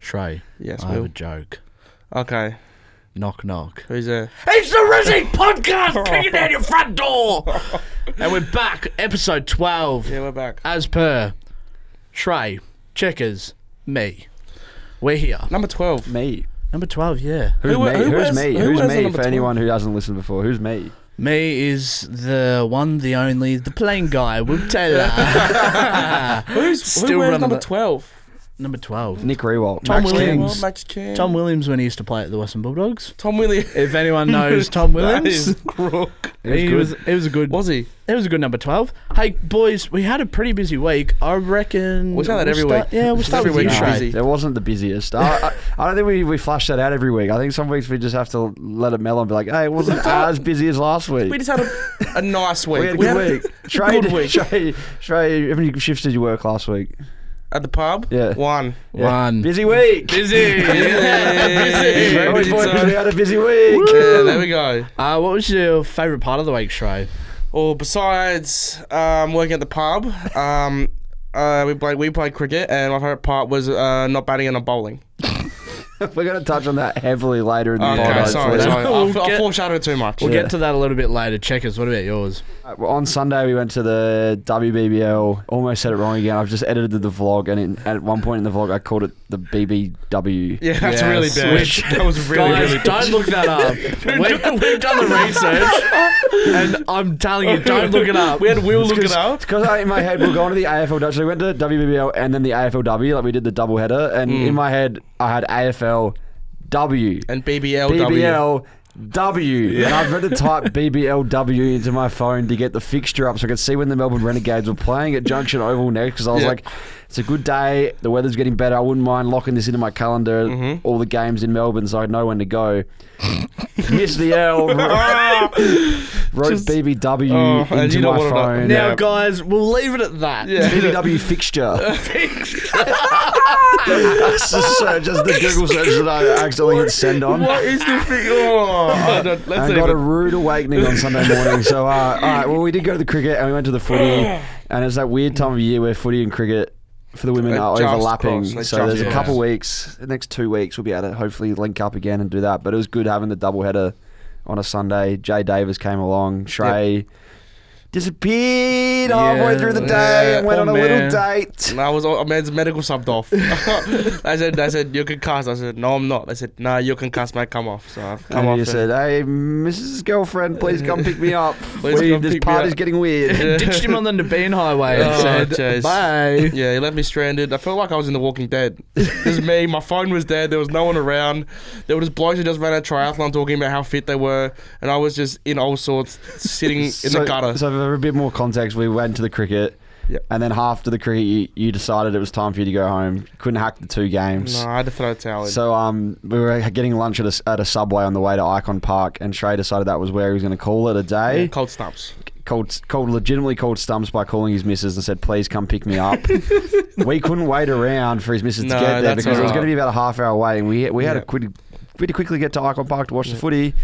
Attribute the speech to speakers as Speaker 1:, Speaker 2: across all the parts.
Speaker 1: Trey,
Speaker 2: Yes,
Speaker 1: I have
Speaker 2: Will.
Speaker 1: a joke.
Speaker 2: Okay,
Speaker 1: Knock, knock.
Speaker 2: who's there?
Speaker 1: It's the Reggie Podcast kicking down your front door. and we're back, episode 12.
Speaker 2: Yeah, we're back.
Speaker 1: As per Trey, Checkers, me. We're here.
Speaker 2: Number twelve.
Speaker 3: Me.
Speaker 1: Number 12, yeah.
Speaker 3: Who's
Speaker 2: Who-
Speaker 3: me?
Speaker 2: who
Speaker 3: who's
Speaker 2: wears-
Speaker 3: me?
Speaker 2: who
Speaker 3: Who's
Speaker 2: wears the
Speaker 3: me?
Speaker 2: number
Speaker 3: For
Speaker 2: 12?
Speaker 3: anyone who hasn't listened before, who's me?
Speaker 1: Me is the one, the only, the plain guy, We'll tell her.
Speaker 2: Who's who
Speaker 1: Still
Speaker 2: wears
Speaker 1: running
Speaker 2: number
Speaker 1: the-
Speaker 2: twelve?
Speaker 1: Number 12.
Speaker 3: Nick Rewalt.
Speaker 1: Tom
Speaker 3: Max
Speaker 1: Williams.
Speaker 3: Kings.
Speaker 2: Max King.
Speaker 1: Tom Williams when he used to play at the Western Bulldogs.
Speaker 2: Tom Williams.
Speaker 1: If anyone knows Tom
Speaker 2: That
Speaker 1: Williams,
Speaker 2: is crook.
Speaker 3: He was
Speaker 1: he
Speaker 3: good.
Speaker 1: was it was a good
Speaker 2: Was he?
Speaker 1: It was a good number twelve. Hey boys, we had a pretty busy week. I reckon
Speaker 2: We say that
Speaker 1: we'll
Speaker 2: every
Speaker 1: start-
Speaker 2: week.
Speaker 1: Yeah, we'll
Speaker 2: It's
Speaker 1: start
Speaker 2: every
Speaker 1: with
Speaker 2: week,
Speaker 1: you,
Speaker 2: Trey.
Speaker 1: Trey.
Speaker 2: busy.
Speaker 3: It wasn't the busiest. I, I, I don't think we, we flash that out every week. I think some weeks we just have to let it mellow and be like, hey, it wasn't as busy as last week.
Speaker 2: We just had a, a nice week.
Speaker 3: We had a good
Speaker 2: a-
Speaker 3: week. Trey,
Speaker 2: good week.
Speaker 3: Trey, Trey, how many shifts did you work last week?
Speaker 2: at the pub.
Speaker 3: Yeah.
Speaker 2: One.
Speaker 3: Yeah.
Speaker 1: One.
Speaker 3: Busy week.
Speaker 1: Busy.
Speaker 2: Busy.
Speaker 3: Very
Speaker 2: Very
Speaker 3: boy,
Speaker 2: busy.
Speaker 3: we had a busy week.
Speaker 2: Yeah, there we go.
Speaker 1: Uh, what was your favourite part of the week, Trey?
Speaker 2: Or besides um, working at the pub, um, uh, we played we played cricket, and my favorite part was uh, not batting and not bowling.
Speaker 3: We're going to touch on that heavily later in the
Speaker 2: Okay,
Speaker 3: pod,
Speaker 1: right,
Speaker 2: sorry,
Speaker 3: hopefully.
Speaker 1: so-
Speaker 2: sorry.
Speaker 1: We'll
Speaker 2: I, I
Speaker 1: get-
Speaker 2: foreshadowed too much.
Speaker 1: We'll
Speaker 3: Yeah.
Speaker 1: get to that a little bit later. Checkers, what about yours?
Speaker 3: Uh, well, on Sunday we went to the WBBL. Almost said it wrong again. I've just edited the vlog, and it, at one point in the vlog I called it the BBW.
Speaker 2: Yeah,
Speaker 1: Yes.
Speaker 2: that's really bad.
Speaker 1: Which-
Speaker 2: that was really,
Speaker 1: Guys,
Speaker 2: really bad.
Speaker 1: don't look that up. we, we've done the research, and I'm telling you, don't look it up.
Speaker 2: We had Will look it up.
Speaker 3: Because in my head we're going to the AFLW. So we went to WBBL and then the AFLW. Like we did the double header, and in my head I had AFLW,
Speaker 2: And BBLW.
Speaker 3: BBLW. And I've had to type BBLW into my phone to get the fixture up so I could see when the Melbourne Renegades were playing at Junction Oval next. Because I was
Speaker 2: Yeah.
Speaker 3: like, it's a good day. The weather's getting better. I wouldn't mind locking this into my calendar.
Speaker 2: Mm-hmm.
Speaker 3: All the games in Melbourne, so I know when to go. Missed the L.
Speaker 2: Ah!
Speaker 3: wrote BBW
Speaker 2: Oh, and
Speaker 3: into
Speaker 2: you don't
Speaker 3: my
Speaker 2: wanna know.
Speaker 3: phone.
Speaker 1: Now,
Speaker 2: Yeah.
Speaker 1: guys, we'll leave it at that.
Speaker 2: Yeah.
Speaker 3: BBW fixture. That's the search, just the Google search that I accidentally hit send on.
Speaker 2: What is the thing? Oh, I don't, let's
Speaker 3: I
Speaker 2: not
Speaker 3: got a
Speaker 2: even.
Speaker 3: rude awakening on Sunday morning. So, uh, all right, well, we did go to the cricket and we went to the footy, and it's that weird time of year where footy and cricket for the women
Speaker 2: They
Speaker 3: are
Speaker 2: just
Speaker 3: overlapping.
Speaker 2: cross, they
Speaker 3: so
Speaker 2: just
Speaker 3: there's a
Speaker 2: cross.
Speaker 3: couple weeks, the next two weeks, we'll be able to hopefully link up again and do that. But it was good having the double header on a Sunday. Jay Davis came along, Shrey. Disappeared halfway
Speaker 1: Yeah,
Speaker 3: through the day
Speaker 2: yeah,
Speaker 3: and went
Speaker 1: poor
Speaker 3: on a
Speaker 1: man.
Speaker 3: little date.
Speaker 2: I was all, man's medical subbed off. I said, I said, you're concussed. I said, no, I'm not. I said, nah, you're concussed, mate. Come off. So I've come
Speaker 3: and
Speaker 2: off.
Speaker 3: you
Speaker 2: and-
Speaker 3: said, "Hey, Mrs. Girlfriend, please come pick me up.
Speaker 2: Please
Speaker 3: We-
Speaker 2: come
Speaker 3: this
Speaker 2: pick me
Speaker 3: party's
Speaker 2: up."
Speaker 3: getting weird."
Speaker 1: Ditched him on the Nabeen Highway uh, and
Speaker 2: Oh,
Speaker 1: said,
Speaker 2: jeez.
Speaker 1: "Bye."
Speaker 2: Yeah, he left me stranded. I felt like I was in The Walking Dead. This is me. My phone was dead. There was no one around. There were just blokes who just ran a triathlon talking about how fit they were, and I was just in all sorts, sitting in the gutter.
Speaker 3: So for a bit more context, we went to the cricket,
Speaker 2: Yep.
Speaker 3: and then after the cricket, you, you decided it was time for you to go home. Couldn't hack the two games.
Speaker 2: no, I had to throw a towel in.
Speaker 3: So um, we were getting lunch at a, s- at a subway on the way to Icon Park, and Trey decided that was where he was going to call it a day.
Speaker 2: Yeah, cold stumps.
Speaker 3: Called, called, legitimately called Stumps by calling his missus and said, "Please come pick me up." we couldn't wait around for his missus
Speaker 2: No,
Speaker 3: to get there
Speaker 2: that's
Speaker 3: because it was
Speaker 2: alright.
Speaker 3: going to be about a half hour wait, and we we had
Speaker 2: Yeah.
Speaker 3: to quick, we had to quickly get to Icon Park to watch the footy.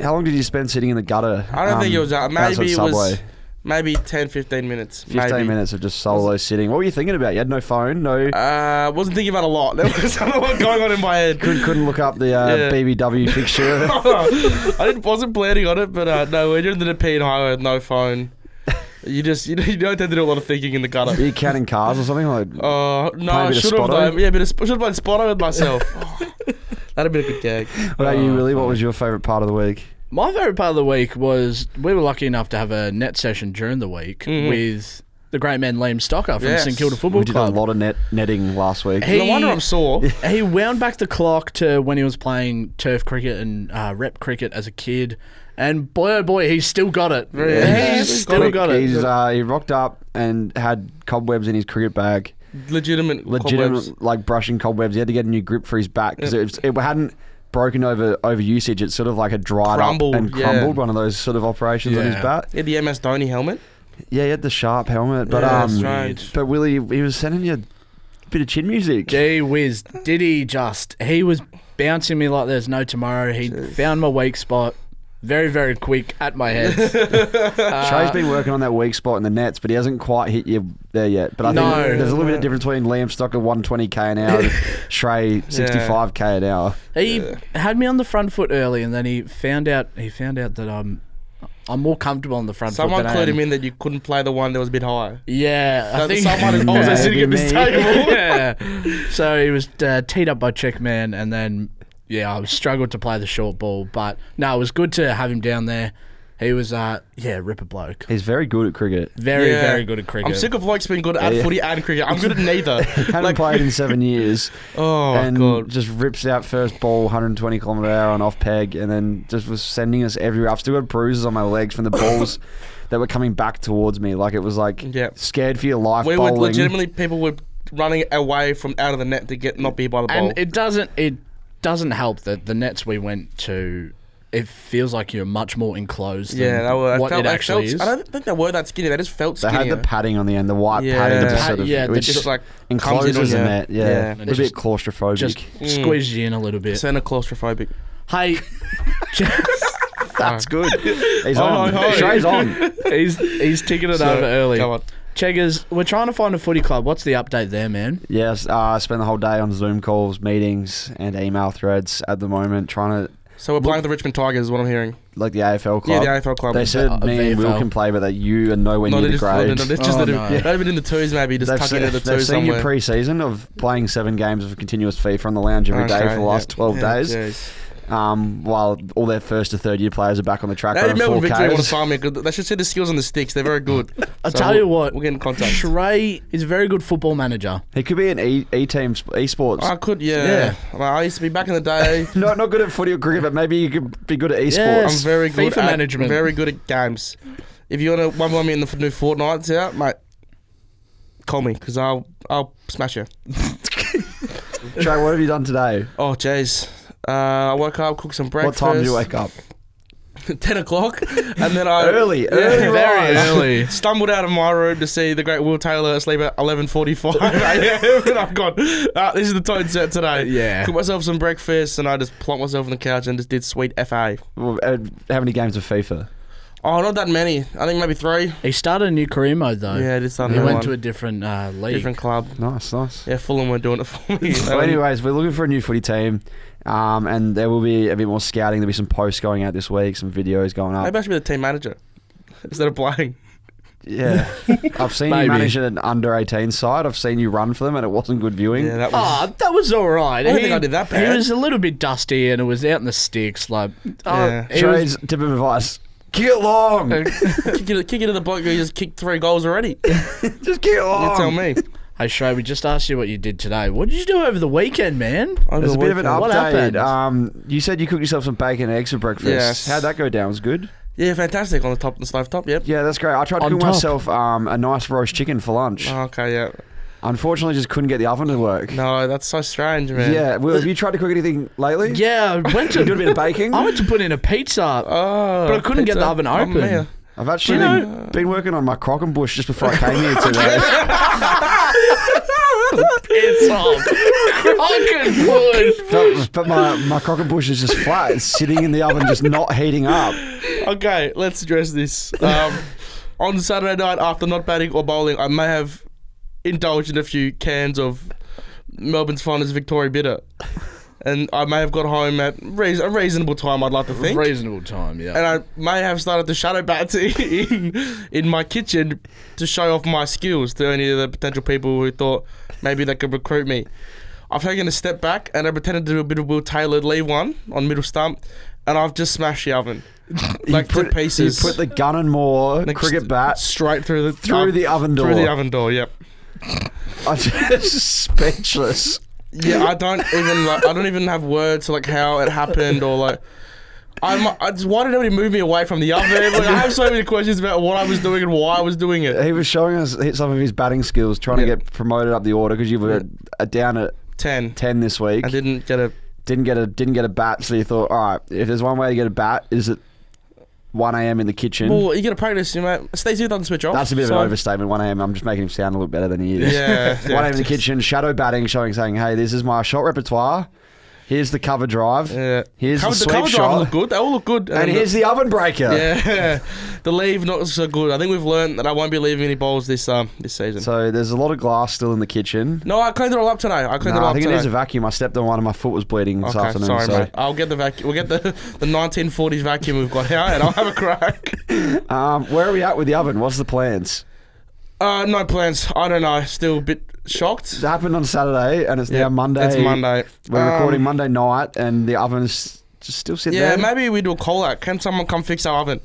Speaker 3: How long did you spend sitting in the gutter?
Speaker 2: I don't think
Speaker 3: um,
Speaker 2: it was that.
Speaker 3: outside
Speaker 2: Maybe it
Speaker 3: Subway?
Speaker 2: was maybe 10, 15 minutes.
Speaker 3: 15
Speaker 2: maybe.
Speaker 3: minutes of just solo sitting. What were you thinking about? You had no phone, no.
Speaker 2: Uh, wasn't thinking about a lot. There was a lot going on in my head.
Speaker 3: couldn't, couldn't look up the uh,
Speaker 2: Yeah.
Speaker 3: BBW fixture.
Speaker 2: I didn't, wasn't planning on it, but uh, no, when you're in the Nepean Highway with no phone, you just you, you don't tend to do a lot of thinking in the gutter.
Speaker 3: Were you counting cars or something? Like,
Speaker 2: Oh no,
Speaker 3: Play a
Speaker 2: I
Speaker 3: bit of
Speaker 2: should have
Speaker 3: Spotto?
Speaker 2: done. Yeah, but should have played Spotto with myself. Oh, that'd be a good gag.
Speaker 3: what about you, Willie? What was your favourite part of the week?
Speaker 1: My favorite part of the week was we were lucky enough to have a net session during the week with the great man Liam Stocker from
Speaker 2: Yes.
Speaker 1: St Kilda Football
Speaker 3: We did a
Speaker 1: Club.
Speaker 3: lot of net netting last week.
Speaker 1: Hey.
Speaker 2: No wonder I'm sore.
Speaker 1: he wound back the clock to when he was playing turf cricket and uh, rep cricket as a kid, and boy oh boy, he's still got it.
Speaker 2: Yeah.
Speaker 1: He's
Speaker 2: He's
Speaker 1: still
Speaker 2: quick.
Speaker 1: got it.
Speaker 3: He's, uh, he rocked up and had cobwebs in his cricket bag.
Speaker 2: Legitimate.
Speaker 3: Legitimate,
Speaker 2: cobwebs.
Speaker 3: like brushing cobwebs. He had to get a new grip for his back because it, it hadn't broken over over usage. It sort of like had dried
Speaker 2: Crumbled,
Speaker 3: up and
Speaker 2: yeah.
Speaker 3: crumbled. One of those sort of operations on his
Speaker 1: Yeah.
Speaker 3: bat.
Speaker 2: Yeah, the MS Dhoni helmet.
Speaker 3: Yeah, he had the sharp helmet, but
Speaker 2: Yeah,
Speaker 3: um,
Speaker 2: that's right.
Speaker 3: but Willie, he was sending you a bit of chin music.
Speaker 1: Gee whiz, did he just? He was bouncing me like there's no tomorrow. He found my weak spot. very, very quick at my head.
Speaker 3: Trey's been working on that weak spot in the nets, but he hasn't quite hit you there yet. But I
Speaker 1: No.
Speaker 3: think there's a little bit of difference between Liam Stocker 120k an hour and Trey 65k an hour.
Speaker 1: He had me on the front foot early, and then he found out he found out that I'm I'm more comfortable on the front
Speaker 2: Someone
Speaker 1: foot.
Speaker 2: clued
Speaker 1: than I am.
Speaker 2: him in that you couldn't play the one that was a bit high.
Speaker 1: Yeah, I
Speaker 2: That
Speaker 1: think
Speaker 2: someone is also sitting at this
Speaker 3: Maybe me.
Speaker 2: table.
Speaker 1: yeah. So he was uh, teed up by Checkman, and then yeah, I struggled to play the short ball, but no, it was good to have him down there. He was uh yeah, ripper bloke.
Speaker 3: He's very good at cricket.
Speaker 1: Very
Speaker 2: Yeah.
Speaker 1: very good at cricket.
Speaker 2: I'm sick of blokes being good at
Speaker 3: Yeah.
Speaker 2: footy and cricket. I'm good at neither.
Speaker 3: Hadn't
Speaker 2: Like-
Speaker 3: played in seven years.
Speaker 2: Oh my
Speaker 3: and
Speaker 2: god.
Speaker 3: just rips out first ball 120 kilometer hour on off peg, and then just was sending us everywhere. I've still got bruises on my legs from the balls that were coming back towards me. Like it was like
Speaker 2: Yeah.
Speaker 3: scared for your life.
Speaker 2: We were
Speaker 3: bowling.
Speaker 2: legitimately people were running away from out of the net to get not be by the ball.
Speaker 1: and it doesn't it doesn't help that the nets we went to it feels like you're much more enclosed
Speaker 2: yeah,
Speaker 1: than
Speaker 2: that were,
Speaker 1: what
Speaker 2: I felt,
Speaker 1: it
Speaker 2: I
Speaker 1: actually
Speaker 2: felt-
Speaker 1: is.
Speaker 2: I don't think they were that skinny. They just felt
Speaker 3: They
Speaker 2: skinny.
Speaker 3: had the padding on the end, the white
Speaker 2: Yeah.
Speaker 3: padding,
Speaker 2: The
Speaker 3: to
Speaker 1: pa-
Speaker 3: sort of,
Speaker 1: yeah, the
Speaker 3: which
Speaker 1: just,
Speaker 2: just like comes in on
Speaker 3: encloses
Speaker 2: you.
Speaker 3: the net. Yeah,
Speaker 2: yeah.
Speaker 3: It was a
Speaker 1: Just-
Speaker 3: bit claustrophobic.
Speaker 1: just
Speaker 2: Mm.
Speaker 1: squeeze you in a little bit.
Speaker 2: Center claustrophobic. Ah.
Speaker 1: hey,
Speaker 3: That's good. He's
Speaker 2: Oh,
Speaker 3: on.
Speaker 2: oh, oh.
Speaker 3: Trey's on.
Speaker 1: he's he's ticking it
Speaker 2: So,
Speaker 1: over early.
Speaker 2: come on.
Speaker 1: Cheggers, we're trying to find a footy club. What's the update there, man?
Speaker 3: Yes, uh, I spend the whole day on Zoom calls, meetings, and email threads at the moment, trying to
Speaker 2: So we're playing the Richmond Tigers. Is what I'm hearing.
Speaker 3: like the AFL
Speaker 2: Yeah,
Speaker 3: club.
Speaker 2: the AFL club.
Speaker 3: They said
Speaker 1: Uh,
Speaker 3: me and Will
Speaker 1: VFL.
Speaker 3: can play, but that you are nowhere
Speaker 2: no,
Speaker 3: near
Speaker 2: they
Speaker 3: the
Speaker 2: just, no, no,
Speaker 3: grade.
Speaker 2: they'd just
Speaker 1: Oh,
Speaker 2: let him-
Speaker 1: no.
Speaker 2: they'd have been in the twos maybe. Just
Speaker 3: They've
Speaker 2: tuck it
Speaker 3: seen,
Speaker 2: into the
Speaker 3: they've
Speaker 2: twos
Speaker 3: seen your
Speaker 2: somewhere.
Speaker 3: pre-season of playing seven games of continuous FIFA on the lounge every day for
Speaker 2: Okay,
Speaker 3: the
Speaker 2: Ah,
Speaker 3: last
Speaker 2: yeah.
Speaker 3: 12
Speaker 2: Yeah,
Speaker 3: days,
Speaker 2: jeez.
Speaker 3: um, while all their first to third year players are back on the track
Speaker 2: Now
Speaker 3: running
Speaker 2: Melbourne Victory want to
Speaker 3: 4Ks.
Speaker 2: sign me 'cause they should see the skills on the sticks. They're very good.
Speaker 1: I'll
Speaker 2: So
Speaker 1: tell
Speaker 2: we'll-
Speaker 1: you what.
Speaker 2: We'll get in contact.
Speaker 1: Shrey is a very good football manager.
Speaker 3: He could be an E- E-team, sp- esports.
Speaker 2: I could, yeah. Like, I used to be back in the day.
Speaker 3: no, not good at footy or cricket, but maybe you could be good at esports.
Speaker 1: Yes.
Speaker 2: I'm very good
Speaker 1: FIFA
Speaker 2: at
Speaker 1: management.
Speaker 2: Very good at games. If you want to one on me in the f- new Fortnite's out, mate, call me because I'll I'll smash you.
Speaker 3: Trey, what have you done today?
Speaker 2: Oh jeez. Uh, I woke up, cooked some breakfast.
Speaker 3: What time did you wake up?
Speaker 2: Ten o'clock, and then I
Speaker 3: Early, early
Speaker 1: Very
Speaker 3: rise.
Speaker 1: early.
Speaker 2: stumbled out of my room to see the great Will Taylor asleep at 11:45 a.m. and I've gone. Uh, this is the tone set today.
Speaker 1: Yeah.
Speaker 2: Cooked myself some breakfast and I just plonked myself on the couch and just did sweet FA.
Speaker 3: Well, uh, How many games of FIFA?
Speaker 2: Oh, not that many. I think maybe three.
Speaker 1: He started a new career mode though.
Speaker 2: Yeah, I did
Speaker 1: he
Speaker 2: something.
Speaker 1: went
Speaker 2: one.
Speaker 1: to a different uh, league.
Speaker 2: different club.
Speaker 3: Nice, nice.
Speaker 2: Yeah, Fulham were doing it for me.
Speaker 3: So, anyways, we're looking for a new footy team, um, and there will be a bit more scouting. There'll be some posts going out this week, some videos going up.
Speaker 2: Maybe I should be the team manager instead of playing.
Speaker 3: Yeah, I've seen
Speaker 1: Maybe.
Speaker 3: you manage an under eighteen side. I've seen you run for them, and it wasn't good viewing.
Speaker 2: Yeah, that was.
Speaker 1: Ah, that was all right.
Speaker 2: I don't think I did that
Speaker 1: He
Speaker 2: bad.
Speaker 1: was a little bit dusty, and it was out in the sticks. Like, oh,
Speaker 2: Yeah.
Speaker 1: he was-
Speaker 3: Trey's tip of advice: kick it long,
Speaker 2: kick, it, kick it to the bloke who just kicked three goals already. You
Speaker 3: just kick it long.
Speaker 2: tell me.
Speaker 1: Hey, Shrey, we just asked you what you did today. What did you do over the weekend, man?
Speaker 2: Over
Speaker 3: There's a
Speaker 2: the
Speaker 3: bit of an
Speaker 2: weekend.
Speaker 1: What happened?
Speaker 3: update. Um, you said you cooked yourself some bacon and eggs for breakfast.
Speaker 2: Yes.
Speaker 3: How'd that go down? Was good.
Speaker 2: Yeah, fantastic on the top, the stove top. Yep.
Speaker 3: Yeah, that's great. I tried to
Speaker 1: On
Speaker 3: cook
Speaker 1: top.
Speaker 3: myself um, a nice roast chicken for lunch.
Speaker 2: Oh, okay, yeah.
Speaker 3: Unfortunately, just couldn't get the oven to work.
Speaker 2: No, that's so strange, man.
Speaker 3: Yeah. Will, have you tried to cook anything lately?
Speaker 1: Yeah, I went
Speaker 3: You did a
Speaker 1: to.
Speaker 3: bit of baking.
Speaker 1: I went to put in a pizza.
Speaker 2: Oh,
Speaker 1: But I couldn't get the
Speaker 2: pizza.
Speaker 1: oven
Speaker 2: Oh,
Speaker 1: open.
Speaker 2: man.
Speaker 3: I've actually
Speaker 1: Do you
Speaker 3: been, been working on my crock and bush just before I came here today.
Speaker 1: It's on. Fucking wood.
Speaker 3: but but my, my crock and bush is just flat. It's sitting in the oven, just not heating up.
Speaker 2: Okay, let's address this. Um, on Saturday night, after not batting or bowling, I may have indulged in a few cans of Melbourne's finest Victoria Bitter, and I may have got home at reas a reasonable time. I'd like to think.
Speaker 1: Reasonable time, yeah.
Speaker 2: and I may have started to shadow bat in, in my kitchen to show off my skills to any of the potential people who thought maybe they could recruit me. I've taken a step back and I pretended to do a bit of Will Taylor leave one on middle stump, and I've just smashed the oven like
Speaker 3: put,
Speaker 2: to pieces.
Speaker 3: You put the gun and more
Speaker 2: Next-
Speaker 3: cricket bat
Speaker 2: straight through the
Speaker 3: through the oven door.
Speaker 2: through the oven door. Yep.
Speaker 3: I'm just speechless.
Speaker 2: Yeah, I don't even like. I don't even have words to like how it happened or like. I'm, I just, why did nobody move me away from the oven? Like, I have so many questions about what I was doing and why I was doing it.
Speaker 3: He was showing us hit some of his batting skills, trying
Speaker 2: Yeah.
Speaker 3: to get promoted up the order because you were uh, down at
Speaker 2: Ten.
Speaker 3: ten this week.
Speaker 2: I didn't get a.
Speaker 3: didn't get a didn't get a bat, so you thought, all right, if there's one way to get a bat, is it one a.m. in the kitchen?
Speaker 2: Well, you get a practice, you mate. Stacey doesn't switch off.
Speaker 3: That's a bit of an
Speaker 2: so-
Speaker 3: overstatement. One a.m. I'm just making him sound a little better than he is.
Speaker 2: Yeah.
Speaker 3: One
Speaker 2: yeah.
Speaker 3: a.m. in the kitchen, shadow batting, showing, saying, "Hey, this is my shot repertoire." Here's the cover drive.
Speaker 2: Yeah.
Speaker 3: Here's
Speaker 2: Cover-
Speaker 3: the sweep
Speaker 2: cover drive
Speaker 3: shot.
Speaker 2: look good. They all look good.
Speaker 3: And
Speaker 2: then
Speaker 3: here's the oven breaker.
Speaker 2: the, yeah, the leave not so good. I think we've learned that I won't be leaving any bowls this um this season.
Speaker 3: So there's a lot of glass still in the kitchen.
Speaker 2: no, I cleaned it all up today. I cleaned
Speaker 3: No,
Speaker 2: it all
Speaker 3: I
Speaker 2: up
Speaker 3: think it
Speaker 2: today.
Speaker 3: needs a vacuum. I stepped on one and my foot was bleeding this
Speaker 2: okay,
Speaker 3: afternoon.
Speaker 2: sorry,
Speaker 3: so
Speaker 2: mate. I'll get the vacuum. We'll get the the 1940s vacuum we've got out, and I'll have a crack.
Speaker 3: Um, where are we at with the oven? What's the plans?
Speaker 2: Uh, no plans. I don't know. Still a bit shocked.
Speaker 3: It happened on Saturday and it's
Speaker 2: Yeah,
Speaker 3: now Monday.
Speaker 2: It's Monday.
Speaker 3: We're
Speaker 2: Um,
Speaker 3: recording Monday night and the oven's just still sitting
Speaker 2: Yeah,
Speaker 3: there.
Speaker 2: maybe we do a call out. Can someone come fix our oven?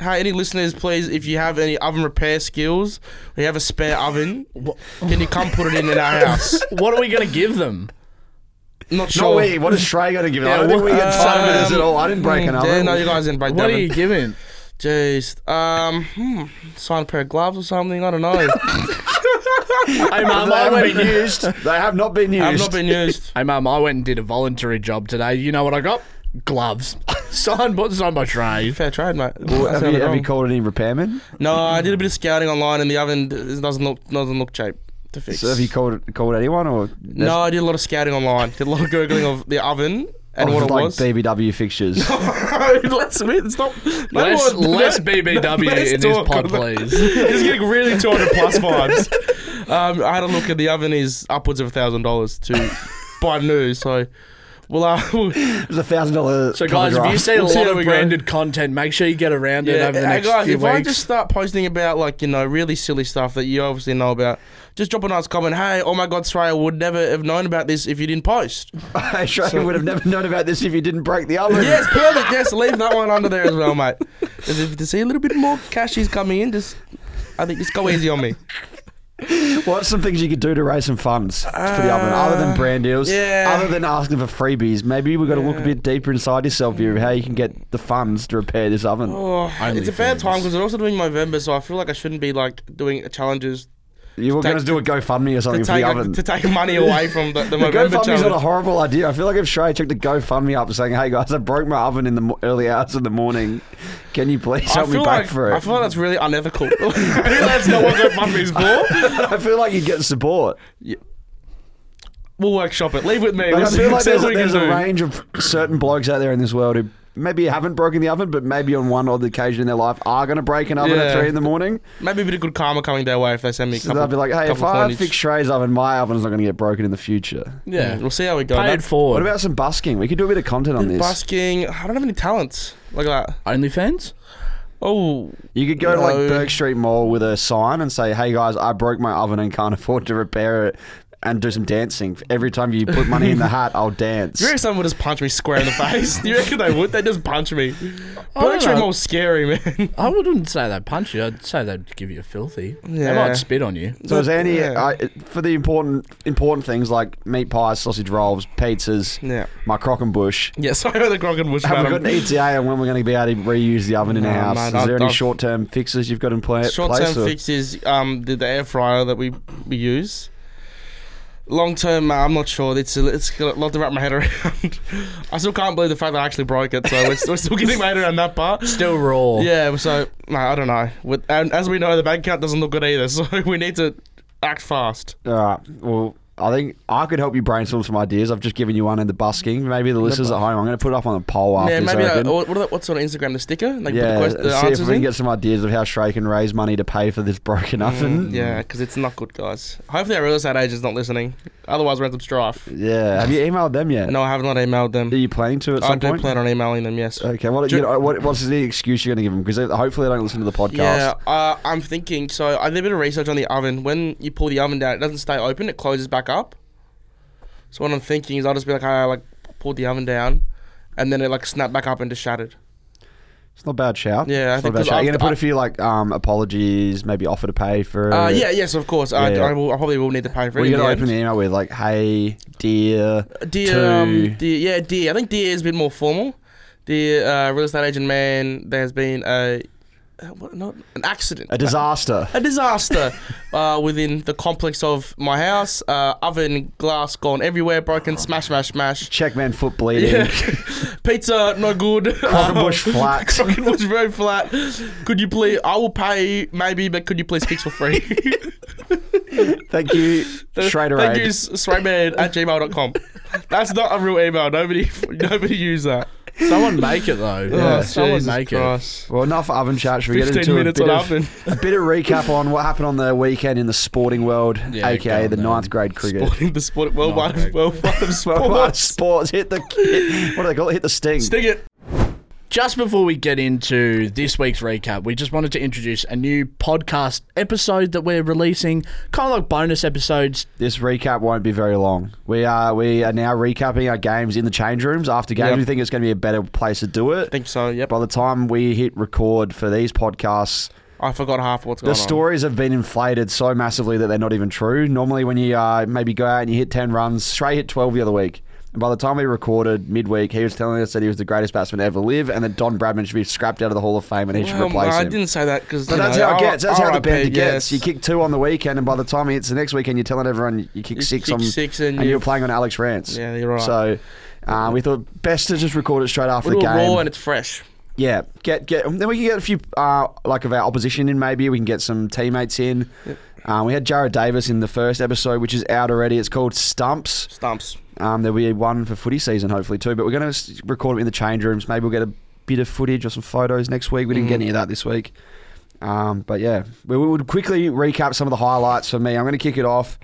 Speaker 2: Hey, any listeners, please, if you have any oven repair skills, we have a spare oven. Can you come put it in in our house?
Speaker 1: What are we gonna give them?
Speaker 2: Not sure. Uh,
Speaker 3: No, wait, what is Shrey going to give it? I
Speaker 1: Yeah,
Speaker 3: don't think we
Speaker 1: what-
Speaker 3: get started with this at all. I didn't break
Speaker 2: Mm,
Speaker 3: an oven.
Speaker 2: Yeah, no, you guys didn't break
Speaker 1: What
Speaker 2: that.
Speaker 1: are you giving?
Speaker 2: Jeez. Um, hmm, sign a pair of gloves or something. I don't know.
Speaker 1: Hey
Speaker 3: they
Speaker 1: mum, I
Speaker 3: haven't
Speaker 1: went.
Speaker 3: been used. They have not been used.
Speaker 2: I've not been used.
Speaker 1: Hey mum, I went and did a voluntary job today. You know what I got? Gloves. Signed, but signed by Trey.
Speaker 2: Fair trade, mate.
Speaker 3: Well,
Speaker 2: That
Speaker 3: have, you,
Speaker 2: sounded
Speaker 3: have you
Speaker 2: wrong.
Speaker 3: called any repairmen?
Speaker 2: No, I did a bit of scouting online, and the oven d- doesn't look doesn't look cheap to fix.
Speaker 3: So have you called called anyone or
Speaker 2: No, I did a lot of scouting online. Did a lot of googling of the oven and
Speaker 3: Of,
Speaker 2: what it
Speaker 3: Oh, like
Speaker 2: was.
Speaker 3: BBW fixtures.
Speaker 2: let's let's stop.
Speaker 1: Less, less BBW
Speaker 2: let's
Speaker 1: in this
Speaker 2: talk
Speaker 1: pod,
Speaker 2: about-
Speaker 1: please.
Speaker 2: It's getting really 200 plus vibes. Um, I had a look, and the oven is upwards of thousand dollars to buy new. So, well, uh,
Speaker 3: it was a thousand dollar.
Speaker 1: So, guys, if you see a
Speaker 2: We'll see
Speaker 1: lot
Speaker 2: how
Speaker 1: of
Speaker 2: we go.
Speaker 1: branded content, make sure you get around it
Speaker 2: yeah.
Speaker 1: over the
Speaker 2: hey,
Speaker 1: next
Speaker 2: guys,
Speaker 1: few
Speaker 2: if
Speaker 1: weeks.
Speaker 2: I just start posting about like you know really silly stuff that you obviously know about, just drop a nice comment. Hey, oh my God, Soraya would never have known about this if you didn't post.
Speaker 3: Shrey would have never known about this if you didn't break the oven.
Speaker 2: yes, perfect. Yes, leave that one under there as well, mate. 'Cause if you see a little bit more cash is coming in, just I think just go easy on me.
Speaker 3: What's some things you could do to raise some funds for the oven, other than brand deals,
Speaker 2: yeah.
Speaker 3: other than asking for freebies? Maybe we've got to look a bit deeper inside yourself here, how you can get the funds to repair this oven.
Speaker 2: Oh,
Speaker 1: Only
Speaker 2: it's a bad
Speaker 1: fans.
Speaker 2: time because we're also doing November, so I feel like I shouldn't be like doing challenges
Speaker 3: you were
Speaker 2: take-
Speaker 3: going to do a GoFundMe or
Speaker 2: to
Speaker 3: something for
Speaker 2: take
Speaker 3: the oven.
Speaker 2: to take money away from the, the,
Speaker 3: the
Speaker 2: November
Speaker 3: GoFundMe's not a
Speaker 2: challenge.
Speaker 3: horrible idea. I feel like if Shrey took the GoFundMe up saying, "Hey guys, I broke my oven in the mo- early hours of the morning, can you please
Speaker 2: I
Speaker 3: help me
Speaker 2: feel
Speaker 3: back
Speaker 2: like
Speaker 3: for it?"
Speaker 2: I feel like that's really unethical. I think that's not what GoFundMe is for.
Speaker 3: I feel like you get support.
Speaker 2: We'll workshop it. Leave it with me.
Speaker 3: Like, I
Speaker 2: Let's see
Speaker 3: feel like
Speaker 2: see
Speaker 3: there's,
Speaker 2: what we can
Speaker 3: there's a
Speaker 2: do.
Speaker 3: range of certain blokes out there in this world who maybe haven't broken the oven, but maybe on one odd occasion in their life are going to break an oven at
Speaker 2: Yeah.
Speaker 3: three in the morning.
Speaker 2: Maybe a bit of good karma coming their way if they send me. A
Speaker 3: So
Speaker 2: couple,
Speaker 3: they'll be like, hey, if
Speaker 2: couple
Speaker 3: I
Speaker 2: coinage.
Speaker 3: fix Shrey's oven, my oven's not going to get broken in the future.
Speaker 1: yeah.
Speaker 2: Mm, we'll see how we go.
Speaker 1: Pay it
Speaker 2: That-
Speaker 1: forward.
Speaker 3: What about some busking? We could do a bit of content on this.
Speaker 2: busking. I don't have any talents like that.
Speaker 1: OnlyFans?
Speaker 2: Oh,
Speaker 3: you could go to like
Speaker 2: No.
Speaker 3: Burke Street Mall with a sign and say, hey, guys, I broke my oven and can't afford to repair it. And do some dancing. Every time you put money in the hat, I'll dance.
Speaker 2: do you reckon someone would just punch me square in the face? Do you reckon they would? They just punch me. Burke Street
Speaker 1: know.
Speaker 2: Mall's scary, man.
Speaker 1: I wouldn't say they punch you. I'd say they'd give you a filthy. They
Speaker 2: Yeah.
Speaker 1: might spit on you.
Speaker 3: So is there any
Speaker 2: Yeah.
Speaker 3: I, for the important important things like meat pies, sausage rolls, pizzas,
Speaker 2: Yeah.
Speaker 3: my crock and bush?
Speaker 2: Yeah, sorry about the Grog and Bush,
Speaker 3: Have we
Speaker 2: madam.
Speaker 3: got an E ETA on when we're going to be able to reuse the oven in
Speaker 2: No,
Speaker 3: our house?
Speaker 2: mate,
Speaker 3: is there
Speaker 2: I've-
Speaker 3: any
Speaker 2: I've-
Speaker 3: short term fixes you've got in pla-
Speaker 2: Short-term
Speaker 3: place? or-
Speaker 2: fix is um, the, the air fryer that we, we use. Long-term, uh, I'm not sure. It's a, it's got a lot to wrap my head around. I still can't believe the fact that I actually broke it. So we're, we're still getting my head around that part.
Speaker 1: Still raw.
Speaker 2: Yeah, so no, I don't know. With, and as we know, the bank account doesn't look good either. So we need to act fast.
Speaker 3: All right. Well, I think I could help you brainstorm some ideas. I've just given you one in the busking. Maybe the listeners at home, I'm going to put it up on a poll after.
Speaker 2: yeah,
Speaker 3: so
Speaker 2: maybe.
Speaker 3: I
Speaker 2: Uh,
Speaker 3: can-
Speaker 2: what, what are the, what's on Instagram? The sticker. Like,
Speaker 3: yeah,
Speaker 2: yeah. Put the, quest, the
Speaker 3: see if
Speaker 2: answers
Speaker 3: we can
Speaker 2: in.
Speaker 3: get some ideas of how Shrey can raise money to pay for this broken oven.
Speaker 2: Mm, yeah, because it's not good, guys. Hopefully, our real estate agent's not listening. Otherwise, we're in some strife.
Speaker 3: Yeah. Have you emailed them yet?
Speaker 2: No, I have not emailed them.
Speaker 3: Are you planning to at some
Speaker 2: I do
Speaker 3: point?
Speaker 2: plan on emailing them. Yes.
Speaker 3: Okay, what,
Speaker 2: Do-
Speaker 3: you know, what what's the excuse you're going to give them? Because hopefully they don't listen to the podcast.
Speaker 2: Yeah, uh, I'm thinking. So I did a bit of research on the oven. When you pull the oven down, it doesn't stay open; it closes back up. So what I'm thinking is, I'll just be like, "Hey, I like pulled the oven down, and then it like snapped back up and just shattered.
Speaker 3: It's not a bad shout.
Speaker 2: Yeah, I
Speaker 3: it's
Speaker 2: think
Speaker 3: not a
Speaker 2: 'cause
Speaker 3: bad shout. You're going
Speaker 2: I've-
Speaker 3: to put a few like um, apologies, maybe offer to pay for.
Speaker 2: Uh,
Speaker 3: it.
Speaker 2: yeah, yes, of course. I,
Speaker 3: Yeah.
Speaker 2: I, will, I probably will need to pay for
Speaker 3: We're
Speaker 2: it. in
Speaker 3: going to open
Speaker 2: the
Speaker 3: the email with like, "Hey, dear,
Speaker 2: end. Dear, um,
Speaker 3: to-
Speaker 2: dear, yeah, dear. I think dear is a bit more formal. Dear uh, real estate agent man, there's been a uh, what, not an accident.
Speaker 3: a disaster."
Speaker 2: a disaster uh, within the complex of my house. Uh, oven glass gone everywhere, broken, smash, smash, smash.
Speaker 3: Checkman foot bleeding.
Speaker 2: Yeah. Oh. Pizza no good.
Speaker 3: Bush flat.
Speaker 2: Crockett Bush very flat. Could you please? I will pay maybe, but could you please fix for free?
Speaker 3: Thank you,
Speaker 2: Thank you,
Speaker 3: Schrader.
Speaker 2: Srayman at gmail.com. That's not a real email. Nobody, nobody use that.
Speaker 1: Someone make it though.
Speaker 2: oh,
Speaker 1: someone
Speaker 2: Jesus
Speaker 1: make it.
Speaker 2: Christ.
Speaker 3: Well, enough oven chat. Should we get
Speaker 2: Fifteen
Speaker 3: into a
Speaker 2: minutes
Speaker 3: bit,
Speaker 2: on
Speaker 3: of,
Speaker 2: oven.
Speaker 3: a bit of recap on what happened on the weekend in the sporting world,
Speaker 1: Yeah, go
Speaker 3: aka
Speaker 1: on
Speaker 3: the
Speaker 1: then.
Speaker 3: ninth grade cricket?
Speaker 2: Sporting the sport. Worldwide,
Speaker 1: okay.
Speaker 2: worldwide of
Speaker 3: Well, what?
Speaker 2: sports.
Speaker 3: sports hit the hit, what do they call it? Hit the sting.
Speaker 2: Sting it.
Speaker 1: Just before we get into this week's recap, we just wanted to introduce a new podcast episode that we're releasing, kind of like bonus episodes.
Speaker 3: This recap won't be very long. We are we are now recapping our games in the change rooms after games.
Speaker 2: Yep.
Speaker 3: We think it's going to be a better place to do it.
Speaker 2: I think so. Yep.
Speaker 3: By the time we hit record for these podcasts,
Speaker 2: I forgot half what's
Speaker 3: the
Speaker 2: going on.
Speaker 3: stories have been inflated so massively that they're not even true. Normally, when you uh, maybe go out and you hit 10 runs, Stray hit 12 the other week. And by the time we recorded midweek, he was telling us that he was the greatest batsman to ever live and that Don Bradman should be scrapped out of the Hall of Fame and he should
Speaker 2: Well,
Speaker 3: replace
Speaker 2: Um, I
Speaker 3: him.
Speaker 2: didn't say that because
Speaker 3: But that's how it gets. That's how the bend it gets. You kick two on the weekend, and by the time he hits the next weekend, you're telling everyone you kick
Speaker 2: You
Speaker 3: six
Speaker 2: kick
Speaker 3: on
Speaker 2: six and
Speaker 3: you're
Speaker 2: you've-
Speaker 3: playing on Alex Rance.
Speaker 2: Yeah, you're right.
Speaker 3: So uh, we thought best to just record it straight after
Speaker 2: We'll
Speaker 3: the
Speaker 2: do
Speaker 3: game.
Speaker 2: it raw and it's fresh.
Speaker 3: Yeah, get get. Then we can get a few uh, like of our opposition in. Maybe we can get some teammates in. Um, we had Jared Davis in the first episode, which is out already. It's called Stumps.
Speaker 2: Stumps.
Speaker 3: Um, there'll be one for footy season hopefully too. But we're going to record them in the change rooms. Maybe we'll get a bit of footage or some photos next week. We didn't get any of that this week. Um, but yeah, we, we would quickly recap some of the highlights for me. I'm going to kick it off.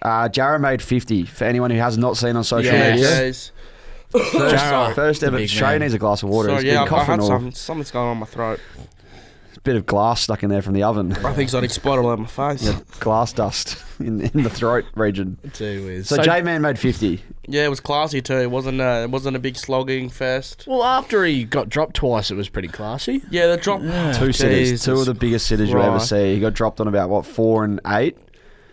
Speaker 3: Uh, Jared made 50 for anyone who has not seen on social
Speaker 1: Yes.
Speaker 3: media.
Speaker 2: Days.
Speaker 1: First, off,
Speaker 3: First
Speaker 1: the
Speaker 3: ever.
Speaker 1: big
Speaker 3: Shay
Speaker 1: man.
Speaker 3: needs a glass of water.
Speaker 2: So
Speaker 3: It's
Speaker 2: yeah, I,
Speaker 3: been
Speaker 2: I
Speaker 3: coughing
Speaker 2: had
Speaker 3: all.
Speaker 2: some, something's going on in my throat.
Speaker 3: bit of glass stuck in there from the oven.
Speaker 2: I think it's gonna explode all over my face. Yeah,
Speaker 3: glass dust in, in the throat region.
Speaker 1: Two is
Speaker 3: So, J Man made 50.
Speaker 2: it was classy too. It wasn't a, it wasn't a big slogging fest.
Speaker 1: Well, after he got dropped twice, it was pretty classy.
Speaker 2: Yeah, the drop.
Speaker 3: Two sitters.
Speaker 2: Jesus.
Speaker 3: Two of the biggest sitters you'll ever
Speaker 2: Right.
Speaker 3: see. He got dropped on about, what, four and eight?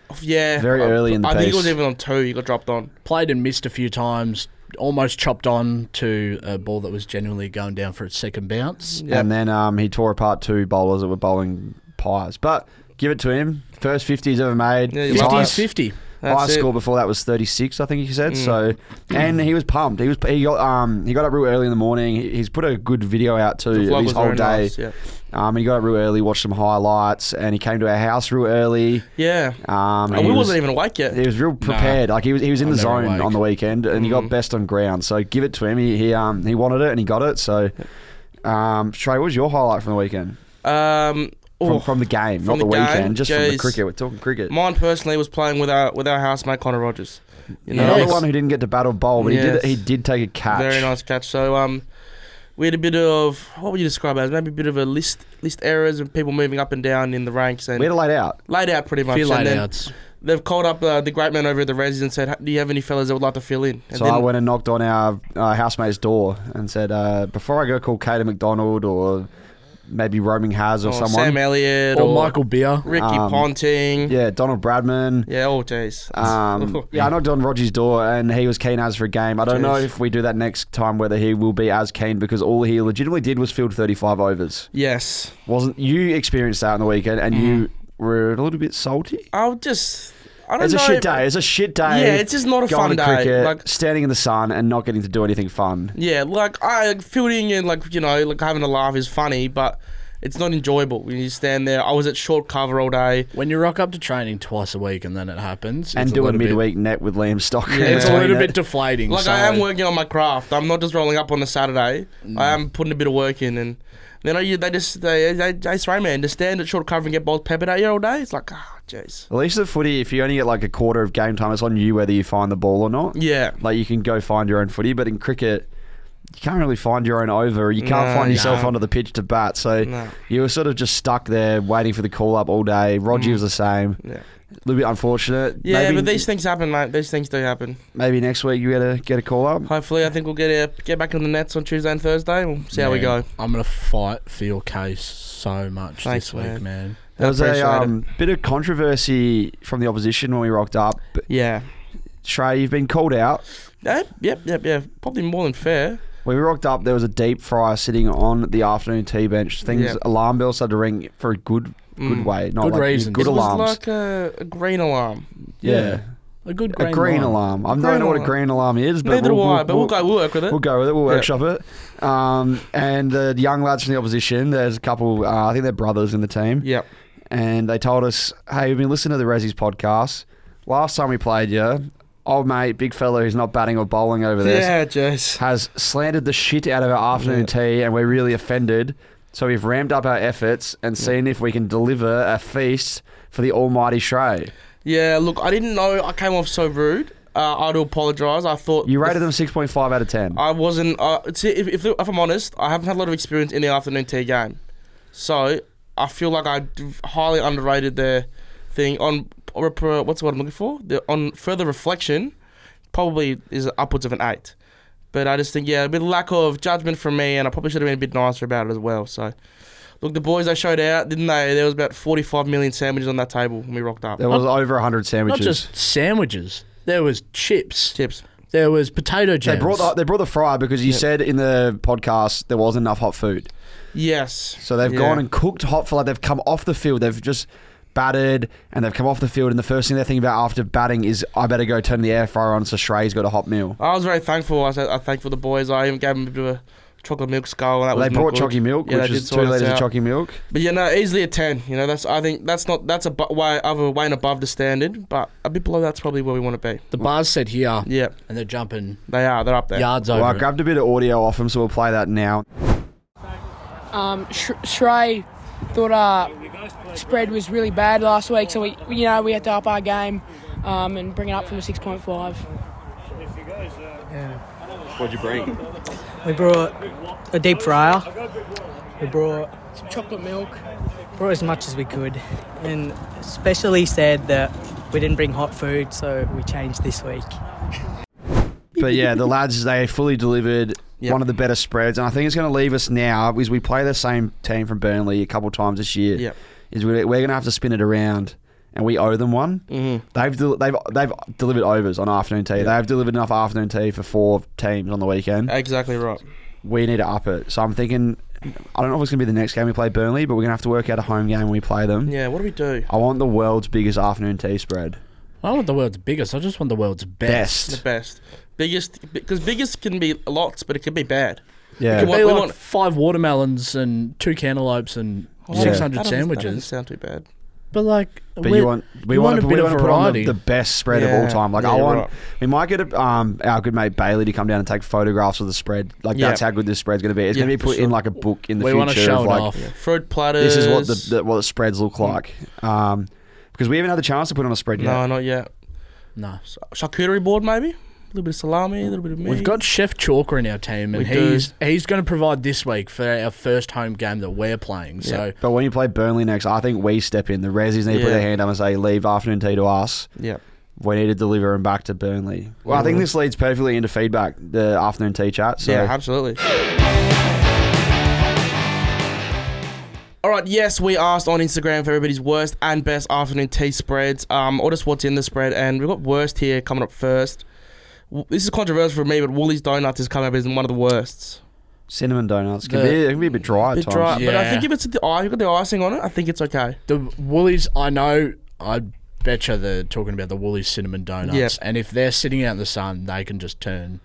Speaker 2: Oh, Yeah,
Speaker 3: Very
Speaker 2: I-
Speaker 3: early in the
Speaker 2: I think it was
Speaker 3: piece.
Speaker 2: even on two. You got dropped on.
Speaker 1: Played and missed a few times. Almost chopped on to a ball that was genuinely going down for its second bounce.
Speaker 2: Yep.
Speaker 3: And then um, he tore apart two bowlers that were bowling pies. But give it to him. First 50 he's ever made.
Speaker 2: Yeah,
Speaker 3: His
Speaker 2: you're
Speaker 1: Fifty is
Speaker 2: right.
Speaker 3: highest-
Speaker 1: fifty.
Speaker 2: That's
Speaker 3: highest
Speaker 2: it. Mm.
Speaker 3: score before that was 36, I think he said. So, and he was pumped. He was he got um he got up real early in the morning. He- He's put a good video out too.
Speaker 2: The
Speaker 3: of
Speaker 2: vlog
Speaker 3: his
Speaker 2: was
Speaker 3: whole
Speaker 2: very
Speaker 3: day.
Speaker 2: nice. Yeah,
Speaker 3: Um, he got up real early, watched some highlights, and he came to our house real early.
Speaker 2: yeah.
Speaker 3: Um,
Speaker 2: And
Speaker 3: he
Speaker 2: we
Speaker 3: was-
Speaker 2: wasn't even awake yet.
Speaker 3: He was real prepared. Like he was, he was in
Speaker 1: I'm
Speaker 3: the
Speaker 1: never
Speaker 3: zone
Speaker 1: awake.
Speaker 3: on the weekend, and he got
Speaker 2: Mm.
Speaker 3: best on ground. So give it to him. He, he um he wanted it and he got it. So, um, Trey, what was your highlight from the weekend?
Speaker 2: Um,
Speaker 3: From,
Speaker 2: oh,
Speaker 3: from the game,
Speaker 2: from
Speaker 3: not the,
Speaker 2: the game?
Speaker 3: weekend, just from the
Speaker 2: Jeez.
Speaker 3: cricket. We're talking cricket.
Speaker 2: mine personally was playing with our with our housemate Connor Rogers. You know,
Speaker 1: Yes.
Speaker 3: Another one who didn't get to battle bowl, but
Speaker 2: Yes.
Speaker 3: he did he did take a catch.
Speaker 2: Very nice catch. So um, we had a bit of what would you describe as maybe a bit of a list list errors and people moving up and down in the ranks and
Speaker 3: We had it laid out.
Speaker 2: laid out pretty much.
Speaker 1: Few
Speaker 2: and
Speaker 1: late
Speaker 2: then
Speaker 1: outs.
Speaker 2: They've called up uh, the great man over at the Reds and said, "Ha- "Do you have any fellas that would like to fill in?" And
Speaker 3: So
Speaker 2: then,
Speaker 3: I went and knocked on our uh, housemate's door and said, uh, before I go call Kater McDonald or maybe roaming Haz or,
Speaker 2: or
Speaker 3: someone.
Speaker 2: oh, Sam Elliott
Speaker 1: Or Michael Beer.
Speaker 2: Ricky
Speaker 3: Um,
Speaker 2: Ponting. Yeah.
Speaker 3: Yeah, Donald Bradman.
Speaker 2: oh jeez.
Speaker 3: Um, yeah, I knocked on Roger's door and he was keen as for a game. I don't know
Speaker 2: Oh, Jeez.
Speaker 3: if we do that next time whether he will be as keen because all he legitimately did was field 35 overs.
Speaker 2: yes.
Speaker 3: Wasn't you experienced that on the weekend and
Speaker 2: Mm.
Speaker 3: you were a little bit salty?
Speaker 2: I'll just. I don't
Speaker 3: It's a
Speaker 2: know
Speaker 3: shit
Speaker 2: if-
Speaker 3: day. It's a shit day.
Speaker 2: Yeah, it's just not a
Speaker 3: Going
Speaker 2: fun
Speaker 3: to
Speaker 2: day.
Speaker 3: cricket,
Speaker 2: Like
Speaker 3: standing in the sun and not getting to do anything fun.
Speaker 2: yeah, like I fielding and like you know like having a laugh is funny, but it's not enjoyable when you stand there. I was at short cover all day.
Speaker 1: When you rock up to training twice a week and then it happens,
Speaker 3: And
Speaker 1: it's
Speaker 3: do a
Speaker 1: little bit-
Speaker 3: midweek net with Liam Stock. in
Speaker 2: Yeah.
Speaker 1: it's a
Speaker 3: between
Speaker 1: little
Speaker 3: it.
Speaker 1: bit deflating.
Speaker 2: Like
Speaker 1: so
Speaker 2: I am working on my craft. I'm not just rolling up on a Saturday.
Speaker 3: Mm.
Speaker 2: I am putting a bit of work in, and then I, they just they they, they say, man, to stand at short cover and get balls peppered at you all day. It's like ah, jeez.
Speaker 3: At least the footy, if you only get like a quarter of game time, it's on you whether you find the ball or not.
Speaker 2: Yeah.
Speaker 3: Like you can go find your own footy, but in cricket, you can't really find your own over. You can't
Speaker 2: No,
Speaker 3: find yourself
Speaker 2: no.
Speaker 3: onto the pitch to bat. So
Speaker 2: No.
Speaker 3: you were sort of just stuck there waiting for the call up all day. Roger was the same.
Speaker 2: Yeah.
Speaker 3: A little bit unfortunate.
Speaker 2: Mm. Yeah,
Speaker 3: maybe,
Speaker 2: but these things happen, mate. These things do happen.
Speaker 3: maybe next week you get a get a call up.
Speaker 2: Hopefully, I think we'll get uh, get back on the nets on Tuesday and Thursday. We'll see how we
Speaker 1: Man,
Speaker 2: go.
Speaker 1: I'm gonna fight for your case so much
Speaker 2: Thanks,
Speaker 1: this week,
Speaker 2: man.
Speaker 1: man.
Speaker 3: There was
Speaker 2: Appreciate
Speaker 3: a
Speaker 2: it.
Speaker 3: um, bit of controversy from the opposition when we rocked up. But,
Speaker 2: Yeah.
Speaker 3: Trey, you've been called out.
Speaker 2: Yep, yep, yep, yeah. Probably more than fair.
Speaker 3: When we rocked up, there was a deep fryer sitting on the afternoon tea bench. Things
Speaker 2: Yeah.
Speaker 3: alarm bells started to ring for a good, good
Speaker 2: Mm.
Speaker 3: way, not
Speaker 1: Good
Speaker 3: like
Speaker 1: reasons.
Speaker 3: good
Speaker 2: it
Speaker 3: alarms.
Speaker 2: was like a, a green alarm.
Speaker 3: yeah.
Speaker 1: A good green
Speaker 3: a green
Speaker 1: line.
Speaker 3: alarm. I don't
Speaker 2: Green
Speaker 3: know what a
Speaker 2: alarm.
Speaker 3: green alarm is, but
Speaker 2: Neither
Speaker 3: we'll,
Speaker 2: do I,
Speaker 3: we'll-
Speaker 2: but we'll, go. We'll work with it.
Speaker 3: We'll go with it. We'll
Speaker 2: Yeah.
Speaker 3: workshop it. Um, and the young lads from the opposition, there's a couple. Uh, I think they're brothers in the team,
Speaker 2: yep.
Speaker 3: and they told us, "Hey, we've been listening to the Resi's podcast. Last time we played you, old mate, big fella who's not batting or bowling over there,
Speaker 2: Yeah, Jess.
Speaker 3: has slandered the shit out of our afternoon tea, and we're really offended. So we've ramped up our efforts and seen if we can deliver a feast for the almighty Shrey.
Speaker 2: Yeah, look, I didn't know I came off so rude. Uh, I do apologise. I thought
Speaker 3: You rated them 6.5 out of 10.
Speaker 2: I wasn't. Uh, see, if, if, if I'm honest, I haven't had a lot of experience in the afternoon tea game, so I feel like I d- highly underrated their thing on or, uh, what's the word I'm looking for? The, on further reflection, probably is upwards of an eight. But I just think yeah, a bit lack of judgment from me, and I probably should have been a bit nicer about it as well. So, look, the boys they showed out, didn't they? There was about 45 million sandwiches on that table when we rocked up.
Speaker 3: There was over 100
Speaker 1: Not
Speaker 3: sandwiches.
Speaker 1: just sandwiches. There was chips.
Speaker 2: Chips.
Speaker 1: There was potato jams.
Speaker 3: they brought the, they brought the fryer because you
Speaker 2: Yeah.
Speaker 3: said in the podcast there wasn't enough hot food.
Speaker 2: Yes.
Speaker 3: So they've
Speaker 2: Yeah.
Speaker 3: gone and cooked hot for like they've come off the field. They've just batted and they've come off the field. And the first thing they're thinking about after batting is I better go turn the air fryer on so Shrey's got a hot meal.
Speaker 2: I was very thankful. I said I thankful the boys. I even gave them a bit of a chocolate milk skull. And that
Speaker 3: they
Speaker 2: was not
Speaker 3: brought
Speaker 2: good.
Speaker 3: chalky milk,
Speaker 2: Yeah,
Speaker 3: which
Speaker 2: they
Speaker 3: is
Speaker 2: did
Speaker 3: two
Speaker 2: sort us
Speaker 3: liters of
Speaker 2: out.
Speaker 3: chalky milk.
Speaker 2: But yeah, no, easily a ten. You know, that's I think that's not that's a bu- way other way and above the standard, but a bit below that's probably where we want to be.
Speaker 1: The bars said here,
Speaker 2: Yeah,
Speaker 1: and they're jumping
Speaker 2: they are. They're up there.
Speaker 1: yards
Speaker 3: Well, I
Speaker 1: over. it.
Speaker 3: grabbed a bit of audio off him, so we'll play that now.
Speaker 4: Um, Sh- Shrey thought our spread was really bad last week, so we, you know, we had to up our game um, and bring it up from a 6.5.
Speaker 3: What'd you bring?
Speaker 5: We brought a deep fryer. We brought
Speaker 4: Some chocolate milk.
Speaker 5: brought as much as we could, and especially said that we didn't bring hot food, so we changed this week.
Speaker 3: but yeah, the lads they fully delivered
Speaker 2: Yep.
Speaker 3: one of the better spreads, and I think it's going to leave us now is we play the same team from Burnley a couple times this year.
Speaker 2: Yep.
Speaker 3: Is we're, we're going to have to spin it around, and we owe them one.
Speaker 2: Mhm.
Speaker 3: They've del- they've they've delivered overs on afternoon tea. They've delivered enough afternoon tea for four teams on the weekend.
Speaker 2: Exactly right.
Speaker 3: We need to up it. So I'm thinking, I don't know if it's going to be the next game we play Burnley, but we're going to have to work out a home game when we play them.
Speaker 2: Yeah. What do we do?
Speaker 3: I want the world's biggest afternoon tea spread.
Speaker 1: I don't want the world's biggest. I just want the world's best.
Speaker 3: Best.
Speaker 2: The best, biggest, because biggest can be lots, but it can be bad.
Speaker 3: Yeah.
Speaker 2: Because what
Speaker 1: They
Speaker 2: we
Speaker 1: like
Speaker 2: want-
Speaker 1: five watermelons and two cantaloupes and
Speaker 2: Yeah.
Speaker 1: six
Speaker 2: That
Speaker 1: hundred
Speaker 2: doesn't- that doesn't
Speaker 1: sandwiches.
Speaker 2: sound too bad.
Speaker 1: But like,
Speaker 3: But
Speaker 1: we're-
Speaker 3: you want we
Speaker 1: you
Speaker 3: want,
Speaker 1: want a
Speaker 3: to, we
Speaker 1: bit
Speaker 3: want
Speaker 1: of
Speaker 3: to put on the,
Speaker 1: variety.
Speaker 3: the best spread of
Speaker 2: Yeah.
Speaker 3: all time. Like
Speaker 2: Yeah,
Speaker 3: I
Speaker 2: you're
Speaker 3: want,
Speaker 2: right.
Speaker 3: we might get a, um, our good mate Bailey to come down and take photographs of the spread. Like
Speaker 2: Yeah.
Speaker 3: that's how good this spread's going to be. It's
Speaker 2: Yeah,
Speaker 3: going to be
Speaker 2: for
Speaker 3: put in
Speaker 2: sure.
Speaker 3: like a book in the
Speaker 1: we
Speaker 3: future.
Speaker 1: want to show
Speaker 3: of,
Speaker 1: it
Speaker 3: like,
Speaker 1: off.
Speaker 2: Fruit platters.
Speaker 3: This is what the, the what the spreads look like. Um, because we haven't had the chance to put on a spread
Speaker 2: no,
Speaker 3: yet.
Speaker 2: not yet.
Speaker 1: No,
Speaker 2: So, charcuterie board maybe. A little bit of salami, a little bit of meat.
Speaker 1: we've got Chef Chalker in our team, and
Speaker 2: We
Speaker 1: he's he's going to provide this week for our first home game that we're playing. So
Speaker 2: Yeah.
Speaker 3: But when you play Burnley next, I think we step in. The Razzies need to put
Speaker 2: Yeah.
Speaker 3: their hand up and say, "Leave afternoon tea to us."
Speaker 2: Yeah.
Speaker 3: We need to deliver them back to Burnley. Well, I think this leads perfectly into feedback. The afternoon tea chat. So
Speaker 2: Yeah, absolutely. All right, yes, we asked on Instagram for everybody's worst and best afternoon tea spreads, um, or just what's in the spread, and we've got worst here coming up first. W- This is controversial for me, but Woolies Donuts is coming up as one of the worst.
Speaker 3: cinnamon donuts can
Speaker 1: The-
Speaker 3: be it can be a bit dry. At
Speaker 2: Bit
Speaker 3: times.
Speaker 2: dry, but I
Speaker 1: Yeah.
Speaker 2: think if it's the eye, you've got the icing on it, I think it's okay.
Speaker 1: the Woolies, I know, I bet you they're talking about the Woolies cinnamon donuts.
Speaker 2: Yeah.
Speaker 1: And if they're sitting out in the sun, they can just turn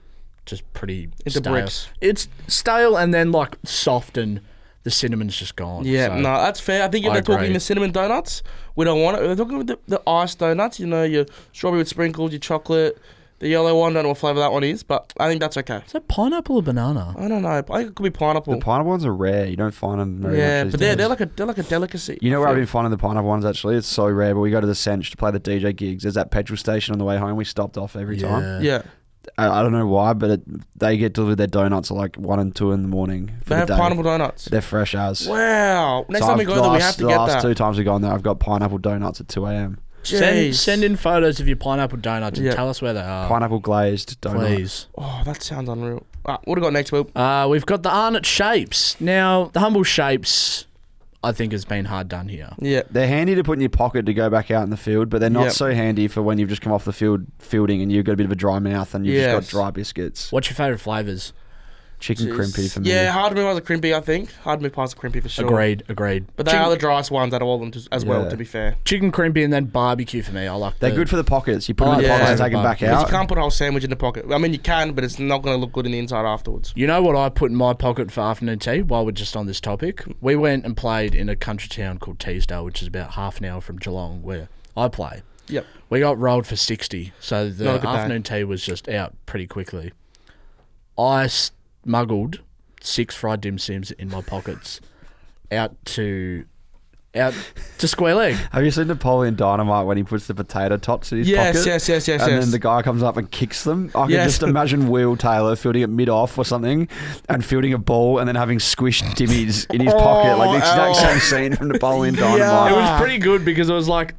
Speaker 1: just pretty
Speaker 2: Into
Speaker 1: stale.
Speaker 2: bricks.
Speaker 1: It's stale and then like soft, and the cinnamon's just gone.
Speaker 2: Yeah,
Speaker 1: So,
Speaker 2: no, that's fair. I think if
Speaker 1: I
Speaker 2: they're talking
Speaker 1: agree.
Speaker 2: the cinnamon donuts, we don't want it. If they're talking about the, the iced donuts, you know, your strawberry with sprinkles, your chocolate, the yellow one, I don't know what flavour that one is, but I think that's okay.
Speaker 1: Is that pineapple or banana?
Speaker 2: I don't know. I think it could be pineapple.
Speaker 3: The pineapple ones are rare. You don't find them very
Speaker 2: yeah,
Speaker 3: much.
Speaker 2: but they're, they're like a they're like a delicacy.
Speaker 3: You know where
Speaker 2: I
Speaker 3: I've been finding the pineapple ones actually? It's so rare, but we go to the Sench to play the DJ gigs. There's that petrol station on the way home. We stopped off every time.
Speaker 1: Yeah.
Speaker 2: Yeah,
Speaker 3: I, I don't know why, but it, they get delivered their donuts at like 1 and 2 in the morning.
Speaker 2: they
Speaker 3: For the
Speaker 2: have
Speaker 3: day.
Speaker 2: pineapple donuts.
Speaker 3: They're fresh as.
Speaker 2: Wow. Next time we
Speaker 3: I've-
Speaker 2: go
Speaker 3: the
Speaker 2: there, we
Speaker 3: last-
Speaker 2: have to
Speaker 3: the
Speaker 2: get
Speaker 3: last
Speaker 2: that.
Speaker 3: two times we've gone there, I've got pineapple donuts at 2 a.m.
Speaker 1: Send,
Speaker 2: Jeez.
Speaker 1: send in photos of your pineapple donuts and
Speaker 2: Yeah.
Speaker 1: tell us where they are.
Speaker 3: Pineapple glazed donut.
Speaker 1: Please.
Speaker 2: Oh, that sounds unreal. Alright, what do we got next, Will?
Speaker 1: Uh, we've got the Arnott Shapes. Now, the Humble Shapes, I think, has been hard done here.
Speaker 2: Yeah.
Speaker 3: They're handy to put in your pocket to go back out in the field, but they're not
Speaker 2: Yep.
Speaker 3: so handy for when you've just come off the field fielding and you've got a bit of a dry mouth and you've
Speaker 2: Yes.
Speaker 3: just got dry biscuits.
Speaker 1: What's your favourite flavours?
Speaker 3: Chicken crimpy for me.
Speaker 2: Yeah, hard to move past a crimpy. I think hard to move past a crimpy for sure.
Speaker 1: Agreed, agreed.
Speaker 2: But they
Speaker 1: Chicken-
Speaker 2: are the driest ones out of all of them to, as well.
Speaker 3: Yeah.
Speaker 2: To be fair,
Speaker 1: chicken crimpy and then barbecue for me. I like
Speaker 3: They're
Speaker 1: the,
Speaker 3: good for the pockets. You put
Speaker 1: Oh,
Speaker 3: them in the
Speaker 2: yeah.
Speaker 3: pocket and take them back
Speaker 2: 'Cause you
Speaker 3: out.
Speaker 2: can't put a whole sandwich in the pocket. I mean, you can, but it's not going to look good in the inside afterwards.
Speaker 1: You know what I put in my pocket for afternoon tea while we're just on this topic? We went and played in a country town called Teesdale, which is about half an hour from Geelong where I play.
Speaker 2: Yep.
Speaker 1: We got rolled for 60, so
Speaker 2: Not a
Speaker 1: the
Speaker 2: good day.
Speaker 1: afternoon tea was just out pretty quickly. I smuggled six fried dim sims in my pockets out to out to square leg.
Speaker 3: Have you seen Napoleon Dynamite when he puts the potato tots in his
Speaker 2: Yes,
Speaker 3: pocket?
Speaker 2: yes, yes, yes,
Speaker 3: And
Speaker 2: yes.
Speaker 3: then the guy comes up and kicks them. I can
Speaker 2: Yes.
Speaker 3: just imagine Will Taylor fielding it mid off or something and fielding a ball and then having squished dimmies in his pocket. Like the exact
Speaker 2: Oh, ow.
Speaker 3: same scene from Napoleon
Speaker 1: It
Speaker 3: Dynamite.
Speaker 2: Ah.
Speaker 1: was pretty good because it was like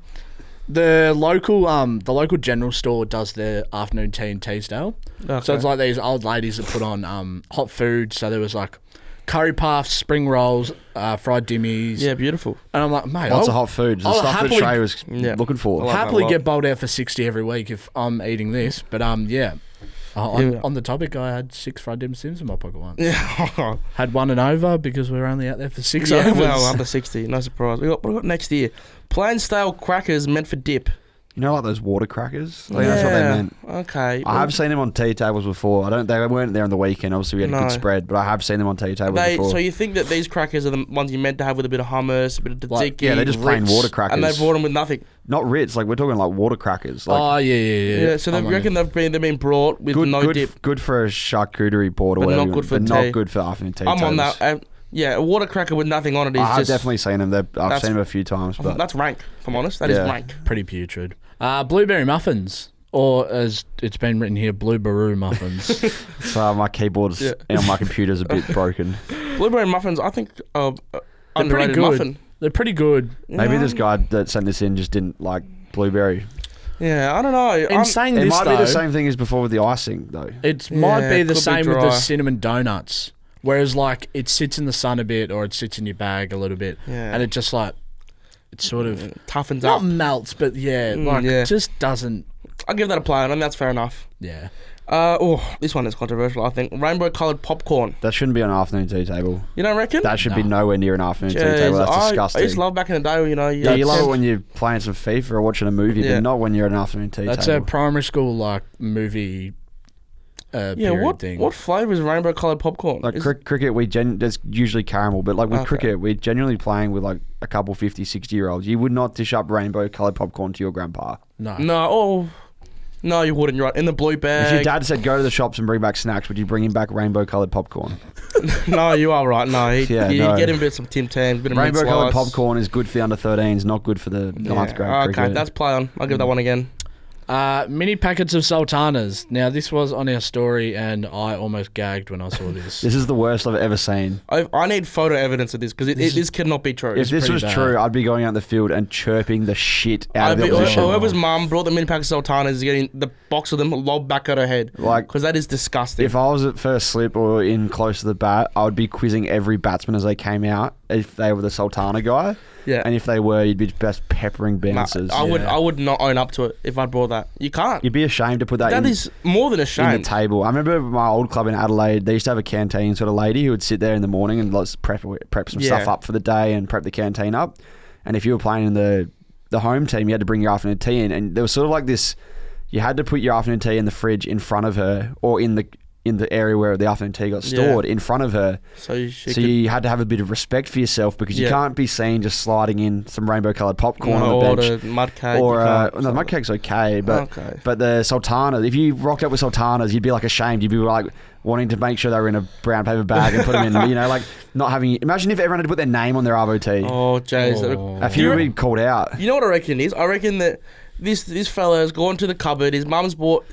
Speaker 1: the local um the local general store does their afternoon tea in Teesdale. So
Speaker 2: Okay.
Speaker 1: it's like these old ladies that put on um hot food. So there was like curry puffs, spring rolls, uh, fried dimmies.
Speaker 2: Yeah, beautiful.
Speaker 1: And I'm like, mate,
Speaker 3: Lots
Speaker 1: I'll-
Speaker 3: of hot food. The
Speaker 1: I'll
Speaker 3: stuff
Speaker 1: happily-
Speaker 3: that Trey was
Speaker 2: Yeah.
Speaker 3: looking for.
Speaker 2: Well, like that
Speaker 1: happily
Speaker 2: a lot.
Speaker 1: get bowled out for 60 every week if I'm eating this. But um, yeah. Uh, on,
Speaker 2: Yeah.
Speaker 1: on the topic, I had six fried dim sims in my pocket once.
Speaker 2: Yeah.
Speaker 1: Had one and over because we were only out there for six
Speaker 2: yeah,
Speaker 1: overs.
Speaker 2: well, under 60. No surprise. We got, what we got next year? Plain stale crackers meant for dip.
Speaker 3: you know, like those water crackers? Like, Oh, That's what they
Speaker 2: Yeah,
Speaker 3: meant.
Speaker 2: Okay.
Speaker 3: I have seen them on tea tables before. I don't. They weren't there on the weekend. Obviously, we had a
Speaker 2: No.
Speaker 3: good spread, but I have seen them on tea tables
Speaker 2: They,
Speaker 3: before.
Speaker 2: so you think that these crackers are the ones you meant to have with a bit of hummus, a bit of tzatziki,
Speaker 1: Like,
Speaker 3: yeah, they're just plain
Speaker 2: Ritz,
Speaker 3: water crackers.
Speaker 2: and they've bought them with nothing.
Speaker 3: Not Ritz. Like we're talking like water crackers. Like
Speaker 1: oh, yeah, yeah,
Speaker 2: Yeah,
Speaker 1: yeah.
Speaker 2: so
Speaker 1: I'm
Speaker 2: they
Speaker 1: like,
Speaker 2: reckon they've been they've been brought with
Speaker 3: good,
Speaker 2: no
Speaker 3: good,
Speaker 2: dip.
Speaker 3: good for a charcuterie board or
Speaker 2: But
Speaker 3: whatever.
Speaker 2: not
Speaker 3: you
Speaker 2: good
Speaker 3: want,
Speaker 2: for
Speaker 3: but
Speaker 2: tea.
Speaker 3: not good for afternoon tea.
Speaker 2: I'm on
Speaker 3: tables.
Speaker 2: that. Uh, yeah, a water cracker with nothing on it is
Speaker 3: I have
Speaker 2: just
Speaker 3: definitely seen them. They're, I've
Speaker 2: that's-
Speaker 3: seen them a few times, but
Speaker 2: that's rank. If I'm honest, that is
Speaker 3: Yeah.
Speaker 2: rank.
Speaker 1: Pretty putrid. Uh, blueberry muffins, or as it's been written here, blueberry muffins.
Speaker 3: so my keyboard's
Speaker 2: Yeah.
Speaker 3: and my computer's a bit broken.
Speaker 2: Blueberry muffins, I think, are uh, underrated
Speaker 1: good.
Speaker 2: muffin.
Speaker 1: They're pretty good.
Speaker 3: Maybe
Speaker 2: Yeah.
Speaker 3: this guy that sent this in just didn't like blueberry.
Speaker 2: Yeah, I don't know.
Speaker 1: In
Speaker 2: I'm-
Speaker 1: saying
Speaker 3: It
Speaker 1: this,
Speaker 3: might
Speaker 1: though,
Speaker 3: be the same thing as before with the icing, though.
Speaker 1: It might
Speaker 2: Yeah,
Speaker 1: be the
Speaker 2: could be
Speaker 1: same with the
Speaker 2: dry.
Speaker 1: cinnamon donuts. Whereas, like, it sits in the sun a bit or it sits in your bag a little bit.
Speaker 2: Yeah.
Speaker 1: And it just, like, it sort of.
Speaker 2: toughens
Speaker 1: Not
Speaker 2: up.
Speaker 1: melts, but yeah,
Speaker 2: Mm,
Speaker 1: like,
Speaker 2: yeah.
Speaker 1: just doesn't.
Speaker 2: I'll give that a play, and that's fair enough.
Speaker 1: Yeah.
Speaker 2: Uh, oh, this one is controversial. I think rainbow coloured popcorn.
Speaker 3: That shouldn't be an afternoon tea table.
Speaker 2: You don't reckon?
Speaker 3: That should be
Speaker 1: No.
Speaker 3: nowhere near an afternoon tea
Speaker 2: Jeez,
Speaker 3: table. That's
Speaker 2: I,
Speaker 3: disgusting.
Speaker 2: I used to love back in the day. You know, you
Speaker 3: yeah,
Speaker 2: had
Speaker 3: you love it
Speaker 2: ten-
Speaker 3: when you're playing some FIFA or watching a movie,
Speaker 2: Yeah.
Speaker 3: but not when you're at an afternoon tea
Speaker 1: That's a
Speaker 3: table.
Speaker 1: primary school like movie. Uh,
Speaker 2: Yeah,
Speaker 1: period
Speaker 2: what
Speaker 1: thing.
Speaker 2: what flavour is rainbow coloured popcorn?
Speaker 3: like
Speaker 2: Is-
Speaker 3: crick cricket, we gen that's usually caramel, but like with
Speaker 2: Okay.
Speaker 3: cricket, we're generally playing with like a couple 50, 60 year olds. You would not dish up rainbow coloured popcorn to your grandpa.
Speaker 1: No.
Speaker 2: no, oh, no, you wouldn't. You're right. In the blue
Speaker 3: If
Speaker 2: bag.
Speaker 3: your dad said go to the shops and bring back snacks, would you bring him back rainbow coloured popcorn?
Speaker 2: no, you are right. No, he,
Speaker 3: Yeah,
Speaker 2: you
Speaker 3: no.
Speaker 2: get him a bit of some Tim Tam, bit of mint
Speaker 3: Rainbow coloured
Speaker 2: slice.
Speaker 3: popcorn is good for the under 13s, not good for the
Speaker 2: Yeah.
Speaker 3: ninth grade.
Speaker 2: Okay,
Speaker 3: cricket.
Speaker 2: that's play on. I'll give that
Speaker 3: Mm.
Speaker 2: one again.
Speaker 1: Uh, mini packets of sultanas. Now this was on our story, and I almost gagged when I saw this.
Speaker 3: this is the worst I've ever seen.
Speaker 2: I, I need photo evidence of this because it, it, this cannot be true.
Speaker 3: If this
Speaker 1: pretty
Speaker 3: was
Speaker 1: bad.
Speaker 3: true, I'd be going out in the field and chirping the shit out
Speaker 2: I
Speaker 3: of the
Speaker 2: be,
Speaker 3: opposition.
Speaker 2: whoever's mum brought the mini pack of sultanas is getting the box of them lobbed back at her head.
Speaker 3: Like-
Speaker 2: because that is disgusting.
Speaker 3: If I was at first slip or in close to the bat, I would be quizzing every batsman as they came out if they were the Sultana guy.
Speaker 2: yeah,
Speaker 3: And if they were, you'd be just peppering
Speaker 2: Nah,
Speaker 3: bouncers.
Speaker 2: I would
Speaker 1: Yeah.
Speaker 2: I would not own up to it if I brought that. You can't.
Speaker 3: You'd be ashamed to put that,
Speaker 2: That
Speaker 3: in,
Speaker 2: is more than a
Speaker 3: in the
Speaker 2: shame.
Speaker 3: table. I remember my old club in Adelaide, they used to have a canteen sort of lady who would sit there in the morning and let's prep, prep some stuff
Speaker 2: Yeah.
Speaker 3: up for the day and prep the canteen up. And if you were playing in the, the home team, you had to bring your afternoon tea in. And there was sort of like this you had to put your afternoon tea in the fridge in front of her or in the in the area where the afternoon tea got
Speaker 2: Yeah.
Speaker 3: stored in front of her.
Speaker 2: So you should.
Speaker 3: so you had to have a bit of respect for yourself because
Speaker 2: Yeah.
Speaker 3: you can't be seen just sliding in some rainbow coloured popcorn on the
Speaker 2: or
Speaker 3: bench.
Speaker 2: the mud cake.
Speaker 3: or
Speaker 2: you
Speaker 3: uh,
Speaker 2: can't-
Speaker 3: no, mud cake's okay, but
Speaker 2: okay.
Speaker 3: but the sultana. If you rocked up with sultanas, you'd be like ashamed. You'd be like wanting to make sure they were in a brown paper bag and put them in. You know, like not having. Imagine if everyone had to put their name on their RVT.
Speaker 2: Oh, Jays. that-
Speaker 1: Oh.
Speaker 3: A few would be called out.
Speaker 2: You know what I reckon it is? I reckon that this this fella has gone to the cupboard. His mum's bought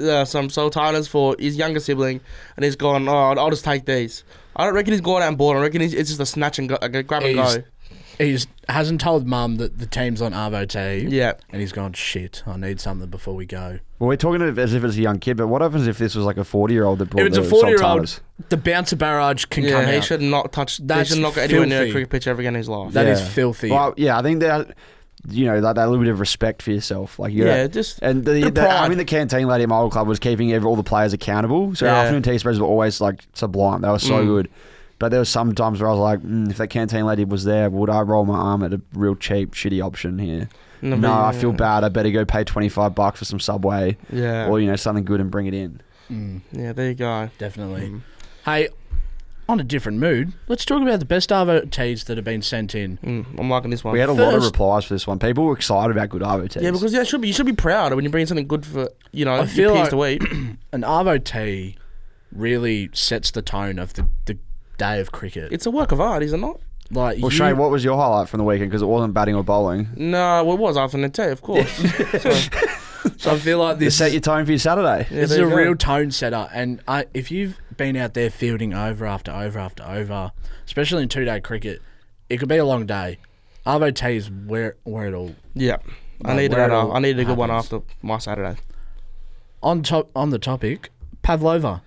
Speaker 2: uh, some sultanas for his younger sibling, and he's gone. Oh, I'll- I'll just take these. I don't reckon he's gone out and bought. 'em. I reckon he's, it's just a snatch and go, like a grab and
Speaker 1: He's-
Speaker 2: go.
Speaker 1: He's hasn't told mum that the team's on Arvo T.
Speaker 2: Yeah.
Speaker 1: And he's gone. Shit, I need something before we go.
Speaker 3: Well, we're talking of- as if it's a young kid, but what happens if this was like a forty-year-old that brought
Speaker 1: if it's
Speaker 3: the
Speaker 1: a forty-year-old,
Speaker 3: sultanas?
Speaker 1: the bouncer barrage can come
Speaker 2: Yeah, he
Speaker 1: out.
Speaker 2: should not touch.
Speaker 1: That's
Speaker 2: he should not go anywhere near a
Speaker 1: filthy.
Speaker 2: cricket pitch ever again in his life.
Speaker 1: That is
Speaker 3: Yeah.
Speaker 1: filthy.
Speaker 3: Well, yeah, I think that you know that, that little bit of respect for yourself, like
Speaker 2: yeah,
Speaker 3: you yeah.
Speaker 2: just
Speaker 3: And the,
Speaker 2: Bit
Speaker 3: the,
Speaker 2: of pride.
Speaker 3: I mean, the canteen lady at my old club was keeping every, all the players accountable. So
Speaker 2: Yeah.
Speaker 3: afternoon tea spreads were always like sublime. They were so
Speaker 2: Mm.
Speaker 3: good. But there were some times where I was like, mm, if that canteen lady was there, would I roll my arm at a real cheap, shitty option here? No, I feel bad. I better go pay twenty five bucks for some Subway
Speaker 2: Yeah,
Speaker 3: or you know something good and bring it in.
Speaker 1: Mm,
Speaker 2: yeah. There you go.
Speaker 1: definitely.
Speaker 2: Mm.
Speaker 1: Hey, on a different mood, let's talk about the best Arvo teas that have been sent in.
Speaker 2: Mm, I'm liking this one.
Speaker 3: We had a lot of
Speaker 1: First-
Speaker 3: replies for this one. People were excited about good Arvo teas.
Speaker 2: yeah, because yeah, it should be, you should be proud when you bring something good for you know
Speaker 1: I
Speaker 2: your
Speaker 1: feel
Speaker 2: peers
Speaker 1: like-
Speaker 2: to eat.
Speaker 1: An Arvo tea really sets the tone of the, the day of cricket.
Speaker 2: It's a work of art, is it not?
Speaker 1: like you-
Speaker 3: well, Shane, what was your highlight from the weekend? Because it wasn't batting or bowling.
Speaker 2: No, well, it was after Nate, of course.
Speaker 1: I feel like
Speaker 3: You
Speaker 1: this
Speaker 3: set your tone for your Saturday.
Speaker 2: Yeah,
Speaker 1: This is
Speaker 2: there
Speaker 1: a
Speaker 2: you go.
Speaker 1: real tone setter, and I, if you've been out there fielding over after over after over, especially in two day cricket, it could be a long day. Arvo T is where where it all
Speaker 2: Yeah, I
Speaker 1: Like,
Speaker 2: needed
Speaker 1: where
Speaker 2: that.
Speaker 1: it
Speaker 2: uh,
Speaker 1: all
Speaker 2: I needed a good one
Speaker 1: happens.
Speaker 2: after my Saturday.
Speaker 1: on top on the topic. Pavlova,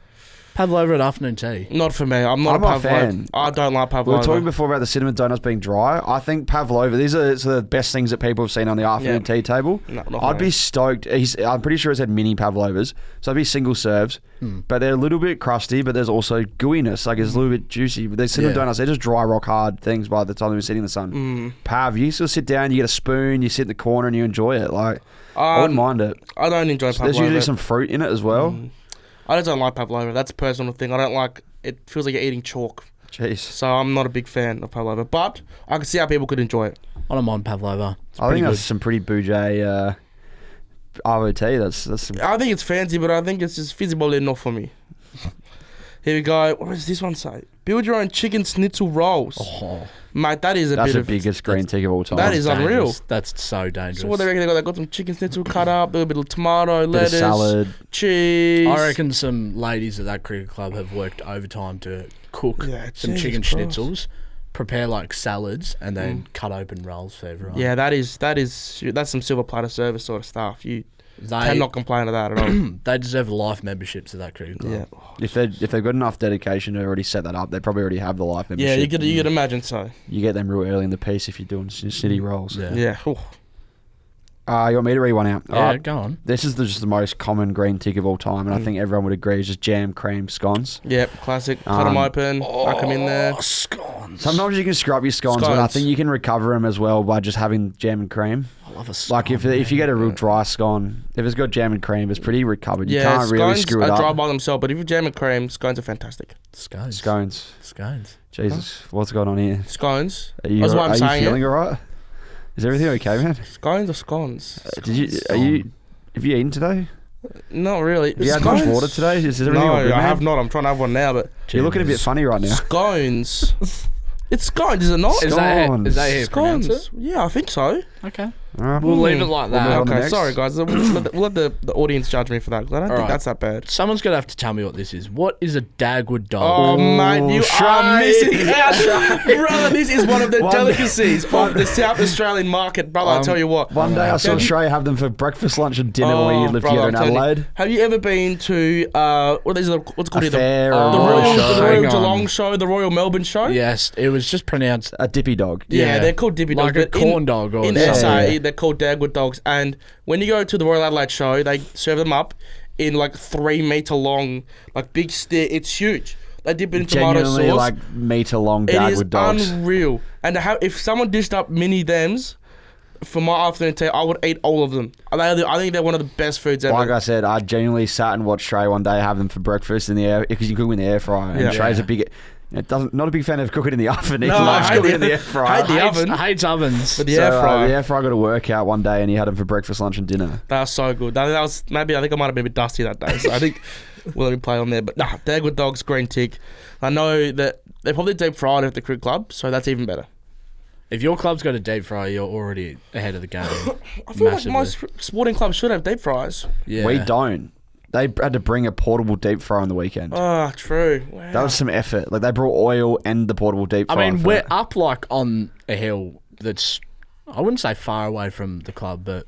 Speaker 1: Pavlova at afternoon tea.
Speaker 2: Not for me. I'm not
Speaker 3: I'm
Speaker 2: a
Speaker 3: not a
Speaker 2: Pavlova.
Speaker 3: fan.
Speaker 2: I don't like Pavlova.
Speaker 3: We were talking before about the cinnamon donuts being dry. I think Pavlova. These are some of the best things that people have seen on the afternoon
Speaker 2: Yeah.
Speaker 3: tea table.
Speaker 2: No, not
Speaker 3: I'd
Speaker 2: mine.
Speaker 3: be stoked. He's, I'm pretty sure he's had mini Pavlovas, so it'd be single serves.
Speaker 2: Hmm.
Speaker 3: But they're a little bit crusty, but there's also gooiness. Like it's a little bit juicy. But they're cinnamon
Speaker 1: Yeah.
Speaker 3: donuts. They're just dry rock hard things by the time they're sitting in the sun.
Speaker 2: Hmm.
Speaker 3: Pav, you still sit down, you get a spoon, you sit in the corner, and you enjoy it. Like I wouldn't
Speaker 2: Um,
Speaker 3: mind it.
Speaker 2: I don't enjoy Pavlova. Hmm.
Speaker 3: There's usually some fruit in it as well.
Speaker 2: I just don't like Pavlova. That's a personal thing. I don't like. It feels like you're eating chalk.
Speaker 3: Jeez,
Speaker 2: So I'm not a big fan of Pavlova, but I can see how people could enjoy it.
Speaker 1: I don't mind Pavlova. It's
Speaker 3: I
Speaker 1: pretty
Speaker 3: think
Speaker 1: good.
Speaker 3: that's some pretty bougie uh, ROT. That's that's some
Speaker 2: I think it's fancy, but I think it's just feasible enough for me. Here we go. What does this one say? Build your own chicken schnitzel rolls,
Speaker 1: Oh,
Speaker 2: mate. That is a
Speaker 3: That's
Speaker 2: bit
Speaker 3: the
Speaker 2: of.
Speaker 3: biggest green tick of all time.
Speaker 2: that is
Speaker 1: dangerous.
Speaker 2: unreal.
Speaker 1: That's so dangerous.
Speaker 2: So what they reckon they got? They got some chicken schnitzel cut up, a little bit of tomato,
Speaker 3: bit of
Speaker 2: lettuce,
Speaker 3: salad.
Speaker 2: cheese.
Speaker 1: I reckon some ladies at that cricket club have worked overtime to cook
Speaker 2: Yeah,
Speaker 1: some
Speaker 2: Jesus
Speaker 1: chicken
Speaker 2: Christ.
Speaker 1: schnitzels, prepare like salads, and then cut open rolls for everyone.
Speaker 2: Mm. Yeah, that is that is that's some silver platter service sort of stuff. You
Speaker 1: they
Speaker 2: cannot complain of that at all.
Speaker 1: they deserve life memberships to that cricket club.
Speaker 2: yeah,
Speaker 3: If they if they've got enough dedication to already set that up, they probably already have the life membership.
Speaker 2: yeah, you could
Speaker 3: Mm.
Speaker 2: you could imagine so.
Speaker 3: You get them real early in the piece if you're doing sn- snitty rolls.
Speaker 1: Yeah.
Speaker 2: Mm. Yeah, Ooh.
Speaker 3: Uh, you want me to read one out?
Speaker 1: Yeah,
Speaker 2: Uh,
Speaker 3: Alright.
Speaker 1: go on.
Speaker 3: This is the, just the most common green tick of all time,
Speaker 2: Mm.
Speaker 3: and I think everyone would agree. It's just jam, cream, scones.
Speaker 2: yep, classic. Cut 'em
Speaker 3: Um, oh,
Speaker 2: open, chuck 'em in there.
Speaker 1: Oh, scones.
Speaker 3: Sometimes you can scrub your scones, but I
Speaker 2: Scones.
Speaker 3: think you can recover them as well by just having jam and cream.
Speaker 1: I love a scone.
Speaker 3: Like if if you get a real dry scone, if it's got jam and cream, it's pretty recovered. You
Speaker 2: Yeah,
Speaker 3: can't really
Speaker 2: scones
Speaker 3: screw it
Speaker 2: are dry
Speaker 3: up.
Speaker 2: by themselves, but if you jam and cream, scones are fantastic.
Speaker 1: scones.
Speaker 3: Scones,
Speaker 1: Scones.
Speaker 3: Jesus, what's going on here?
Speaker 2: Scones.
Speaker 3: Are you,
Speaker 2: That's why I'm
Speaker 3: are you
Speaker 2: saying it.
Speaker 3: feeling alright? Is everything okay, man?
Speaker 2: Scones or scones?
Speaker 3: Uh, Did you? Are you? Have you eaten today?
Speaker 2: Not really.
Speaker 3: Have you had much water today? Is everything
Speaker 2: no,
Speaker 3: all good,
Speaker 2: I
Speaker 3: man?
Speaker 2: have not. I'm trying to have one now, but
Speaker 3: You're looking a bit funny right now.
Speaker 2: scones. it's scones, is it not?
Speaker 1: Is
Speaker 3: Scones.
Speaker 1: that, how- is that how you pronounce
Speaker 2: Scones.
Speaker 1: it?
Speaker 2: Yeah, I think so.
Speaker 1: Okay.
Speaker 3: All right.
Speaker 1: We'll leave it like
Speaker 3: We'll move
Speaker 1: that.
Speaker 3: on. to
Speaker 2: okay,
Speaker 3: next.
Speaker 2: sorry guys. We'll let, the, we'll let the, the audience judge me for that 'cause I don't think
Speaker 1: Alright.
Speaker 2: that's that bad.
Speaker 1: Someone's going to have to tell me what this is. What is a Dagwood
Speaker 2: Oh,
Speaker 1: dog?
Speaker 2: mate, you are
Speaker 3: Shane.
Speaker 2: missing out, brother. This is one of the
Speaker 3: One-
Speaker 2: delicacies of the South Australian market, brother. I
Speaker 3: Um,
Speaker 2: tell you what.
Speaker 3: One day I saw
Speaker 2: Have you-
Speaker 3: Shrey have them for breakfast, lunch, and dinner when you lived
Speaker 2: brother,
Speaker 3: together in
Speaker 2: I'm telling you.
Speaker 3: Adelaide.
Speaker 2: Have you ever been to uh, what is it? What's it called
Speaker 3: A
Speaker 2: here? The,
Speaker 3: fair,
Speaker 1: Oh,
Speaker 2: the
Speaker 3: or a
Speaker 2: Royal,
Speaker 3: show.
Speaker 2: the Royal
Speaker 1: Hang on.
Speaker 2: Geelong show, the Royal Melbourne show.
Speaker 1: Yes, it was just pronounced
Speaker 3: a dippy dog.
Speaker 2: Yeah,
Speaker 1: Yeah.
Speaker 2: they're called Dippy
Speaker 1: like
Speaker 2: Dogs.
Speaker 1: a
Speaker 2: but in-
Speaker 1: corn dog or
Speaker 2: in
Speaker 1: something.
Speaker 2: SA,
Speaker 3: Yeah.
Speaker 2: they're called Dagwood dogs. And when you go to the Royal Adelaide show, they serve them up in like three meter long, like big stick. It's huge. They dip it in tomato
Speaker 3: Genuinely,
Speaker 2: sauce.
Speaker 3: like meter long
Speaker 2: it is
Speaker 3: Dagwood dogs.
Speaker 2: unreal. And to have, if someone dished up mini thems for my afternoon tea, I would eat all of them. I think they're- I think they're one of the best foods ever.
Speaker 3: Like I said, I genuinely sat and watched Shrey one day have them for breakfast in the air because you cook 'em in the air fryer. And
Speaker 2: Yeah.
Speaker 3: Shrey's a big, it doesn't not a big fan of cooking in the oven. He
Speaker 2: No,
Speaker 3: loves
Speaker 2: I
Speaker 3: cooking
Speaker 2: hate
Speaker 3: in the
Speaker 2: it.
Speaker 3: air fryer.
Speaker 2: Hate the
Speaker 1: hates,
Speaker 2: oven.
Speaker 1: hates ovens.
Speaker 2: But the
Speaker 3: So,
Speaker 2: air
Speaker 3: uh,
Speaker 2: fryer,
Speaker 3: the air fryer got a workout one day and he had them for breakfast, lunch, and dinner.
Speaker 2: That was so good. That, that was maybe I think I might have been a bit dusty that day. So I think we'll let me play on there. But nah, they're good dogs, green tick. I know that they probably deep fried at the cricket club, so that's even better.
Speaker 1: if your club's got a deep fryer, you're already ahead of the game.
Speaker 2: I
Speaker 1: Massively.
Speaker 2: feel like most sporting clubs should have deep fries.
Speaker 1: Yeah.
Speaker 3: We don't. They had to bring a portable deep fryer on the weekend.
Speaker 2: Ah, true. Wow.
Speaker 3: that was some effort. Like they brought oil and the portable deep
Speaker 1: I
Speaker 3: fryer.
Speaker 1: mean,
Speaker 3: for
Speaker 1: we're
Speaker 3: it.
Speaker 1: up like on a hill that's, I wouldn't say far away from the club, but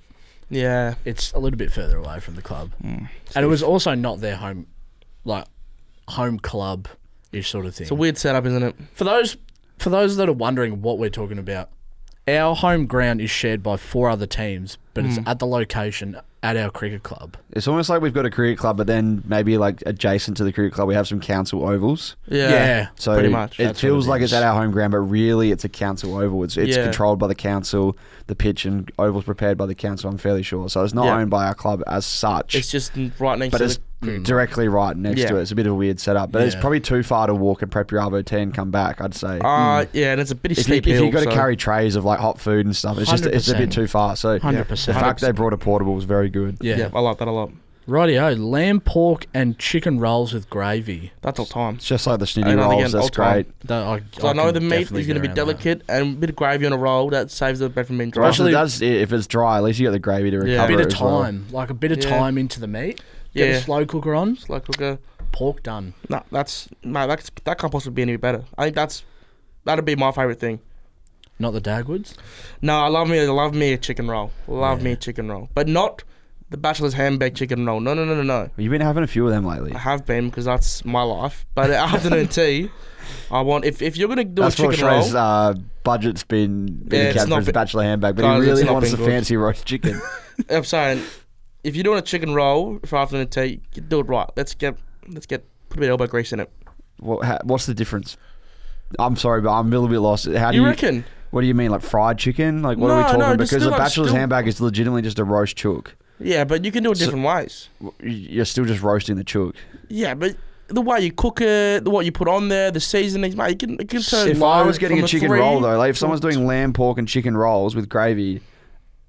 Speaker 2: yeah.
Speaker 1: it's a little bit further away from the club,
Speaker 3: Mm.
Speaker 1: and it was also not their home, like home club ish sort of thing.
Speaker 2: It's a weird setup, isn't it?
Speaker 1: for those for those that are wondering what we're talking about, our home ground is shared by four other teams, but
Speaker 3: Mm.
Speaker 1: it's at the location at our cricket club.
Speaker 3: it's almost like we've got a cricket club, but then maybe like adjacent to the cricket club, we have some council ovals.
Speaker 2: Yeah.
Speaker 1: Yeah.
Speaker 3: So
Speaker 2: Pretty much.
Speaker 3: it
Speaker 1: That's what
Speaker 3: feels
Speaker 1: it
Speaker 3: like
Speaker 1: is.
Speaker 3: it's at our home ground, but really it's a council oval. It's, it's
Speaker 2: Yeah.
Speaker 3: controlled by the council, the pitch and ovals prepared by the council. I'm fairly sure. So it's not
Speaker 2: Yeah.
Speaker 3: owned by our club as such,
Speaker 2: It's just n- right next
Speaker 3: but
Speaker 2: to
Speaker 3: it's
Speaker 2: the
Speaker 3: directly right next
Speaker 2: Yeah.
Speaker 3: to it. It's a bit of a weird setup, but it's
Speaker 1: Yeah.
Speaker 3: probably too far to walk and prep your arvo tea and come back. I'd say
Speaker 2: Uh, yeah, and it's a bit of
Speaker 3: if, you,
Speaker 2: steep
Speaker 3: if you've
Speaker 2: hill,
Speaker 3: got
Speaker 2: so-
Speaker 3: to carry trays of like hot food and stuff, it's just it's a bit
Speaker 1: 100%.
Speaker 3: too far. So
Speaker 1: Hundred
Speaker 3: the
Speaker 1: percent.
Speaker 3: fact they brought a portable was very good.
Speaker 1: Yeah.
Speaker 2: yeah, I like that a lot.
Speaker 1: Rightio. Lamb pork and chicken rolls with gravy.
Speaker 2: That's all time.
Speaker 3: It's just like the
Speaker 2: And
Speaker 3: schnitty
Speaker 2: then
Speaker 3: rolls.
Speaker 2: again,
Speaker 3: That's
Speaker 2: old time.
Speaker 3: great.
Speaker 1: That, I,
Speaker 2: So I, know
Speaker 1: can
Speaker 2: the meat
Speaker 1: definitely
Speaker 2: is going to
Speaker 1: get
Speaker 2: be
Speaker 1: around that.
Speaker 2: delicate and a bit of gravy on a roll that saves the bread from being dry.
Speaker 3: Especially
Speaker 1: Especially-
Speaker 3: that's it. if it's dry. At least you got the gravy to recover.
Speaker 2: Yeah.
Speaker 1: A bit
Speaker 3: it
Speaker 1: of
Speaker 3: as well.
Speaker 1: time, like a bit of
Speaker 2: Yeah.
Speaker 1: time into the meat. Get
Speaker 2: Yeah.
Speaker 1: a slow cooker on.
Speaker 2: Slow cooker.
Speaker 1: Pork done.
Speaker 2: No, that's mate, that's that can't possibly be any better. I think that's that'd be my favorite thing.
Speaker 1: Not the Dagwoods.
Speaker 2: No, I love me, I love me a chicken roll. Love me
Speaker 1: Yeah.
Speaker 2: a chicken roll, but not the bachelor's hand baked chicken roll. No, no, no, no, no.
Speaker 3: You've been having a few of them lately.
Speaker 2: I have been because that's my life. But at afternoon tea, I want if, if you're gonna do
Speaker 3: That's
Speaker 2: a
Speaker 3: what
Speaker 2: chicken roll,
Speaker 3: Shrey's uh, budget's been
Speaker 2: Yeah,
Speaker 3: been
Speaker 2: it's
Speaker 3: capped for
Speaker 2: not
Speaker 3: his
Speaker 2: be-
Speaker 3: bachelor handbag, but
Speaker 2: Guys,
Speaker 3: he
Speaker 2: it's
Speaker 3: really
Speaker 2: not
Speaker 3: wants the
Speaker 2: been good.
Speaker 3: fancy roast chicken.
Speaker 2: I'm saying, if you're doing a chicken roll for afternoon tea, you do it right. Let's get let's get put a bit of elbow grease in it.
Speaker 3: what, ha, what's the difference? I'm sorry, but I'm a little bit lost. How do
Speaker 2: You
Speaker 3: you
Speaker 2: reckon?
Speaker 3: What do you mean, like fried chicken? Like what are we
Speaker 2: No,
Speaker 3: talking?
Speaker 2: no, just
Speaker 3: because
Speaker 2: do
Speaker 3: the
Speaker 2: like
Speaker 3: bachelor's
Speaker 2: still-
Speaker 3: handbag is legitimately just a roast chook.
Speaker 2: Yeah, but you can do it
Speaker 3: So-
Speaker 2: different ways.
Speaker 3: You're still just roasting the chook.
Speaker 2: Yeah, but the way you cook it, the what you put on there, the seasonings, mate, you can, you can turn.
Speaker 3: If I
Speaker 2: low
Speaker 3: was getting
Speaker 2: from
Speaker 3: a chicken
Speaker 2: three-
Speaker 3: roll though, like if someone's doing lamb, pork, and chicken rolls with gravy,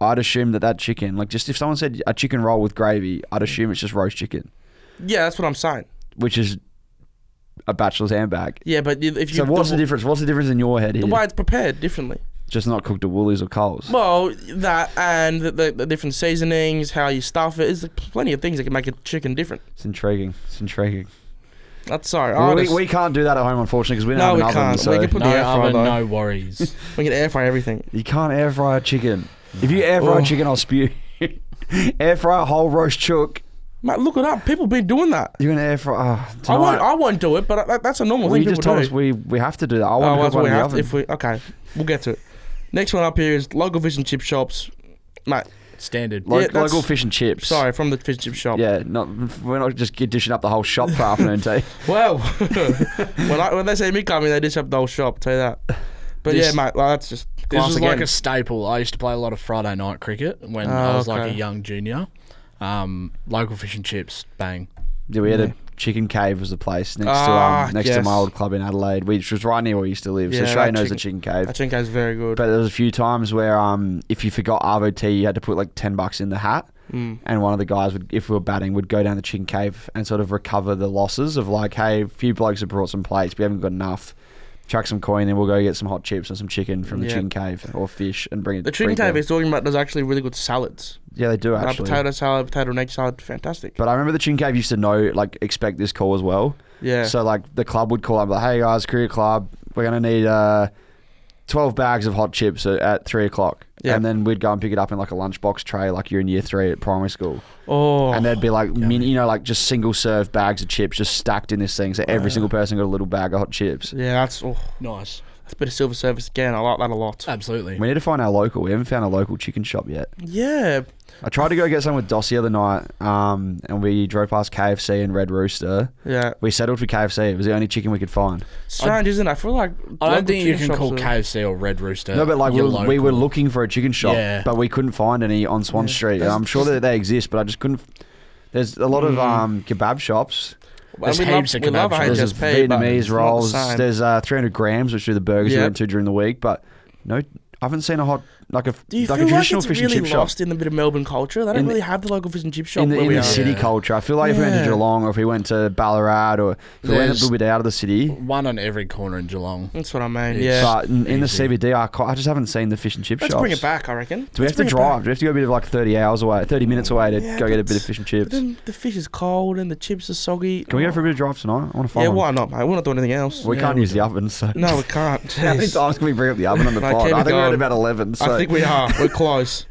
Speaker 3: I'd assume that that chicken, like just if someone said a chicken roll with gravy, I'd assume it's just roast chicken,
Speaker 2: yeah, that's what I'm saying.
Speaker 3: which is a bachelor's handbag.
Speaker 2: Yeah, but if if you
Speaker 3: So what's the
Speaker 2: double-
Speaker 3: difference? What's the difference in your head here?
Speaker 2: the way it's prepared differently.
Speaker 3: Just not cooked at Woolies or Coles.
Speaker 2: Well, that and the, the, the different seasonings, how you stuff it. There's plenty of things that can make a chicken different.
Speaker 3: It's intriguing. It's intriguing.
Speaker 2: That's sorry.
Speaker 3: Well,
Speaker 2: I
Speaker 3: we,
Speaker 2: just-
Speaker 3: we can't do that at home, unfortunately, because we
Speaker 2: Oh, No,
Speaker 3: don't
Speaker 2: we
Speaker 3: have an oven.
Speaker 2: can't.
Speaker 3: So
Speaker 2: We can put
Speaker 1: No
Speaker 2: the air fryer
Speaker 1: oven,
Speaker 2: though.
Speaker 1: no worries.
Speaker 2: we can air fry everything.
Speaker 3: you can't air fry a chicken. If you air fry
Speaker 2: Oh.
Speaker 3: a chicken, I'll spew. air fry a whole roast chook.
Speaker 2: Mate, look it up. People been doing that.
Speaker 3: You're gonna air fry. Oh,
Speaker 2: I won't.
Speaker 3: tonight.
Speaker 2: I won't do it. But that, that's a normal
Speaker 3: well,
Speaker 2: thing
Speaker 3: you just
Speaker 2: people
Speaker 3: told us
Speaker 2: do.
Speaker 3: we, we have to do that. I
Speaker 2: Oh,
Speaker 3: want to
Speaker 2: well,
Speaker 3: cook one
Speaker 2: we
Speaker 3: in the
Speaker 2: have
Speaker 3: oven.
Speaker 2: if we okay. We'll get to it. Next one up here is local fish and chip shops. Mate,
Speaker 1: Standard.
Speaker 3: Lo-
Speaker 2: yeah, that's-
Speaker 3: local fish and chips.
Speaker 2: sorry from the fish and chip shop.
Speaker 3: Yeah, not we're not just dishing up the whole shop for afternoon tea.
Speaker 2: Well, when I, when they see me coming, they dish up the whole shop. Tell you that. But
Speaker 1: This-
Speaker 2: yeah, mate, like, that's just
Speaker 1: This
Speaker 2: class
Speaker 1: was
Speaker 2: again.
Speaker 1: like a staple. I used to play a lot of Friday night cricket when
Speaker 2: Oh,
Speaker 1: I was like
Speaker 2: okay.
Speaker 1: a young junior. Um, local fish and chips, bang.
Speaker 3: Yeah, we had a chicken cave was the place next to
Speaker 2: Ah,
Speaker 3: um, next to
Speaker 2: yes.
Speaker 3: my old club in Adelaide, which was right near where I used to live.
Speaker 2: Yeah,
Speaker 3: so
Speaker 2: that
Speaker 3: Shay knows the
Speaker 2: chicken-
Speaker 3: chicken cave.
Speaker 2: I think that's very good.
Speaker 3: But there was a few times where um, if you forgot Arvo tea, you had to put like ten bucks in the hat,
Speaker 2: Mm.
Speaker 3: and one of the guys would, if we were batting, would go down the chicken cave and sort of recover the losses of like, hey, a few blokes have brought some plates, we haven't got enough. Chuck some coin, then we'll go get some hot chips and some chicken from the
Speaker 2: Yeah.
Speaker 3: chicken cave or fish and bring it.
Speaker 2: The chicken
Speaker 3: bring
Speaker 2: cave
Speaker 3: them.
Speaker 2: is talking about does actually really good salads.
Speaker 3: yeah, they do
Speaker 2: Like
Speaker 3: actually.
Speaker 2: potato salad, potato and egg salad, fantastic.
Speaker 3: But I remember the chicken cave used to know like expect this call as well.
Speaker 2: yeah.
Speaker 3: So like the club would call up like, "Hey guys, career club, we're gonna need uh, twelve bags of hot chips at, at three o'clock."
Speaker 2: Yeah.
Speaker 3: And then we'd go and pick it up in like a lunchbox tray, like you're in year three at primary school,
Speaker 2: oh,
Speaker 3: and there'd be like mini, you know, like just single serve bags of chips just stacked in this thing. So every single person got a little bag of hot chips.
Speaker 2: yeah, that's oh,
Speaker 1: Nice.
Speaker 2: that's a bit of silver service again. I like that a lot.
Speaker 3: Uh,
Speaker 1: Absolutely.
Speaker 3: We need to find our local. We haven't found a local chicken shop yet.
Speaker 2: Yeah,
Speaker 3: I tried to go get some with Dossie the other night, um, and we drove past KFC and Red Rooster.
Speaker 2: yeah.
Speaker 3: We settled for KFC. It was the only chicken we could find.
Speaker 2: Strange, isn't it? I feel like
Speaker 1: I
Speaker 2: local
Speaker 1: don't think you
Speaker 2: chicken
Speaker 1: can
Speaker 2: shops
Speaker 1: call
Speaker 2: are-
Speaker 1: KFC or Red Rooster.
Speaker 3: No, but like we
Speaker 1: your
Speaker 3: were, we were
Speaker 1: local.
Speaker 3: looking for a chicken shop,
Speaker 1: Yeah.
Speaker 3: but we couldn't find any on Swan Street. And I'm sure that they exist, but I just couldn't. There's a lot
Speaker 2: Hmm.
Speaker 3: of um, kebab shops.
Speaker 2: Well,
Speaker 1: There's
Speaker 2: we love,
Speaker 1: heaps of
Speaker 2: we love
Speaker 1: kebab
Speaker 2: our
Speaker 1: shops.
Speaker 3: There's
Speaker 2: HSP, but
Speaker 3: Vietnamese
Speaker 2: it's not the
Speaker 3: rolls.
Speaker 2: same.
Speaker 3: There's uh, 300 grams, which are the burgers we
Speaker 2: Yep.
Speaker 3: went to during the week. But no, I haven't seen a hot like a
Speaker 2: Do you
Speaker 3: like
Speaker 2: feel
Speaker 3: a
Speaker 2: like
Speaker 3: traditional
Speaker 2: it's
Speaker 3: fish
Speaker 2: really
Speaker 3: and chip shop.
Speaker 2: lost in the bit of Melbourne culture? They don't
Speaker 3: In the-
Speaker 2: really have the local fish and chip shop
Speaker 3: in the,
Speaker 2: where
Speaker 3: in
Speaker 2: we
Speaker 3: the
Speaker 2: are.
Speaker 3: city
Speaker 1: Yeah.
Speaker 3: culture, I feel like if we went
Speaker 2: Yeah.
Speaker 3: to Geelong or if we went to Ballarat or if we went a
Speaker 1: There's-
Speaker 3: little bit out of the city,
Speaker 1: one on every corner in Geelong.
Speaker 2: That's what I mean.
Speaker 1: It's-
Speaker 2: Yeah,
Speaker 3: but in, in the
Speaker 1: Easy.
Speaker 3: CBD, I, ca- I just haven't seen the fish and chip
Speaker 2: let's
Speaker 3: shops.
Speaker 2: bring it back. I reckon.
Speaker 3: Do we
Speaker 2: Let's
Speaker 3: have to
Speaker 2: bring it back.
Speaker 3: drive? Do we have to go a bit of like 30 hours away, 30 minutes away to
Speaker 2: Yeah,
Speaker 3: go get a
Speaker 2: but-
Speaker 3: bit of fish and
Speaker 2: But
Speaker 3: chips? Can
Speaker 2: then the fish is cold and the chips are soggy.
Speaker 3: we go for a bit of drive tonight? I want to find
Speaker 2: Yeah,
Speaker 3: one.
Speaker 2: why not, mate? We're not doing anything else.
Speaker 3: We
Speaker 2: Yeah.
Speaker 3: can't use the oven, so.
Speaker 2: No, we can't.
Speaker 3: How many
Speaker 2: Jeez.
Speaker 3: times can we bring up the oven on the
Speaker 2: Like,
Speaker 3: pod?
Speaker 2: keep
Speaker 3: I
Speaker 2: it
Speaker 3: think we're at
Speaker 2: going.
Speaker 3: about 11,
Speaker 2: I
Speaker 3: so.
Speaker 2: think we are. We're close.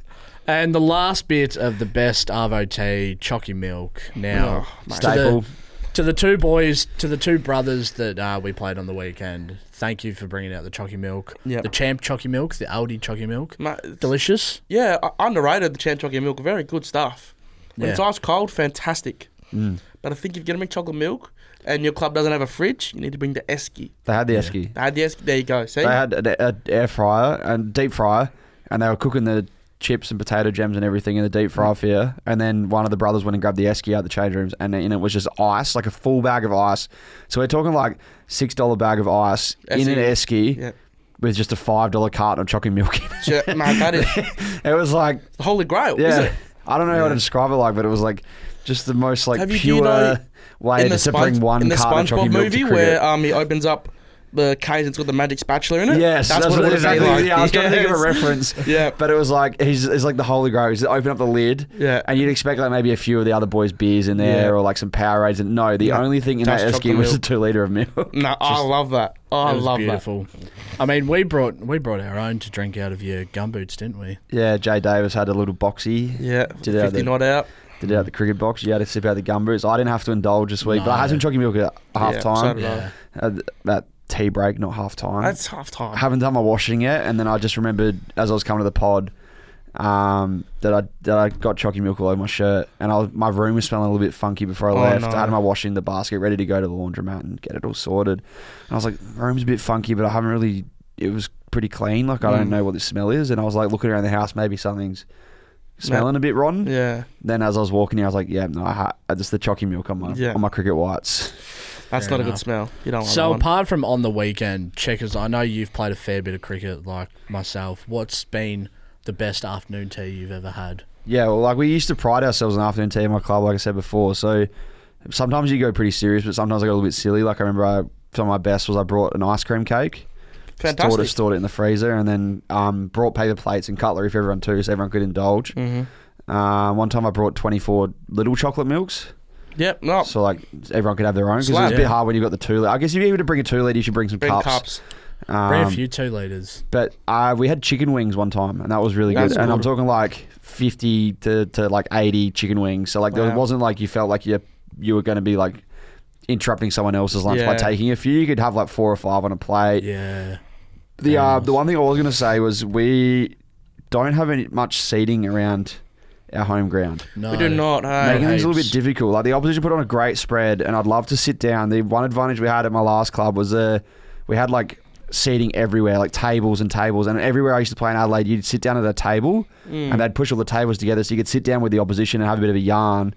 Speaker 1: And the last bit of the best Arvo tea, Chocky Milk. Now,
Speaker 2: Oh, mate.
Speaker 1: to,
Speaker 3: Staple.
Speaker 1: the, to the two boys, to the two brothers that uh, we played on the weekend, thank you for bringing out the Chocky Milk.
Speaker 2: Yep.
Speaker 1: The Champ Chocky Milk, the Aldi Chocky Milk.
Speaker 2: Mate,
Speaker 1: Delicious.
Speaker 2: yeah, u- underrated the champ chocolate milk. Very good stuff. When it's
Speaker 1: Yeah.
Speaker 2: ice cold, fantastic.
Speaker 3: Mm.
Speaker 2: But I think if you're gonna make chocolate milk and your club doesn't have a fridge, you need to bring the esky.
Speaker 3: They had the Esky.
Speaker 2: They had the esky. There you go. See,
Speaker 3: They had an, an air fryer and deep fryer, and they were cooking the chips and potato gems and everything in the deep fryer for you. And then one of the brothers went and grabbed the esky out of the change rooms, and in it was just ice, like a full bag of ice. So we're talking like six dollar bag of ice in an esky
Speaker 2: Yeah.
Speaker 3: with just a five dollar carton of chocolate milk. In
Speaker 2: Shit, man, that is
Speaker 3: it. it was like,
Speaker 2: the holy grail,
Speaker 3: yeah,
Speaker 2: is it?
Speaker 3: I don't know how to describe it like, but it was like just the most like
Speaker 2: Have you- do
Speaker 3: pure
Speaker 2: you know
Speaker 3: way
Speaker 2: in the,
Speaker 3: to bring
Speaker 2: Sponge,
Speaker 3: one
Speaker 2: in the
Speaker 3: carton of chocolate
Speaker 2: SpongeBob
Speaker 3: milk
Speaker 2: movie
Speaker 3: to
Speaker 2: where
Speaker 3: cricket.
Speaker 2: um, he opens up the cage and it's got the magic spatula in it.
Speaker 3: Yes, that's, what, it is.
Speaker 2: would be
Speaker 3: Exactly.
Speaker 2: like.
Speaker 3: Yeah, I was trying to think of a
Speaker 2: Yes.
Speaker 3: reference.
Speaker 2: Yeah.
Speaker 3: but it was like he's it's like the holy grail. He's open up the lid,
Speaker 2: Yeah.
Speaker 3: and you'd expect like maybe a few of the other boys' beers in there
Speaker 2: Yeah.
Speaker 3: or like some Powerades. And no, the
Speaker 2: No,
Speaker 3: only thing in
Speaker 2: just
Speaker 3: that esky
Speaker 2: chocolate
Speaker 3: was a
Speaker 2: milk.
Speaker 3: two liter of milk.
Speaker 2: No, I love that. Oh, I
Speaker 1: It was
Speaker 2: love
Speaker 1: beautiful. I mean, we brought we brought our own to drink out of your gumboots, didn't we?
Speaker 3: yeah, Jay Davis had a little boxy.
Speaker 2: that. Yeah,
Speaker 3: Did it out
Speaker 2: fifty
Speaker 3: the-
Speaker 2: not out.
Speaker 3: Did it out the cricket box. You had to sip out the gumboots. I didn't have to indulge this week, but I had
Speaker 1: No.
Speaker 3: some chocolate milk at half
Speaker 2: Yeah, so
Speaker 3: time.
Speaker 2: did I.
Speaker 1: Yeah.
Speaker 3: At that tea break, not half time.
Speaker 2: That's half time.
Speaker 3: I haven't done my washing yet, and then I just remembered as I was coming to the pod um, that I that I got chalky milk all over my shirt, and I was, my room was smelling a little bit funky before I
Speaker 2: Oh,
Speaker 3: left.
Speaker 2: no.
Speaker 3: I had my washing in the basket, ready to go to the laundromat and get it all sorted. And I was like, room's a bit funky, but I haven't really. It was pretty clean. Like I don't
Speaker 2: Mm.
Speaker 3: know what this smell is, and I was like looking around the house, maybe something's smelling a bit rotten.
Speaker 2: yeah,
Speaker 3: Then as I was walking here, I was like, yeah, no, I ha- just the chalky milk on my
Speaker 2: Yeah.
Speaker 3: on my cricket whites.
Speaker 2: that's
Speaker 1: Fair
Speaker 2: not a
Speaker 1: enough.
Speaker 2: good smell. You don't want
Speaker 1: So
Speaker 2: that one.
Speaker 1: apart from on the weekend, checkers. I know you've played a fair bit of cricket, like myself. What's been the best afternoon tea you've ever had?
Speaker 3: Yeah, well, like we used to pride ourselves on afternoon tea in my club, like I said before. So sometimes you go pretty serious, but sometimes I got a little bit silly. Like I remember, I, some of my best was I brought an ice cream cake, stored it,
Speaker 2: Fantastic.
Speaker 3: stored it in the freezer, and then um, brought paper plates and cutlery for everyone too, so everyone could indulge.
Speaker 2: Mm-hmm.
Speaker 3: Uh, one time I brought twenty four little chocolate milks,
Speaker 2: Yep. No.
Speaker 3: so like everyone could have their own because it was a
Speaker 2: Slab.
Speaker 3: bit
Speaker 1: Yeah.
Speaker 3: hard when you got the two. Li- I guess if you were to bring a two liter, you should bring some
Speaker 2: Bring
Speaker 3: cups.
Speaker 2: cups.
Speaker 3: Um,
Speaker 1: Bring a few two liters.
Speaker 3: but uh, we had chicken wings one time, and that was really good.
Speaker 2: That's
Speaker 3: And I'm
Speaker 2: good.
Speaker 3: talking like 50 to, to like 80 chicken wings. So like there
Speaker 2: Wow.
Speaker 3: wasn't like you felt like you you were going to be like interrupting someone else's lunch by
Speaker 2: Yeah.
Speaker 3: taking a few. You could have like four or five on a plate.
Speaker 1: Yeah.
Speaker 3: The uh,
Speaker 1: Very nice.
Speaker 3: the one thing I was going to say was we don't have any, much seating around our home ground.
Speaker 1: No.
Speaker 2: We do not. hey.
Speaker 3: Making things a little bit
Speaker 1: heaps.
Speaker 3: difficult. Like the opposition put on a great spread, and I'd love to sit down. The one advantage we had at my last club was uh, we had like seating everywhere, like tables and tables, and everywhere I used to play in Adelaide, you'd sit down at a table,
Speaker 2: Mm.
Speaker 3: and they'd push all the tables together so you could sit down with the opposition and have a bit of a yarn.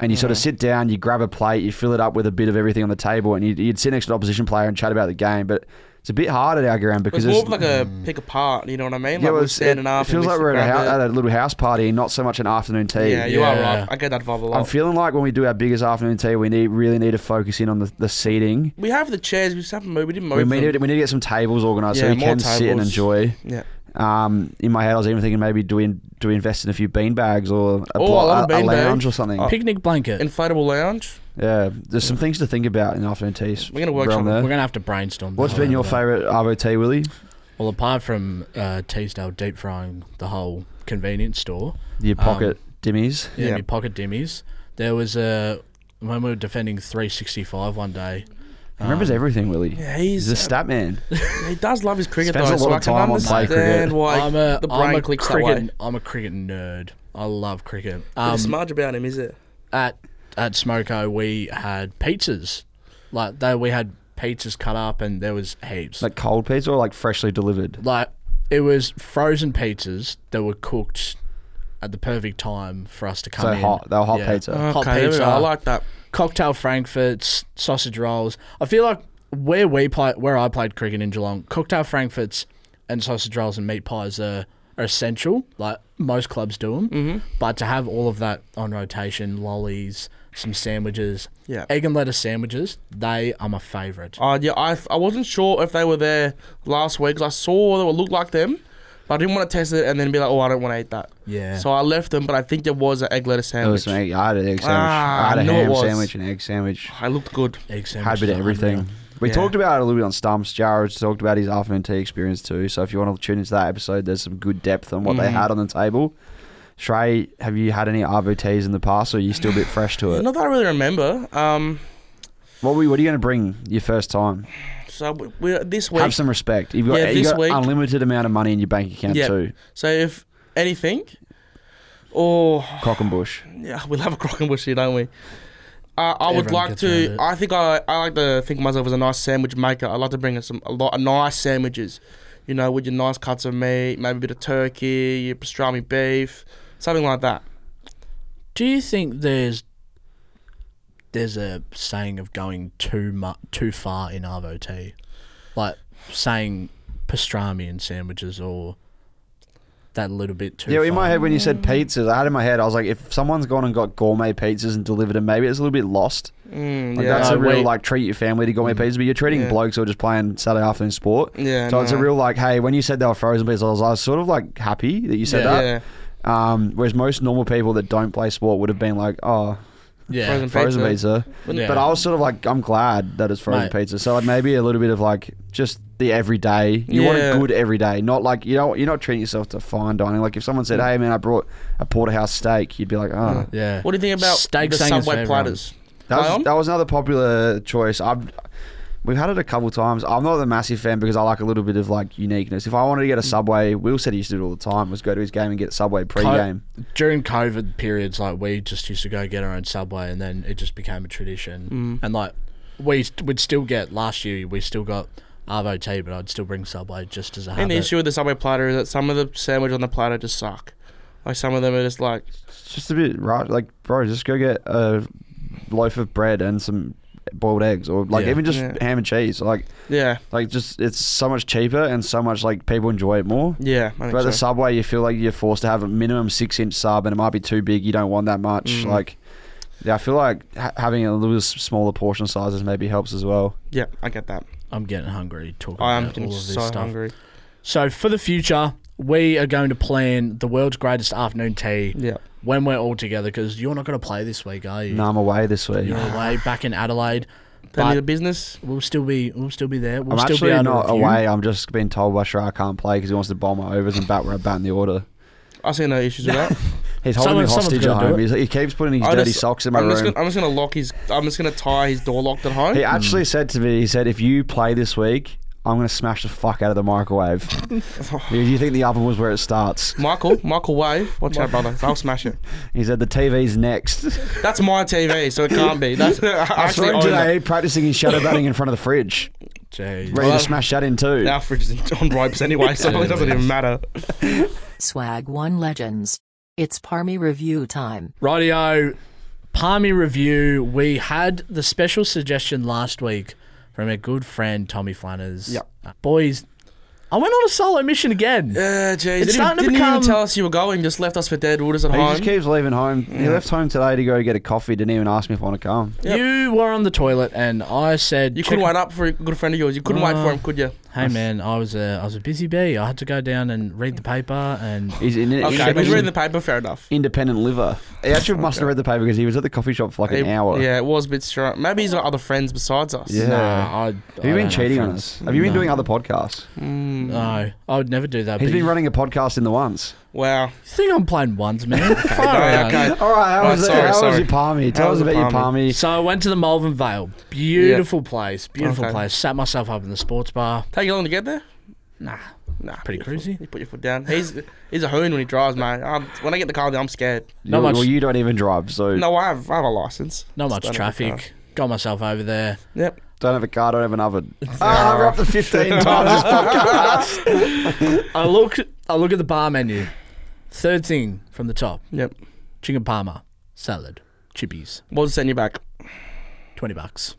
Speaker 3: And you sort of sit down, you grab a plate, you fill it up with a bit of everything on the table, and you'd, you'd sit next to an opposition player and chat about the game. But it's a bit hard at our ground because
Speaker 2: It's more
Speaker 3: there's-
Speaker 2: of like a pick apart. You know what I mean?
Speaker 3: Mm. yeah,
Speaker 2: like
Speaker 3: well,
Speaker 2: we're
Speaker 3: it's- it,
Speaker 2: standing up.
Speaker 3: it feels
Speaker 2: and we
Speaker 3: like we're at a,
Speaker 2: grab
Speaker 3: house,
Speaker 2: it.
Speaker 3: at a little house party, not so much an afternoon tea.
Speaker 2: Yeah, you are
Speaker 1: Yeah.
Speaker 2: right. I get that vibe a
Speaker 3: I
Speaker 2: lot.
Speaker 3: feel like when we do our biggest afternoon tea, we need really need to focus in on the, the seating.
Speaker 2: we have the chairs. We just haven't moved. We didn't move.
Speaker 3: We need,
Speaker 2: them.
Speaker 3: to, we need to get some tables organised so
Speaker 2: Yeah,
Speaker 3: we
Speaker 2: more
Speaker 3: can sit and
Speaker 2: tables.
Speaker 3: enjoy.
Speaker 2: Yeah.
Speaker 3: Um, in my head, I was even thinking maybe do we do we invest in a few bean bags or a,
Speaker 2: Oh,
Speaker 3: blo-
Speaker 2: I love
Speaker 3: a- a
Speaker 2: bean
Speaker 3: lounge
Speaker 2: bags.
Speaker 3: or something?
Speaker 2: Oh.
Speaker 1: Picnic blanket.
Speaker 2: Inflatable lounge.
Speaker 3: yeah, there's some things to think about in afternoon teas.
Speaker 2: We're gonna work
Speaker 3: around
Speaker 2: something.
Speaker 1: We're
Speaker 3: there.
Speaker 1: gonna have to brainstorm.
Speaker 3: What's
Speaker 1: the
Speaker 3: been
Speaker 1: whole
Speaker 3: your
Speaker 1: of that.
Speaker 3: favourite Arvo tea, Willie?
Speaker 1: Well, apart from uh, Teesdale deep frying the whole convenience store,
Speaker 3: Your pocket dimmies.
Speaker 1: yeah,
Speaker 2: Yeah.
Speaker 1: my pocket dimmies. There was a when we were defending 365 one day.
Speaker 3: He remembers everything, Willie.
Speaker 2: Yeah,
Speaker 3: He's
Speaker 2: he's,
Speaker 3: a stat man.
Speaker 2: he does love his cricket
Speaker 3: Spends
Speaker 2: though,
Speaker 3: a lot
Speaker 2: so
Speaker 3: of
Speaker 2: I can
Speaker 3: time on play cricket.
Speaker 2: understand why
Speaker 1: I'm a,
Speaker 2: the
Speaker 1: I'm
Speaker 2: brain
Speaker 1: a
Speaker 2: clicks
Speaker 1: cricket.
Speaker 2: that way.
Speaker 1: I'm a cricket nerd. I love cricket.
Speaker 2: Um,
Speaker 1: Um,
Speaker 2: smudge about him, is it?
Speaker 1: at at Smoko, we had pizzas. Like they, we had pizzas cut up, and there was heaps. Like,
Speaker 3: Like cold pizza or like freshly delivered?
Speaker 1: it was frozen pizzas that were cooked at the perfect time for us to come
Speaker 3: So
Speaker 1: in.
Speaker 3: hot. They were hot
Speaker 1: Yeah.
Speaker 3: pizza.
Speaker 1: Hot uh,
Speaker 2: okay, there we
Speaker 1: pizza.
Speaker 2: go. I like that.
Speaker 1: cocktail frankfurts, sausage rolls. I feel like where we play, where I played cricket in Geelong, cocktail frankfurts and sausage rolls and meat pies are, are essential. Like most clubs do them, mm-hmm. but to have all of that on rotation, lollies, some sandwiches,
Speaker 2: Yeah.
Speaker 1: egg and lettuce sandwiches, they are my favourite.
Speaker 2: Uh, yeah, I, I wasn't sure if they were there last week 'cause I saw they would look like them, but I didn't want to test it and then be like, oh, I don't want to eat that.
Speaker 1: Yeah.
Speaker 2: So I left them, but I think there was an egg lettuce
Speaker 3: It was
Speaker 2: sandwich.
Speaker 3: me. I had an egg sandwich.
Speaker 2: Ah,
Speaker 3: I had a
Speaker 2: I knew it
Speaker 3: ham
Speaker 2: was.
Speaker 3: sandwich, an egg sandwich.
Speaker 2: I looked good.
Speaker 1: Egg
Speaker 3: had a
Speaker 1: sandwiches
Speaker 3: bit of
Speaker 1: are
Speaker 3: everything.
Speaker 1: unreal.
Speaker 3: We
Speaker 2: Yeah.
Speaker 3: talked about it a little bit on Stumps. Jared's talked about his afternoon tea experience too. So if you want to tune into that episode, there's some good depth on what they
Speaker 2: Mm.
Speaker 3: had on the table. Shrey, have you had any Arvo teas in the past, or are you still a bit fresh to it?
Speaker 2: Not that I really remember. Um,
Speaker 3: What, were you, what are you going to bring your first time?
Speaker 2: so we, we, this week.
Speaker 3: Have some respect. You've got,
Speaker 2: Yeah,
Speaker 3: you
Speaker 2: this
Speaker 3: got
Speaker 2: week-
Speaker 3: unlimited amount of money in your bank account
Speaker 2: Yeah.
Speaker 3: too.
Speaker 2: So if anything, or
Speaker 3: Cock and bush.
Speaker 2: yeah, we'll have a crock and bush here, don't we? Uh, I would
Speaker 1: Everyone
Speaker 2: like
Speaker 1: gets
Speaker 2: to.
Speaker 1: around it.
Speaker 2: I think I, I like to think of myself as a nice sandwich maker. I like to bring in some a lot of nice sandwiches. you know, with your nice cuts of meat, maybe a bit of turkey, your pastrami beef, something like that.
Speaker 1: Do you think there's there's a saying of going too mu- too far in arvo tea, like saying pastrami and sandwiches or that little bit too?
Speaker 3: Yeah,
Speaker 1: far.
Speaker 3: in my head when you said pizzas, I had in my head I was like, if someone's gone and got gourmet pizzas and delivered them, maybe it's a little bit lost.
Speaker 2: Mm,
Speaker 3: Like
Speaker 2: yeah. Mm.
Speaker 3: that's
Speaker 1: No,
Speaker 3: a real
Speaker 1: wait.
Speaker 3: like treat your family to gourmet pizzas, but you're treating
Speaker 2: Yeah.
Speaker 3: blokes who are just playing Saturday afternoon sport.
Speaker 2: Yeah,
Speaker 3: So it's a
Speaker 2: no.
Speaker 3: real like, hey, when you said they were frozen pizzas, I was, I was sort of like happy that you said
Speaker 1: Yeah.
Speaker 3: that.
Speaker 2: yeah.
Speaker 3: Um, whereas most normal people that don't play sport would have been like, oh,
Speaker 1: yeah,
Speaker 2: Frozen
Speaker 3: frozen pizza.
Speaker 1: yeah.
Speaker 3: But I was sort of like, I'm glad that it's frozen
Speaker 1: Mate.
Speaker 3: pizza. So like maybe a little bit of like just the everyday. You want
Speaker 2: Yeah.
Speaker 3: a good everyday, not like you know you're not treating yourself to fine dining. Like if someone said,
Speaker 2: Mm.
Speaker 3: "Hey man, I brought a porterhouse steak," you'd be like, "Oh,
Speaker 1: yeah.
Speaker 2: What do you think about
Speaker 1: Steak
Speaker 2: the
Speaker 1: saying it's
Speaker 2: Subway
Speaker 1: favourite
Speaker 2: platters?
Speaker 3: that was
Speaker 2: Ion?
Speaker 3: that was another popular choice." I've we've had it a couple times. I'm not a massive fan because I like a little bit of like uniqueness. If I wanted to get a subway, Will said he used to do it all the time. Was go to his game and get subway pre-game.
Speaker 1: during COVID periods, like we just used to go get our own Subway, and then it just became a tradition.
Speaker 2: Mm.
Speaker 1: And like we st- would still get last year, we still got Arvo tea, but I'd still bring Subway just as a
Speaker 2: And
Speaker 1: habit.
Speaker 2: the issue with the Subway platter is that some of the sandwich on the platter just suck. Like some of them are just like,
Speaker 3: It's just a bit right. Like bro, just go get a loaf of bread and some boiled eggs, or like
Speaker 1: Yeah.
Speaker 3: even just
Speaker 2: Yeah.
Speaker 3: ham and cheese. Like
Speaker 2: yeah,
Speaker 3: Like just it's so much cheaper and so much like people enjoy it more.
Speaker 2: yeah. I think
Speaker 3: But at the
Speaker 2: so.
Speaker 3: subway you feel like you're forced to have a minimum six inch sub and it might be too big, you don't want that much.
Speaker 2: Mm.
Speaker 3: Like yeah, I feel like ha- having a little s- smaller portion sizes maybe helps as well.
Speaker 2: yeah, I get that.
Speaker 1: I'm getting hungry talking
Speaker 2: I am
Speaker 1: about all
Speaker 2: getting
Speaker 1: of this
Speaker 2: so
Speaker 1: stuff.
Speaker 2: hungry.
Speaker 1: So for the future, we are going to plan the world's greatest afternoon tea
Speaker 2: Yeah.
Speaker 1: when we're all together because you're not going to play this week, are you?
Speaker 3: No, I'm away this week.
Speaker 1: You're away back in Adelaide,
Speaker 2: Tell me the
Speaker 1: but
Speaker 2: business.
Speaker 1: we'll still be we'll still be there. We'll
Speaker 3: I'm
Speaker 1: still
Speaker 3: actually
Speaker 1: be able to
Speaker 3: not
Speaker 1: review.
Speaker 3: away. I'm just being told by Shara I can't play because he wants to bowl my overs and bat where I bat in the order.
Speaker 2: I see no issues with that.
Speaker 3: He's holding
Speaker 1: Someone-
Speaker 3: me
Speaker 1: someone's
Speaker 3: hostage at
Speaker 1: gonna do
Speaker 3: home.
Speaker 1: it.
Speaker 3: He's, he keeps putting his
Speaker 2: I
Speaker 3: dirty
Speaker 2: just-
Speaker 3: socks in my
Speaker 2: I'm
Speaker 3: room.
Speaker 2: just gonna, I'm just gonna lock his. I'm just gonna tie his door locked at home.
Speaker 3: He actually said to me, he said, if you play this week, I'm going to smash the fuck out of the microwave. Do you think the oven was where it starts?
Speaker 2: Michael, Michael Wave, watch out, brother. I'll smash it.
Speaker 3: He said, the TV's next.
Speaker 2: That's my TV, so it can't be. That's I
Speaker 3: I saw
Speaker 2: actually
Speaker 3: him
Speaker 2: own that.
Speaker 3: today practicing his shadow batting in front of the fridge.
Speaker 1: Jeez.
Speaker 3: Ready
Speaker 2: Well,
Speaker 3: to smash that in too.
Speaker 2: Our fridge is on ropes anyway, so it doesn't even matter.
Speaker 6: Swag One Legends. It's Parmy review time.
Speaker 1: Rightio, Palmy review. We had the special suggestion last week from our good friend Tommy Flanners.
Speaker 3: Yep.
Speaker 1: Uh, Boys, I went on a solo mission again.
Speaker 2: Yeah, jeez.
Speaker 1: It's
Speaker 2: Didn't, even,
Speaker 1: starting to
Speaker 2: didn't
Speaker 1: become-
Speaker 2: even tell us you were going. Just left us for dead. We're just at
Speaker 3: He
Speaker 2: home.
Speaker 3: just keeps leaving home. He left home today to go get a coffee. Didn't even ask me if I want to come.
Speaker 2: Yep.
Speaker 1: You were on the toilet, and I said,
Speaker 2: you
Speaker 1: "Check-
Speaker 2: couldn't wait up for a good friend of yours. You couldn't wait for him, could you?
Speaker 1: Hey man, I was a I was a busy bee. I had to go down and read the paper, and
Speaker 3: He's in an
Speaker 2: Okay,
Speaker 3: independent,
Speaker 2: if he's reading the paper. Fair enough.
Speaker 3: independent liver. He actually must have read the paper because he was at the coffee shop for like an
Speaker 2: He-
Speaker 3: hour.
Speaker 2: Yeah, it was a bit strong. Maybe he's got other friends besides us.
Speaker 3: Yeah.
Speaker 1: Nah, I,
Speaker 3: Have you been cheating on us? Have you been doing other podcasts?
Speaker 2: Mm,
Speaker 1: No, I would never do that.
Speaker 3: He's
Speaker 1: but
Speaker 3: been
Speaker 1: you
Speaker 3: running a podcast in the ones.
Speaker 2: wow.
Speaker 1: think I'm playing ones, man? Far
Speaker 2: Okay,
Speaker 1: out.
Speaker 2: okay.
Speaker 3: All right, how
Speaker 2: Right,
Speaker 3: was, it?
Speaker 2: sorry,
Speaker 3: how was
Speaker 2: sorry.
Speaker 3: your palmy? Tell
Speaker 2: How
Speaker 3: us
Speaker 2: was
Speaker 3: about
Speaker 2: the
Speaker 3: your palmy.
Speaker 1: So I went to the Malvern Vale. Beautiful place. Beautiful
Speaker 2: Okay.
Speaker 1: place. Sat myself up in the sports bar.
Speaker 2: Take you long to get there?
Speaker 1: Nah.
Speaker 2: Nah.
Speaker 1: Pretty
Speaker 2: your foot-
Speaker 1: cruisy.
Speaker 2: You put your foot down. He's he's a hoon when he drives, mate. I'm, when I get the car, I'm scared.
Speaker 1: Not
Speaker 3: You-
Speaker 1: much-
Speaker 3: Well, you don't even drive, so
Speaker 2: No, I have I have a license.
Speaker 1: Not
Speaker 2: Just
Speaker 1: much
Speaker 2: don't have a car.
Speaker 1: traffic. Got myself over there.
Speaker 2: Yep.
Speaker 3: don't have a car, don't have an oven. Ah, we're up to 15 times this podcast.
Speaker 1: I look I look at the bar menu. Third thing from the top.
Speaker 2: Yep.
Speaker 1: Chicken parma. Salad. Chippies.
Speaker 2: What's send you back?
Speaker 1: Twenty bucks.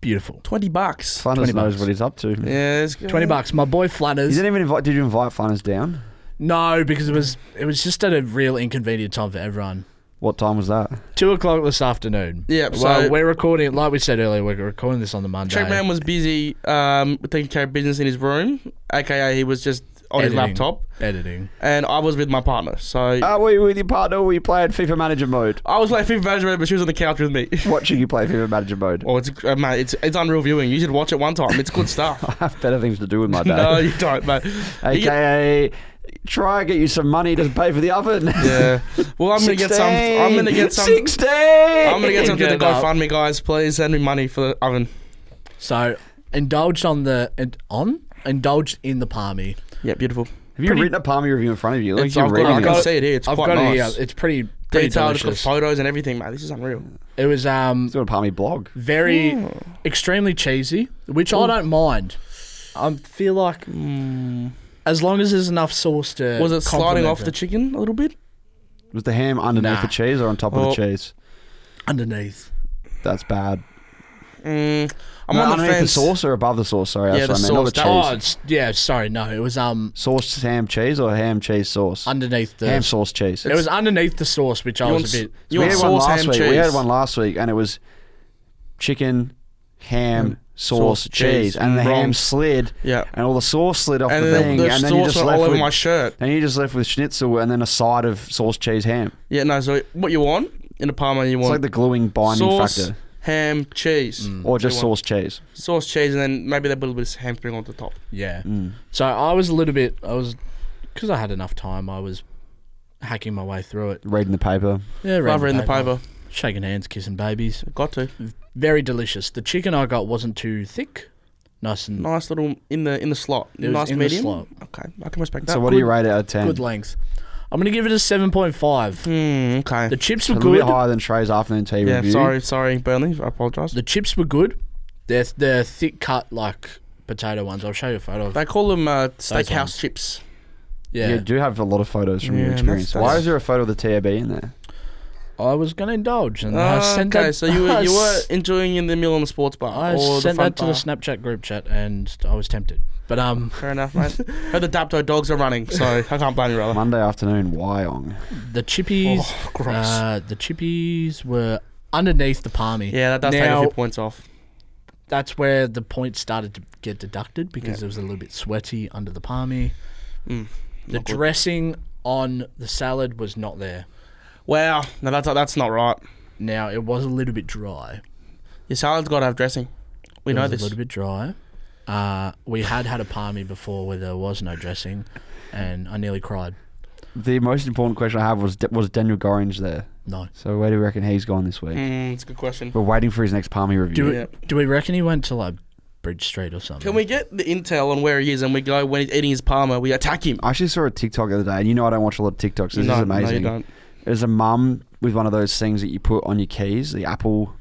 Speaker 1: Beautiful.
Speaker 2: Twenty bucks.
Speaker 3: Flanders
Speaker 1: 20
Speaker 3: knows
Speaker 1: bucks.
Speaker 3: what he's up to.
Speaker 2: Yeah, it's good.
Speaker 1: Twenty bucks. My boy
Speaker 3: You
Speaker 1: Flanners.
Speaker 3: didn't even invite. Did you invite Flanders down?
Speaker 1: No, because it was it was just at a real inconvenient time for everyone.
Speaker 3: What time was that?
Speaker 1: Two o'clock this afternoon.
Speaker 2: Yep,
Speaker 1: So,
Speaker 2: so-
Speaker 1: we're recording like we said earlier, we're recording this on the Monday.
Speaker 2: Checkman was busy um, taking care of business in his room, aka he was just on
Speaker 1: editing,
Speaker 2: his laptop,
Speaker 1: Editing.
Speaker 2: and I was with my partner. So
Speaker 3: Uh, were you with your partner? Were you playing FIFA Manager mode?
Speaker 2: I was like fifth manager, but she was on the couch with me.
Speaker 3: Watching you play FIFA Manager mode.
Speaker 2: Oh, it's uh, mate, it's it's unreal viewing. You should watch it one time. It's good stuff.
Speaker 3: I have better things to do with my day.
Speaker 2: no, you don't, mate. You get-
Speaker 3: AKA, try and get you some money to pay for the oven.
Speaker 2: Yeah. Well, I'm gonna get some. I'm gonna get some.
Speaker 3: 16!
Speaker 2: I'm gonna get some to the
Speaker 1: Get it up.
Speaker 2: GoFundMe guys. Please send me money for the oven.
Speaker 1: So indulged on the and on indulged in the palmy.
Speaker 2: Yeah, beautiful.
Speaker 3: Have you written a palmy review in front of you? Like
Speaker 2: It's-
Speaker 3: you're
Speaker 2: I've got-
Speaker 3: reading
Speaker 2: I
Speaker 3: it.
Speaker 2: can see it here. It's
Speaker 1: I've
Speaker 2: quite
Speaker 1: got it.
Speaker 2: nice.
Speaker 1: here. It's pretty pretty
Speaker 2: Detailed. It's got
Speaker 1: delicious.
Speaker 2: photos and everything, mate. This is unreal.
Speaker 1: It was um
Speaker 3: It's got a palmy blog.
Speaker 2: Hmm.
Speaker 1: very extremely cheesy, which I don't mind. I feel like as long as there's enough sauce to
Speaker 2: hmm. Was it sliding
Speaker 1: complement
Speaker 2: off the chicken a little bit?
Speaker 3: Was the ham underneath
Speaker 1: Nah.
Speaker 3: the cheese or on top
Speaker 2: Oh.
Speaker 3: of the cheese?
Speaker 1: underneath?
Speaker 3: That's bad.
Speaker 2: Mm, I'm
Speaker 3: No,
Speaker 2: on the
Speaker 3: underneath
Speaker 2: fence.
Speaker 3: the sauce or above the sauce? Sorry,
Speaker 2: Yeah,
Speaker 3: that's
Speaker 2: the
Speaker 3: what I meant.
Speaker 2: sauce.
Speaker 3: Not
Speaker 1: Oh,
Speaker 3: the cheese.
Speaker 1: it's, yeah. Sorry, no. It was um
Speaker 3: Sauce ham cheese or ham cheese sauce?
Speaker 1: underneath the
Speaker 3: ham sauce cheese.
Speaker 1: It was underneath the sauce, which I
Speaker 2: You
Speaker 1: was a
Speaker 2: want
Speaker 1: bit.
Speaker 2: s- you
Speaker 3: we
Speaker 2: want
Speaker 3: had
Speaker 2: sauce,
Speaker 3: one last
Speaker 2: ham,
Speaker 3: week.
Speaker 2: cheese?
Speaker 3: We had one last week, and it was chicken, ham, sauce,
Speaker 2: Mm. sauce,
Speaker 3: cheese,
Speaker 2: cheese.
Speaker 3: and the
Speaker 2: Wrong.
Speaker 3: ham slid.
Speaker 2: Yeah.
Speaker 3: and all the sauce slid off
Speaker 2: and
Speaker 3: the
Speaker 2: then
Speaker 3: thing,
Speaker 2: the,
Speaker 3: and then you
Speaker 2: sauce
Speaker 3: just
Speaker 2: went
Speaker 3: left
Speaker 2: all over
Speaker 3: with,
Speaker 2: my shirt.
Speaker 3: And you just left with schnitzel, and then a side of sauce, cheese, ham.
Speaker 2: Yeah, no. So what you want in a parma? You
Speaker 3: It's
Speaker 2: want
Speaker 3: like the gluing binding
Speaker 2: sauce,
Speaker 3: factor,
Speaker 2: ham, cheese,
Speaker 1: Mm.
Speaker 3: or just
Speaker 2: you
Speaker 3: sauce, cheese.
Speaker 2: sauce, cheese, and then maybe they put a little bit of ham spring on the top.
Speaker 1: Yeah.
Speaker 3: Mm.
Speaker 1: So I was a little bit. I was because I had enough time. I was hacking my way through it.
Speaker 3: Reading the paper.
Speaker 1: Yeah, reading
Speaker 2: Rather in the paper.
Speaker 1: shaking hands, kissing babies.
Speaker 2: Got to
Speaker 1: Mm. Very delicious. The chicken I got wasn't too thick. Nice and
Speaker 2: nice little in the in the slot.
Speaker 1: It was
Speaker 2: nice
Speaker 1: in the
Speaker 2: medium.
Speaker 1: slot.
Speaker 2: Okay, I can respect that.
Speaker 3: so what do you
Speaker 1: good-
Speaker 3: rate it out of ten?
Speaker 1: good length. I'm gonna give it a seven point five.
Speaker 2: Mm, okay.
Speaker 1: The chips
Speaker 3: a
Speaker 1: were
Speaker 3: little
Speaker 1: good.
Speaker 3: bit higher than Trey's afternoon tea
Speaker 2: yeah,
Speaker 3: review.
Speaker 2: sorry, sorry, Burnley. I apologise.
Speaker 1: The chips were good. They're they're thick cut like potato ones. I'll show you a photo. Of.
Speaker 2: they call them uh,
Speaker 1: ones.
Speaker 2: steakhouse chips.
Speaker 1: Yeah.
Speaker 3: You do have a lot of photos from your
Speaker 2: Yeah, that's-
Speaker 3: experience. Why
Speaker 2: that's-
Speaker 3: is there a photo of the TAB in there?
Speaker 1: I was gonna indulge and I
Speaker 2: Ah,
Speaker 1: sent
Speaker 2: okay,
Speaker 1: that.
Speaker 2: so you were,
Speaker 1: I
Speaker 2: you were
Speaker 1: s-
Speaker 2: enjoying in the meal on the sports bar.
Speaker 1: I
Speaker 2: or
Speaker 1: sent
Speaker 2: the
Speaker 1: that
Speaker 2: front
Speaker 1: to the
Speaker 2: bar.
Speaker 1: Snapchat group chat and I was tempted, but um.
Speaker 2: Fair enough, mate. Heard the Dapto dogs are running, so I can't blame you, brother.
Speaker 3: Monday afternoon, Wyong.
Speaker 1: The chippies,
Speaker 2: Oh, gross.
Speaker 1: uh, the chippies were underneath the palmy.
Speaker 2: Yeah, that does take a
Speaker 1: now,
Speaker 2: few points off.
Speaker 1: That's where the points started to get deducted because it was a little bit sweaty under the palmy. the
Speaker 2: Hmm. good.
Speaker 1: dressing on the salad was not there.
Speaker 2: Wow, no, that's that's not right.
Speaker 1: Now it was a little bit dry.
Speaker 2: Your salad's got to have dressing. We
Speaker 1: It
Speaker 2: know
Speaker 1: was
Speaker 2: this.
Speaker 1: a little bit dry. Uh, we had had a palmy before where there was no dressing, and I nearly cried.
Speaker 3: The most important question I have was was Daniel Gorringe there?
Speaker 1: No.
Speaker 3: So where do you reckon he's gone this week?
Speaker 2: Mm, it's a good question.
Speaker 3: We're waiting for his next Palmy review.
Speaker 1: Do we,
Speaker 2: Yeah.
Speaker 1: do we reckon he went to like Bridge Street or something?
Speaker 2: Can we get the intel on where he is and we go when he's eating his parma, we attack him?
Speaker 3: I actually saw a TikTok the other day, and you know I don't watch a lot of TikToks. This
Speaker 2: no,
Speaker 3: is amazing.
Speaker 2: No, you don't.
Speaker 3: There's a mum with one of those things that you put on your keys, the Apple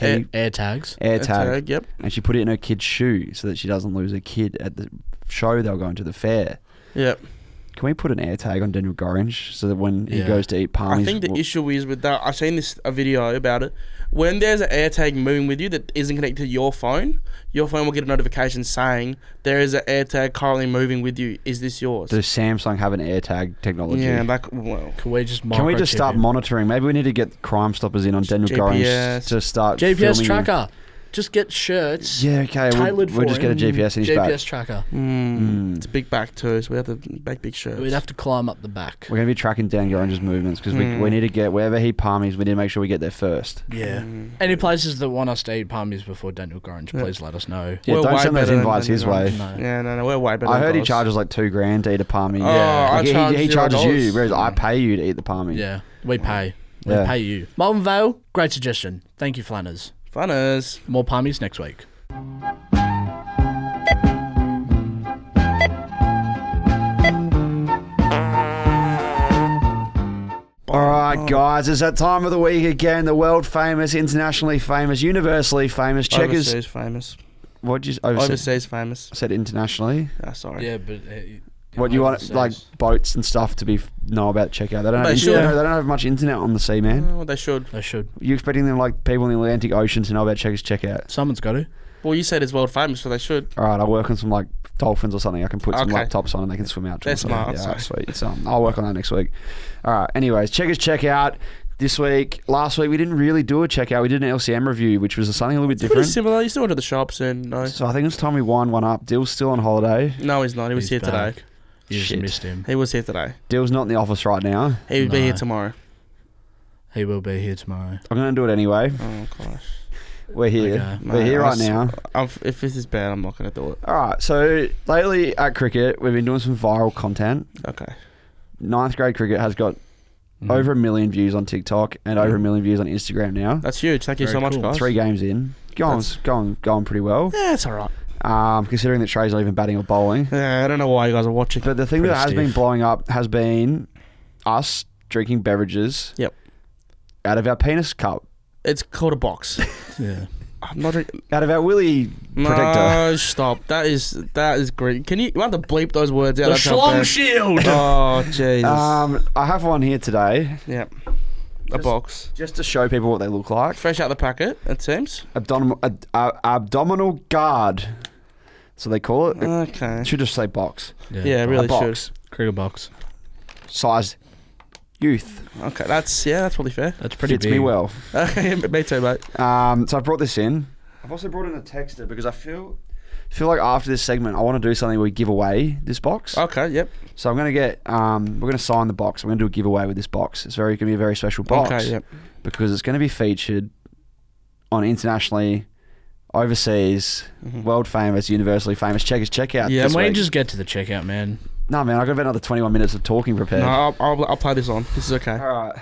Speaker 2: Air-
Speaker 3: key
Speaker 1: air tags?
Speaker 3: air,
Speaker 2: That's
Speaker 3: tag,
Speaker 2: right, Yep.
Speaker 3: and she put it in her kid's shoe so that she doesn't lose her kid at the show they were going to the fair.
Speaker 2: Yep.
Speaker 3: Can we put an air tag on Daniel Gorringe so that when he
Speaker 1: Yeah.
Speaker 3: goes to eat
Speaker 2: I
Speaker 3: palmies,
Speaker 2: think the
Speaker 3: w-
Speaker 2: issue is with that. I've seen this a video about it. When there's an AirTag moving with you that isn't connected to your phone, your phone will get a notification saying there is an AirTag currently moving with you. Is this yours?
Speaker 3: does Samsung have an air tag technology?
Speaker 2: yeah, like well,
Speaker 1: Can we just
Speaker 3: Can we just
Speaker 1: microchip
Speaker 3: start
Speaker 1: him?
Speaker 3: monitoring? Maybe we need to get Crime Stoppers in on Daniel Gorringe
Speaker 2: GPS.
Speaker 3: to start
Speaker 1: GPS
Speaker 3: filming him.
Speaker 1: tracker. Just get shirts.
Speaker 3: Yeah, okay. We'll,
Speaker 1: Tailored
Speaker 3: we'll
Speaker 1: for
Speaker 3: just get a
Speaker 1: him.
Speaker 3: GPS in his
Speaker 1: GPS
Speaker 3: back.
Speaker 1: tracker.
Speaker 3: Hmm.
Speaker 2: mm, it's big back too, so we have to back big shirts.
Speaker 1: We'd have to climb up the back.
Speaker 3: We're going to be tracking down Gorringe's movements because we,
Speaker 2: Hmm.
Speaker 3: we need to get wherever he palmies, we need to make sure we get there first.
Speaker 1: Yeah. Mm. Any places that want us to eat palmies before Daniel Gorringe, please let us know.
Speaker 3: Yeah,
Speaker 2: We're
Speaker 3: don't
Speaker 2: way
Speaker 3: send those
Speaker 2: better than
Speaker 3: invites his
Speaker 2: Daniel
Speaker 3: way.
Speaker 1: Gorringe. No.
Speaker 2: Yeah, no, no, we're way better.
Speaker 3: I
Speaker 2: than
Speaker 3: heard he
Speaker 2: guys.
Speaker 3: charges like two grand to eat a palmy.
Speaker 2: Oh, Yeah. I
Speaker 3: Like, he-
Speaker 2: charge
Speaker 3: he,
Speaker 2: zero
Speaker 3: charges you,
Speaker 2: dollars.
Speaker 3: whereas I pay you to eat the palmy.
Speaker 1: Yeah. We pay. We
Speaker 3: Yeah.
Speaker 1: pay you. Malvern Vale, great suggestion. Thank you, Flanners.
Speaker 2: Funners.
Speaker 1: More palmies next week.
Speaker 3: All
Speaker 2: Oh.
Speaker 3: right, guys, it's that time of the week again. The world famous, internationally famous, universally famous checkers.
Speaker 2: Overseas famous.
Speaker 3: What you overseas?
Speaker 2: Overseas famous.
Speaker 3: said internationally?
Speaker 2: Ah, sorry.
Speaker 1: Yeah, but. Uh,
Speaker 3: What you want, like boats and stuff, to be f- know about check out? They don't, have
Speaker 2: They
Speaker 3: internet,
Speaker 2: should.
Speaker 3: they, don't, they don't have much internet on the sea, man.
Speaker 2: Oh, they should.
Speaker 1: I should.
Speaker 3: You expecting them like people in the Atlantic Ocean to know about checkers check out?
Speaker 1: Someone's got to.
Speaker 2: Well, you said it's world famous, so they should.
Speaker 3: All right, I'll work on some like dolphins or something. I can put some
Speaker 2: Okay.
Speaker 3: laptops on and they can swim out. to
Speaker 2: They're
Speaker 3: us.
Speaker 2: smart,
Speaker 3: Yeah,
Speaker 2: so.
Speaker 3: alright, sweet. So um, I'll work on that next week. All right. Anyways, checkers check out this week. Last week we didn't really do a check out. We did an LCM review, which was something a little bit
Speaker 2: Pretty
Speaker 3: different.
Speaker 2: similar. You still went to the shops and no,
Speaker 3: So I think it's time we wind one up. Dill's still on holiday.
Speaker 2: no, he's not. He was
Speaker 1: He's
Speaker 2: here
Speaker 1: back.
Speaker 2: today.
Speaker 1: You just
Speaker 3: Shit.
Speaker 1: missed him.
Speaker 2: He was here today.
Speaker 3: Dill's not in the office right now.
Speaker 2: He would be here
Speaker 1: No.
Speaker 2: tomorrow.
Speaker 1: He will be here tomorrow.
Speaker 3: I'm going to do it anyway.
Speaker 2: Oh gosh.
Speaker 3: We're
Speaker 1: Okay.
Speaker 3: here. We're here right
Speaker 2: Mate, I
Speaker 3: now.
Speaker 2: s- I've- if this is bad, I'm not going to do it.
Speaker 3: All right. So lately at cricket, we've been doing some viral content.
Speaker 2: Okay.
Speaker 3: Ninth grade cricket has got over a million views on TikTok and over a million views on Instagram now.
Speaker 2: That's huge. Thank you
Speaker 1: Very
Speaker 2: so much,
Speaker 1: cool.
Speaker 2: guys.
Speaker 3: Three games in, going going going pretty well.
Speaker 2: Yeah, it's all right.
Speaker 3: Um, considering that Trey's not even batting or bowling.
Speaker 2: Yeah, I don't know why you guys are watching.
Speaker 3: But the thing that
Speaker 1: Pretty
Speaker 3: has been
Speaker 1: stiff.
Speaker 3: blowing up has been us drinking beverages
Speaker 2: Yep.
Speaker 3: out of our penis cup.
Speaker 2: It's called a box.
Speaker 1: Yeah.
Speaker 2: I'm not drink-
Speaker 3: Out of our Willy protector.
Speaker 2: No, stop. That is that is great. Can you? You have to bleep those words out.
Speaker 1: The
Speaker 2: that's how
Speaker 1: Schlong
Speaker 2: bad-
Speaker 1: Shield.
Speaker 2: Oh Jesus.
Speaker 3: Um, I have one here today
Speaker 2: yeah. A box.
Speaker 3: just to show people what they look like.
Speaker 2: Fresh out the packet. It seems.
Speaker 3: Abdominal ad, uh, abdominal guard. So they call it.
Speaker 2: Okay.
Speaker 3: It should just say box.
Speaker 2: Yeah, it really should.
Speaker 3: a box.
Speaker 1: Krieger box.
Speaker 3: Size youth.
Speaker 2: Okay, that's yeah, that's probably fair.
Speaker 1: That's pretty
Speaker 3: Fits
Speaker 1: big.
Speaker 3: me well.
Speaker 2: Okay, me too, mate.
Speaker 3: Um, so I've brought this in. I've also brought in a texter because I feel feel like after this segment I want to do something where we give away this box.
Speaker 1: Oh.
Speaker 2: Okay, yep.
Speaker 3: So I'm gonna get um, we're gonna sign the box. I'm gonna do a giveaway with this box. It's very gonna be a very special box
Speaker 2: Okay, yep.
Speaker 3: because it's gonna be featured on internationally, overseas,
Speaker 1: Mm-hmm.
Speaker 3: world famous, universally famous checkers checkout.
Speaker 2: Yeah,
Speaker 3: this
Speaker 1: Can we
Speaker 3: week.
Speaker 1: just get to the checkout, man?
Speaker 3: No man, I've got about another 21 minutes of talking prepared.
Speaker 2: No, I'll, I'll, I'll play this on. This is okay.
Speaker 3: All right.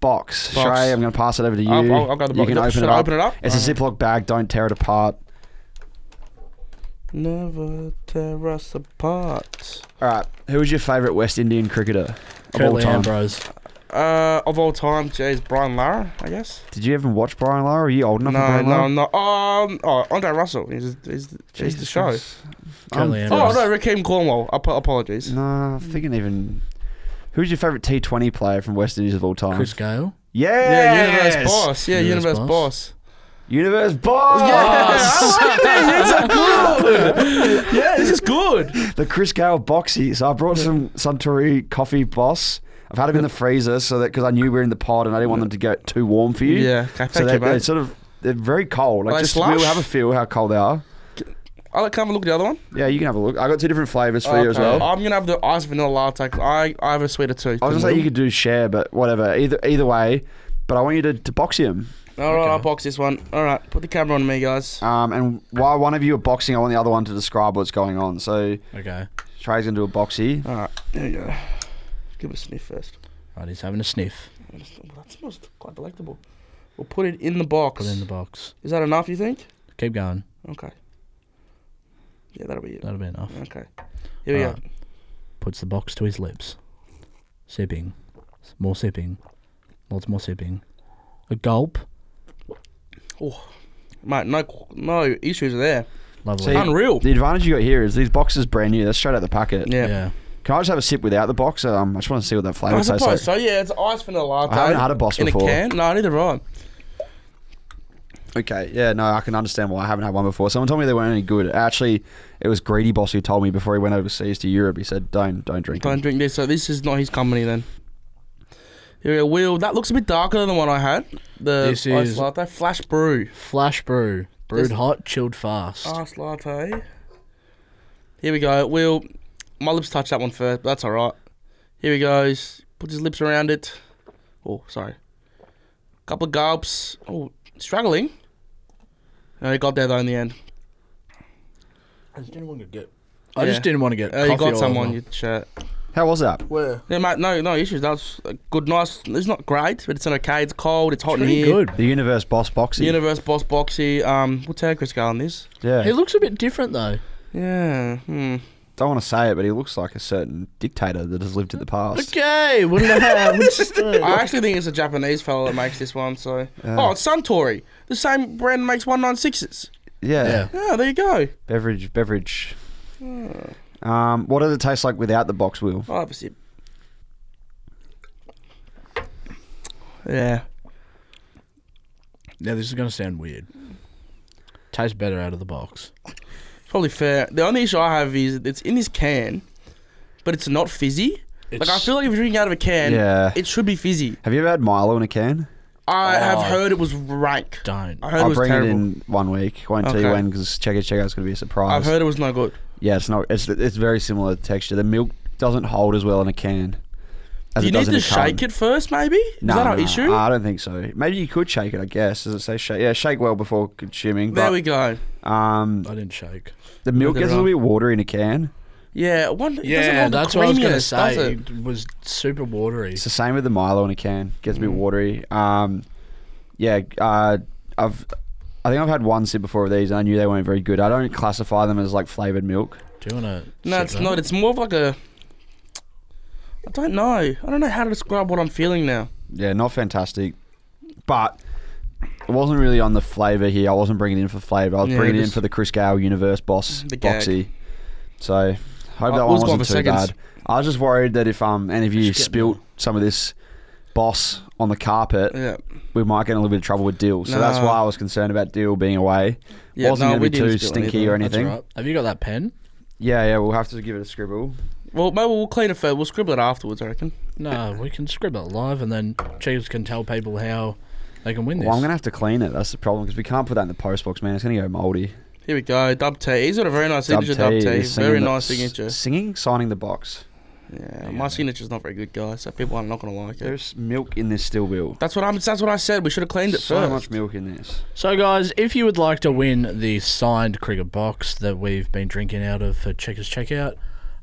Speaker 3: Box.
Speaker 2: Box.
Speaker 3: Shrey, I'm going to pass it over to you.
Speaker 2: I'll- I'll- I'll go to the box.
Speaker 3: you can
Speaker 2: Yep,
Speaker 3: open
Speaker 2: should
Speaker 3: it,
Speaker 2: I
Speaker 3: up.
Speaker 2: open it up?
Speaker 3: It's a Ziploc bag. Don't tear it apart.
Speaker 2: Never tear us apart.
Speaker 3: All right. Who is your favourite West Indian cricketer of all
Speaker 1: Curly
Speaker 3: time?
Speaker 1: Ambrose.
Speaker 2: Uh, of all time, jeez, Brian Lara, I guess.
Speaker 3: Did you even watch Brian Lara? Are you old enough for
Speaker 2: No,
Speaker 3: Brian
Speaker 2: no,
Speaker 3: Lara?
Speaker 2: no. Um, oh, Andre Russell. He's, he's, he's the show.
Speaker 1: Curly
Speaker 3: Um,
Speaker 2: Oh
Speaker 1: Ambrose.
Speaker 2: no, Raheem Cornwall. Ap- apologies.
Speaker 3: No, I'm thinking even. Who's your favourite T20 player from West Indies of all time?
Speaker 1: Chris Gale.
Speaker 2: Yeah,
Speaker 3: Yes!
Speaker 2: Universe Boss. Oh, Yeah,
Speaker 1: Universe
Speaker 2: Universe, Boss.
Speaker 1: Boss.
Speaker 3: Universe Boss!
Speaker 2: Yeah, this is good.
Speaker 3: The Chris Gale boxy. So I brought some Suntory coffee boss. I've had them in the freezer so that because I knew we were in the pod and I didn't want them to get too warm for you.
Speaker 2: Yeah, okay,
Speaker 3: so
Speaker 2: thank
Speaker 3: they're,
Speaker 2: you,
Speaker 3: they're
Speaker 2: mate.
Speaker 3: sort of they're very cold. Like
Speaker 2: Are they
Speaker 3: just
Speaker 2: slush?
Speaker 3: we'll have a feel how cold they are.
Speaker 2: I'll come and look at the other one.
Speaker 3: Yeah, you can have a look. I got two different flavors for you as
Speaker 2: Okay.
Speaker 3: well.
Speaker 2: I'm gonna have the ice vanilla latte. 'cause I I have a sweeter too.
Speaker 3: I was gonna say you could do share, but whatever. Either either way. But I want you to, to box him.
Speaker 2: All right, I'll box this one. All right, put the camera on me, guys.
Speaker 3: Um, and while one of you are boxing, I want the other one to describe what's going on. So
Speaker 1: Okay.
Speaker 3: Trey's gonna do a boxy.
Speaker 2: All right, there we go. Give it a sniff first.
Speaker 1: Right, he's having a sniff.
Speaker 2: That smells quite delectable. We'll put it in the box.
Speaker 1: Put it in the box.
Speaker 2: Is that enough? You think?
Speaker 1: Keep going.
Speaker 2: Okay. Yeah, that'll be it.
Speaker 1: That'll be enough.
Speaker 2: Okay. Here we
Speaker 1: All right. Puts the box to his lips. Sipping. S- More sipping. Lots more sipping. A gulp.
Speaker 2: go. Oh, mate, no, qu- no issues there.
Speaker 1: Lovely.
Speaker 3: See-
Speaker 2: Unreal.
Speaker 3: The advantage you got here is these boxes brand new. They're straight out the packet.
Speaker 2: Yeah.
Speaker 1: yeah.
Speaker 3: Can I just have a sip without the box? Um, I just want to see what that flavor
Speaker 2: I
Speaker 3: tastes
Speaker 2: suppose
Speaker 3: like.
Speaker 2: so. Yeah, it's ice vanilla latte.
Speaker 3: I haven't had a boss
Speaker 2: in
Speaker 3: before.
Speaker 2: a can. No, neither have I.
Speaker 3: Okay, yeah, no, I can understand why I haven't had one before. Someone told me they weren't any good. Actually, it was Greedy Boss who told me before he went overseas to Europe. He said, "Don't, don't drink."
Speaker 2: Don't
Speaker 3: Don't.
Speaker 2: drink this. So this is not his company then. Here we go. Will that looks a bit darker than the one I had. The
Speaker 1: This
Speaker 2: ice
Speaker 1: is-
Speaker 2: latte, flash brew,
Speaker 1: Flash brew. Brewed
Speaker 2: This-
Speaker 1: hot, chilled fast.
Speaker 2: ice latte. Here we go. Will my lips touch that one first? But that's all right. Here he goes. Puts his lips around it. Oh, sorry. Couple of gulps. Oh, struggling. No, he got there though in the end.
Speaker 1: I just didn't want to get. I
Speaker 2: Yeah.
Speaker 1: just didn't want to get.
Speaker 2: Uh, you
Speaker 1: coffee
Speaker 2: got
Speaker 1: all
Speaker 2: someone.
Speaker 1: over.
Speaker 2: You shirt.
Speaker 3: How was that?
Speaker 1: Where?
Speaker 2: Yeah, mate. No, no issues. That's a good. Nice. It's not great, but it's an okay. It's cold. It's hot in
Speaker 1: Pretty
Speaker 2: here.
Speaker 1: good.
Speaker 3: The Universe Boss boxing.
Speaker 2: Universe Boss Boxy. Um, we'll take Chris Gale on this.
Speaker 3: yeah,
Speaker 1: He looks a bit different though.
Speaker 2: Yeah. Hmm.
Speaker 3: don't want to say it, but he looks like a certain dictator that has lived in the past.
Speaker 1: Okay, wouldn't I have?
Speaker 2: I actually think it's a Japanese fella that makes this one. So. oh, it's Suntory. The same brand makes one nine sixes.
Speaker 3: Yeah.
Speaker 1: Yeah.
Speaker 2: Yeah, there you go.
Speaker 3: beverage, beverage.
Speaker 2: Hmm.
Speaker 3: Um, what does it taste like without the box wheel?
Speaker 2: I'll have a sip. Yeah.
Speaker 1: Now this is gonna sound weird. Tastes better out of the box.
Speaker 2: It's probably fair. The only issue I have is it's in this can, but it's not fizzy. like I
Speaker 1: It's-
Speaker 2: feel like if you're drinking out of a can,
Speaker 3: Yeah.
Speaker 2: it should be fizzy.
Speaker 3: Have you ever had Milo in a can?
Speaker 2: I have
Speaker 1: Oh.
Speaker 2: heard it was rank.
Speaker 1: Don't.
Speaker 2: I heard it
Speaker 3: I'll
Speaker 2: was
Speaker 3: bring
Speaker 2: terrible.
Speaker 3: it in one week. Won't tell you
Speaker 2: Okay.
Speaker 3: when because check it, check out. It's gonna be a surprise.
Speaker 2: I've heard it was no good.
Speaker 3: Yeah, it's not. It's it's very similar texture. The milk doesn't hold as well in a can. As
Speaker 2: Do you
Speaker 3: it
Speaker 2: need
Speaker 3: does
Speaker 2: to
Speaker 3: in a carton.
Speaker 2: shake it first, maybe?
Speaker 3: No,
Speaker 2: is that
Speaker 3: no,
Speaker 2: our
Speaker 3: no.
Speaker 2: issue?
Speaker 3: I don't think so. Maybe you could shake it. I guess. Does it say shake? Yeah, shake well before consuming.
Speaker 2: there
Speaker 3: but,
Speaker 2: we go.
Speaker 3: Um,
Speaker 1: I didn't shake.
Speaker 3: the milk
Speaker 2: Look at
Speaker 3: gets a
Speaker 2: it
Speaker 3: little
Speaker 2: up.
Speaker 3: bit watery in a can.
Speaker 2: Yeah, one. it doesn't
Speaker 1: Yeah,
Speaker 2: want the
Speaker 1: that's what I was gonna
Speaker 2: creaminess, does
Speaker 1: say.
Speaker 2: it?
Speaker 1: It was super watery.
Speaker 3: It's the same with the Milo in a can. Gets
Speaker 2: Mm.
Speaker 3: a bit watery. Um, yeah. Uh, I've. I think I've had one sip before of these, and I knew they weren't very good. I don't classify them as like flavored milk.
Speaker 1: Do you wanna?
Speaker 2: No,
Speaker 1: sip
Speaker 2: it's
Speaker 1: that?
Speaker 2: not. It's more of like a. I don't know. I don't know how to describe what I'm feeling now.
Speaker 3: Yeah, not fantastic, but it wasn't really on the flavour here. I wasn't bringing it in for flavour. I was
Speaker 2: Yeah,
Speaker 3: bringing it in
Speaker 2: just-
Speaker 3: for the Chris Gale universe boss
Speaker 2: The gag.
Speaker 3: boxy. So hope that
Speaker 2: I
Speaker 3: one
Speaker 2: was going
Speaker 3: wasn't too
Speaker 2: for seconds.
Speaker 3: bad. I was just worried that if um any of you
Speaker 1: should get
Speaker 3: spilt some of this boss on the carpet,
Speaker 2: Yeah.
Speaker 3: we might get in a little bit of trouble with Dill. So that's
Speaker 2: No.
Speaker 3: why I was concerned about Dill being away.
Speaker 2: Yeah,
Speaker 3: wasn't
Speaker 2: no,
Speaker 3: going
Speaker 2: we
Speaker 3: to be
Speaker 2: didn't
Speaker 3: too
Speaker 2: spill anything.
Speaker 3: stinky or
Speaker 1: That's
Speaker 3: anything.
Speaker 1: all right. Have you got that pen?
Speaker 3: Yeah, yeah, we'll have to give it a scribble.
Speaker 2: Well, maybe we'll clean it first. We'll scribble it afterwards, I reckon.
Speaker 1: No, we can scribble it live, and then Cheeves can tell people how they can win this.
Speaker 3: Well, I'm going to have to clean it. That's the problem because we can't put that in the post box, man. It's going to go mouldy.
Speaker 2: Here we go. Dub T. He's got a very nice
Speaker 3: Dub
Speaker 2: signature, Dub
Speaker 3: T
Speaker 2: T.
Speaker 3: is singing
Speaker 2: Very
Speaker 3: the-
Speaker 2: nice signature.
Speaker 3: Singing, signing the box.
Speaker 2: Yeah, my signature's not very good, guys. So people are not going to like it.
Speaker 3: There's milk in this still, Bill.
Speaker 2: That's what I'm. That's what I said. We should have cleaned it
Speaker 3: So
Speaker 2: first.
Speaker 3: much milk in this.
Speaker 1: So, guys, if you would like to win the signed cricket box that we've been drinking out of for Checkers Checkout,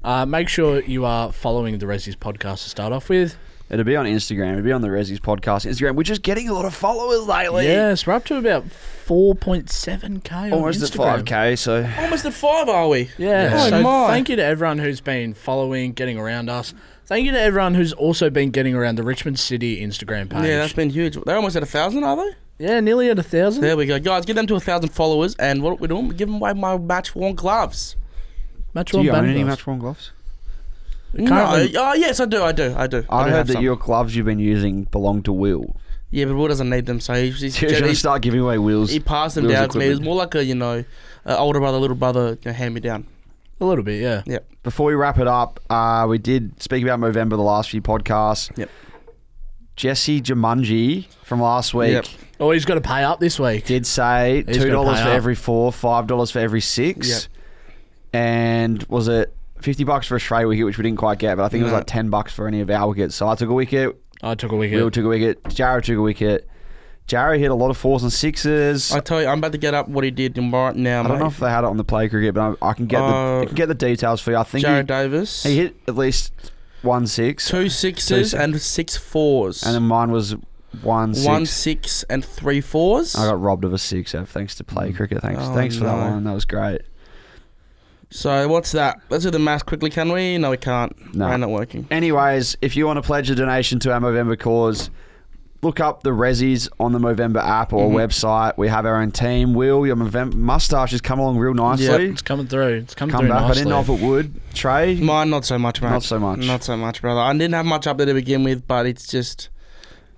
Speaker 1: uh, make sure you are following the Resi's podcast to start off with.
Speaker 3: It'll be on Instagram. It'll be on the Resi's podcast Instagram. We're just getting a lot of followers lately.
Speaker 1: Yes, we're up to about 4.7k.
Speaker 3: Almost
Speaker 1: on
Speaker 3: at
Speaker 1: Instagram.
Speaker 3: 5K, so
Speaker 2: Almost at five, are we?
Speaker 1: Yeah.
Speaker 2: Oh
Speaker 1: so
Speaker 2: my.
Speaker 1: thank you to everyone who's been following, getting around us. Thank you to everyone who's also been getting around the Richmond City Instagram page.
Speaker 2: Yeah, that's been huge. They're almost at a thousand, are they?
Speaker 1: Yeah, nearly at a thousand.
Speaker 2: There we go, guys. Get them to a thousand followers, and what we're doing, we're giving away my match worn gloves.
Speaker 1: Match
Speaker 3: do
Speaker 1: one
Speaker 3: you own
Speaker 1: banner
Speaker 3: any
Speaker 1: gloves.
Speaker 3: match worn gloves?
Speaker 2: No,
Speaker 1: Currently-
Speaker 2: oh yes, I do, I do, I do.
Speaker 3: I,
Speaker 2: do have
Speaker 3: heard that
Speaker 2: some.
Speaker 3: your gloves you've been using belong to Will.
Speaker 2: Yeah, but Will doesn't need them, so he's, he's,
Speaker 3: You're going to
Speaker 2: he's-
Speaker 3: start giving away Will's.
Speaker 2: he passed them
Speaker 3: Will's
Speaker 2: down to me. It was
Speaker 3: equipment.
Speaker 2: more like a you know, uh, older brother, little brother, you know, hand me down.
Speaker 1: A little bit, yeah.
Speaker 2: Yeah,
Speaker 3: Before we wrap it up, uh, we did speak about Movember the last few podcasts.
Speaker 2: Yep.
Speaker 3: Jesse Jumanji from last week
Speaker 2: Yep.
Speaker 1: Oh, he's got to pay up this week.
Speaker 3: did say
Speaker 1: He's
Speaker 3: two
Speaker 1: gonna
Speaker 3: dollars
Speaker 1: pay
Speaker 3: for
Speaker 1: up.
Speaker 3: every four, five dollars for every six,
Speaker 2: Yep.
Speaker 3: and was it fifty bucks for a stray wicket, which we didn't quite get, but I think it was
Speaker 2: No.
Speaker 3: like ten bucks for any of our wickets. So I took a wicket,
Speaker 1: I took a wicket.
Speaker 3: Will took a wicket, Jarrah took a wicket. Jarrah hit a lot of fours and sixes.
Speaker 2: I
Speaker 3: I,
Speaker 2: tell you, I'm about to get up what he did right now,
Speaker 3: don't
Speaker 2: mate.
Speaker 3: know if they had it on the play cricket, but I, I can get the
Speaker 2: Uh,
Speaker 3: I can get the details for you. I think
Speaker 2: Jared
Speaker 3: he,
Speaker 2: Davis,
Speaker 3: he hit at least one six,
Speaker 2: two sixes
Speaker 3: Two si-
Speaker 2: and six fours,
Speaker 3: and then mine was one six.
Speaker 2: one six and three fours.
Speaker 3: I got robbed of a six F thanks to play cricket. Thanks,
Speaker 2: Oh,
Speaker 3: thanks for that
Speaker 2: no.
Speaker 3: one. That was great.
Speaker 2: So what's that? Let's do the math quickly, can we? No, we can't.
Speaker 3: No.
Speaker 2: We're not working.
Speaker 3: Anyways, if you want to pledge a donation to our Movember cause, look up the Resis on the Movember app
Speaker 2: Mm-hmm.
Speaker 3: or website. We have our own team. Will, your Movember mustache has come along real nicely.
Speaker 1: It's coming through. It's coming
Speaker 3: Come
Speaker 1: through
Speaker 3: back. I
Speaker 1: nicely.
Speaker 3: didn't know if it would. Trey,
Speaker 2: Mine, not so much, mate.
Speaker 3: Not so much.
Speaker 2: Not so much, brother. I didn't have much up there to begin with, but it's just.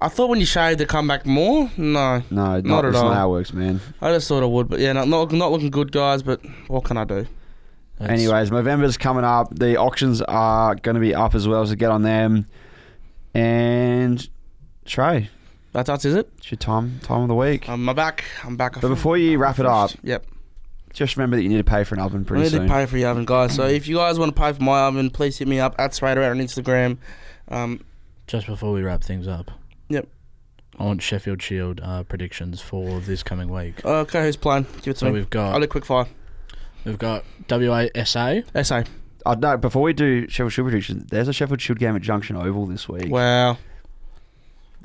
Speaker 2: I thought when you shaved, it come back more. No,
Speaker 3: no, not,
Speaker 2: Not at
Speaker 3: that's
Speaker 2: all.
Speaker 3: not how it works, man.
Speaker 2: I just thought I would, but yeah, not not, not looking good, guys. But what can I do?
Speaker 1: That's-
Speaker 3: Anyways, Movember's coming up. The auctions are going to be up as well, so get on them. And Trey,
Speaker 2: That's us, is it?
Speaker 3: it's your time time of the week.
Speaker 2: Um, I'm back. I'm back. I
Speaker 3: but
Speaker 2: feel-
Speaker 3: before you wrap it up,
Speaker 2: Yep.
Speaker 3: just remember that you need to pay for an oven
Speaker 2: I
Speaker 3: pretty
Speaker 2: need
Speaker 3: soon.
Speaker 2: to pay for your oven, guys. So if you guys want to pay for my oven, please hit me up at Swader on Instagram. Um,
Speaker 1: Just before we wrap things up.
Speaker 2: Yep.
Speaker 1: I want Sheffield Shield uh, predictions for this coming week.
Speaker 2: okay, who's playing? Give it to
Speaker 1: So
Speaker 2: me.
Speaker 1: we've got
Speaker 2: I'll do quick fire.
Speaker 1: we've got WASA.
Speaker 2: SA.
Speaker 3: Uh, no, before we do Sheffield Shield prediction, there's a Sheffield Shield game at Junction Oval this week.
Speaker 2: Wow.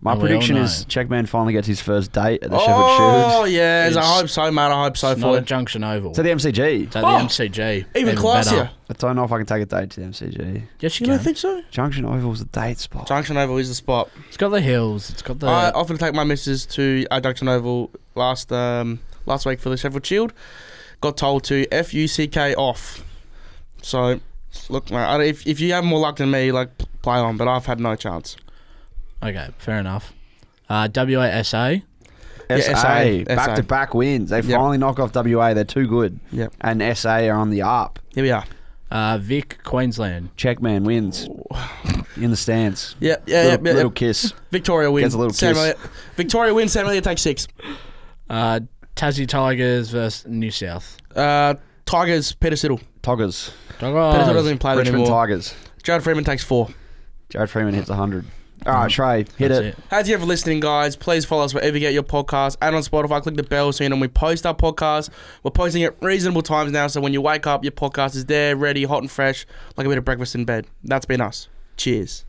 Speaker 3: My
Speaker 1: Oh, we
Speaker 3: prediction
Speaker 1: all
Speaker 3: is
Speaker 1: know.
Speaker 3: Checkman finally gets his first date at the Sheffield
Speaker 2: Oh
Speaker 3: Shield.
Speaker 2: yes, I
Speaker 1: It's-
Speaker 2: hope so, mate. I hope so
Speaker 1: It's not
Speaker 2: for
Speaker 1: at
Speaker 2: you.
Speaker 1: Junction Oval.
Speaker 3: To the MCG.
Speaker 1: It's at the
Speaker 2: Oh,
Speaker 1: MCG.
Speaker 2: Even, classier.
Speaker 1: better.
Speaker 3: I don't know if I can take a date to the MCG.
Speaker 1: Yes, you
Speaker 2: You don't
Speaker 1: can.
Speaker 2: think so?
Speaker 3: Junction Oval's a date spot.
Speaker 2: Junction Oval is the spot.
Speaker 1: It's got the hills. It's got the.
Speaker 2: I often take my missus to uh, Junction Oval last um, last week for the Sheffield Shield. Got told to f u c k off. So, look, mate, I- if if you have more luck than me, like play on. But I've had no chance.
Speaker 1: okay, fair enough. Uh, WASA.
Speaker 3: SA,
Speaker 2: Yeah, SA.
Speaker 3: back to back wins. They finally knock off WA. They're too good.
Speaker 2: Yep.
Speaker 3: And SA are on the up.
Speaker 2: Here we are.
Speaker 1: Uh, Vic Queensland.
Speaker 3: Checkman wins in the stands.
Speaker 2: Yeah, yeah,
Speaker 3: little,
Speaker 2: yeah. yeah.
Speaker 3: little kiss.
Speaker 2: Victoria wins.
Speaker 3: Gets a little
Speaker 2: Sam
Speaker 3: kiss.
Speaker 2: Elliott- Victoria wins. Sam Elliott takes six.
Speaker 1: Uh, Tassie Tigers versus New South.
Speaker 2: Uh, Tigers. Peter Siddle.
Speaker 3: Toggers.
Speaker 2: Peter Siddle
Speaker 1: Tigers.
Speaker 2: doesn't even play there
Speaker 3: Oh, Richmond
Speaker 2: anymore.
Speaker 3: Tigers.
Speaker 2: Jared Freeman takes four.
Speaker 3: Jared Freeman hits 100. All right, Trey, hit
Speaker 1: That's
Speaker 3: it.
Speaker 1: it.
Speaker 2: Thank you for listening, guys. Please follow us wherever you get your podcast and on Spotify. Click the bell so you know when we post our podcast. We're posting at reasonable times now, so when you wake up, your podcast is there, ready, hot and fresh, like a bit of breakfast in bed. That's been us. Cheers.